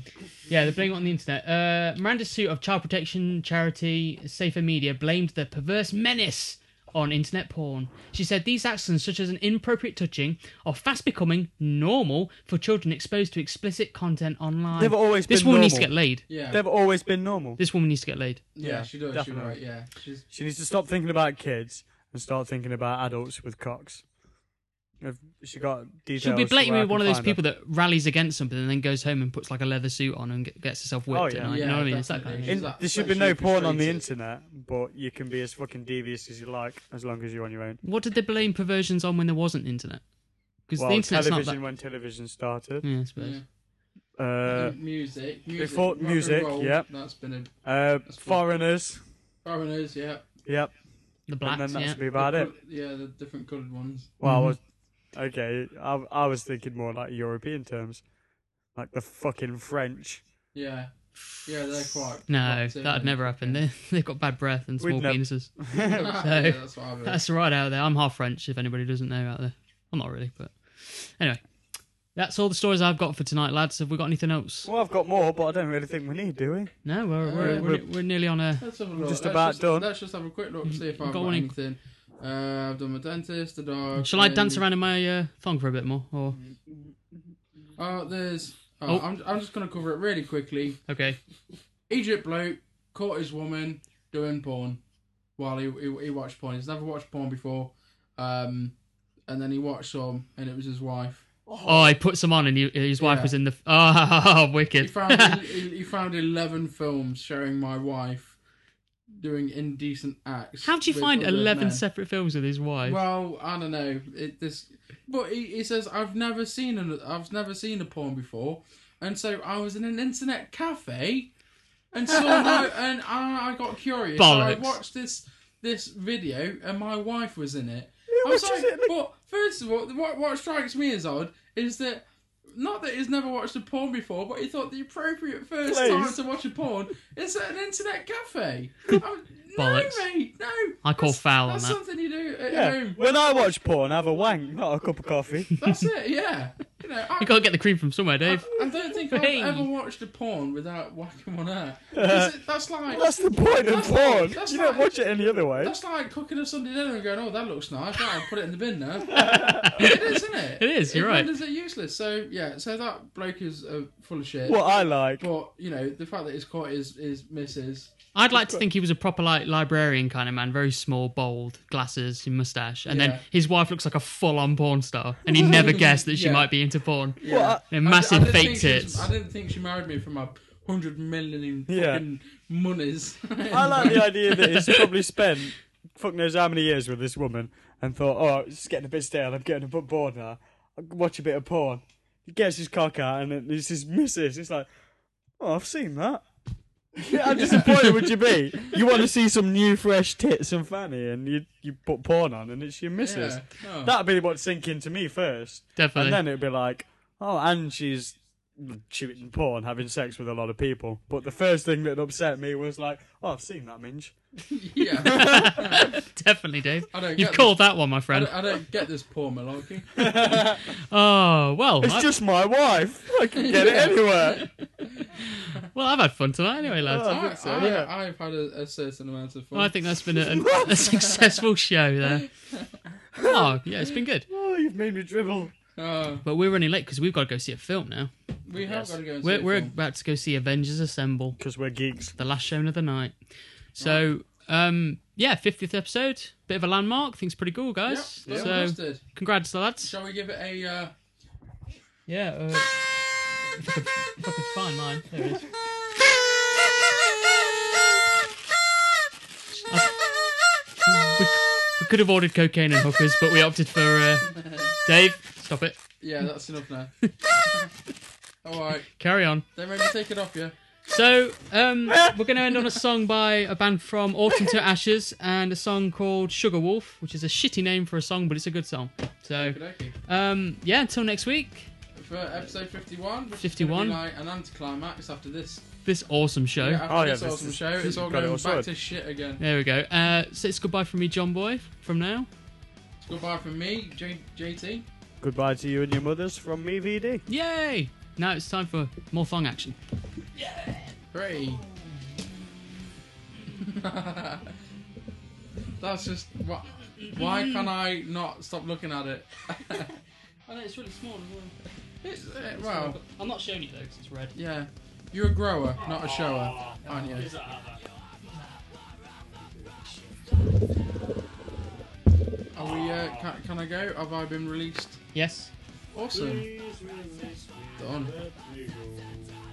S2: Yeah, they're blaming it on the internet. Uh, Miranda Suit of child protection charity Safer Media blamed the perverse menace on internet porn. She said these actions, such as an inappropriate touching, are fast becoming normal for children exposed to explicit content online.
S1: They've always
S2: this
S1: been
S2: woman needs to get
S1: normal.
S2: laid.
S3: Yeah.
S1: They've always been normal.
S2: This woman needs to get laid.
S3: yeah.
S1: Yeah,
S3: She does.
S1: definitely.
S3: She's right. Yeah. She's.
S1: She needs to stop thinking about kids and start thinking about adults with cocks. If she got details.
S2: She'll be
S1: to where I
S2: blatantly
S1: can
S2: one of those
S1: find
S2: people that rallies against something and then goes home and puts like a leather suit on and get- gets herself whipped.
S1: Oh,
S2: at
S1: yeah.
S2: night.
S3: Yeah,
S2: you know what I mean? It's that kind
S3: definitely.
S2: of
S1: her.
S2: thing.
S1: In,
S3: Is that
S1: there should be no
S3: sexually
S1: porn on the
S3: frustrated?
S1: internet, but you can be as fucking devious as you like, as long as you're on your own.
S2: What did they blame perversions on when there wasn't internet? Because
S1: Well,
S2: the internet's not
S1: television
S2: that. Mm.
S1: when television started.
S2: Yeah, I suppose.
S3: Yeah.
S2: Mm-hmm.
S1: Uh,
S3: music. Music.
S1: before-
S3: rock and
S1: music,
S3: roll,
S1: yeah.
S3: That's been a
S1: uh,
S3: That's fun.
S1: foreigners.
S3: foreigners. Yeah.
S1: Yep.
S2: The blacks.
S1: and then
S2: yeah. Mm-hmm.
S1: that's be about
S3: The
S1: it.
S3: col- Yeah, the different coloured ones.
S1: Well, I was okay. I, I was thinking more like European terms, like the fucking French.
S3: Yeah. Yeah, they're quite.
S2: No,
S3: quite
S2: that'd
S3: different.
S2: never happen. They, they've got bad breath and
S1: We'd
S2: small
S1: nev-
S2: penises.
S3: yeah,
S2: So-
S3: that's what I've heard.
S2: That's right out there. I'm half French, if anybody doesn't know out there. I'm not really, but anyway. That's all the stories I've got for tonight, lads. Have we got anything else?
S1: Well, I've got more, but I don't really think we need, do we?
S2: No, we're, we're,
S3: Uh,
S2: we're, we're nearly on a.
S3: Let's have a look.
S1: Just
S3: let's
S1: about
S3: just,
S1: done.
S3: Let's just have a quick look, see if I've
S2: Mm, Got
S3: got,
S2: one in-
S3: anything. Uh, I've done my dentist, the dog.
S2: Shall I
S3: and-
S2: dance around in my uh, thong for a bit more? Or
S3: Mm. Oh, there's.
S2: Oh.
S3: Oh, I'm, I'm just going to cover it really quickly.
S2: okay,
S3: Egypt bloke caught his woman doing porn while he, he, he watched porn. He's never watched porn before. Um, and then he watched some, and it was his wife.
S2: oh, he put some on, and he, his wife
S3: Yeah.
S2: was in the. Oh,
S3: He
S2: wicked!
S3: found he, he found eleven films showing my wife doing indecent acts.
S2: How do you
S3: with
S2: find
S3: other
S2: eleven
S3: men.
S2: separate films with his wife?
S3: Well, I don't know. It this, but he, he says I've never seen an I've never seen a porn before, and so I was in an internet cafe, and so and I, I got curious. So I
S2: Bollocks.
S3: watched this this video, and my wife was in it. I was
S1: watches
S3: like,
S1: it?
S3: but first of all, what what strikes me as odd is that. Not that he's never watched a porn before, but he thought the appropriate first
S1: Place.
S3: time to watch a porn is at an internet cafe. I'm- no,
S2: Bollocks.
S3: mate, no.
S2: I call
S3: That's-
S2: foul on
S3: That's
S2: that.
S3: something you do at
S1: Yeah.
S3: home.
S1: When I watch porn, I have a wank, not a cup of coffee.
S3: That's it, yeah. You know, I,
S2: You gotta get the cream from somewhere, Dave.
S3: I don't think I've
S2: Hey.
S3: ever watched a porn without whacking one out. Because it- That's like
S1: that's the point of
S3: That's
S1: porn.
S3: like- that's
S1: you don't
S3: like-
S1: watch it any other way.
S3: that's like cooking a Sunday dinner and going, "Oh, that looks nice. Right, I'll put it in the bin now." it is, isn't it?
S2: It is, you're
S3: it
S2: right.
S3: renders it useless. So yeah, so that bloke is uh, full of shit.
S1: What I like.
S3: But you know, the fact that it's caught is is misses.
S2: I'd like to think he was a proper like librarian kind of man, very small, bold, glasses, moustache, and
S3: Yeah.
S2: then his wife looks like a full-on porn star, and he never guessed that she
S3: Yeah.
S2: might be into porn.
S3: Yeah.
S1: Well,
S2: And massive fake
S3: didn't think she was-
S2: tits.
S3: I didn't think she married me for my hundred million
S1: Yeah.
S3: fucking monies.
S1: I like the idea that he's probably spent fuck knows how many years with this woman and thought, oh, it's getting a bit stale. I'm getting a bit bored now. I'll watch a bit of porn. He gets his cock out and it's his missus. It's like, oh, I've seen that. How disappointed would you be? You want to see some new, fresh tits and fanny, and you you put porn on, and it's your missus.
S3: Yeah. Oh.
S1: That'd be what's sinking to me first,
S2: Definitely.
S1: and then it'd be like, oh, and she's shooting porn, having sex with a lot of people. But the first thing that upset me was like, oh, I've seen that minge.
S3: yeah.
S2: Definitely, Dave.
S3: I don't
S2: You've
S3: get
S2: called that one, my
S3: I
S2: friend.
S3: don't, I don't get this poor malarkey.
S2: Oh well,
S1: It's
S2: I-
S1: just my wife. I can get it anywhere.
S2: well, I've had fun tonight anyway, lads.
S1: Oh, I
S3: I,
S1: think so,
S3: I,
S1: yeah.
S3: I've had a, a certain amount of fun.
S2: Well, I think that's been a, a, a successful show there. Oh yeah, it's been good.
S1: Oh, you've made me dribble.
S3: Oh,
S2: But we're running late because we've got to go see a film now.
S3: we have
S1: Yes.
S3: got to go and see
S2: We're,
S3: a
S2: we're
S3: film.
S2: about to go see Avengers Assemble,
S1: Because we're geeks.
S2: the last show of the night. So, um, yeah, 50th episode, bit of a landmark. Thing's pretty cool,
S3: Yep,
S2: guys.
S3: well
S2: so,
S3: busted.
S2: congrats, lads.
S3: Shall we give it a... Uh,
S2: Yeah. Uh, if I could- if I could find mine, there it is. We, we could have ordered cocaine and hookers, but we opted for uh, Dave. Stop it.
S3: yeah, that's enough now. All right.
S2: Carry on.
S3: Don't make me take it off you.
S2: So, um, we're going to end on a song by a band from Autumn to Ashes and a song called Sugar Wolf, which is a shitty name for a song, but it's a good song. So,
S3: Okey-dokey.
S2: um, yeah, until next week,
S3: For episode 51,
S2: 51.
S3: which 51. Is gonna be like an anticlimax after this.
S2: this awesome show.
S3: Yeah, after
S1: Oh, yeah,
S3: this
S1: this
S3: awesome
S1: is-
S3: show, it's all
S1: we've got it
S3: going
S1: all
S3: back
S1: sorted.
S3: to shit again.
S2: There we go. Uh, so it's goodbye from me, John Boy, from now.
S3: Goodbye from me, J- JT.
S1: Goodbye to you and your mothers from me, VD.
S2: Yay! Now it's time for more thong action.
S3: Three. That's just why, why can I not stop looking at it?
S2: I know it's really small as
S3: It's, uh, well,
S2: I'm not showing you though because it's red.
S3: yeah. You're a grower, not a shower, aren't you? Are we? Uh, can, can I go? Have I been released?
S2: Yes.
S3: Awesome. Done.
S1: Done.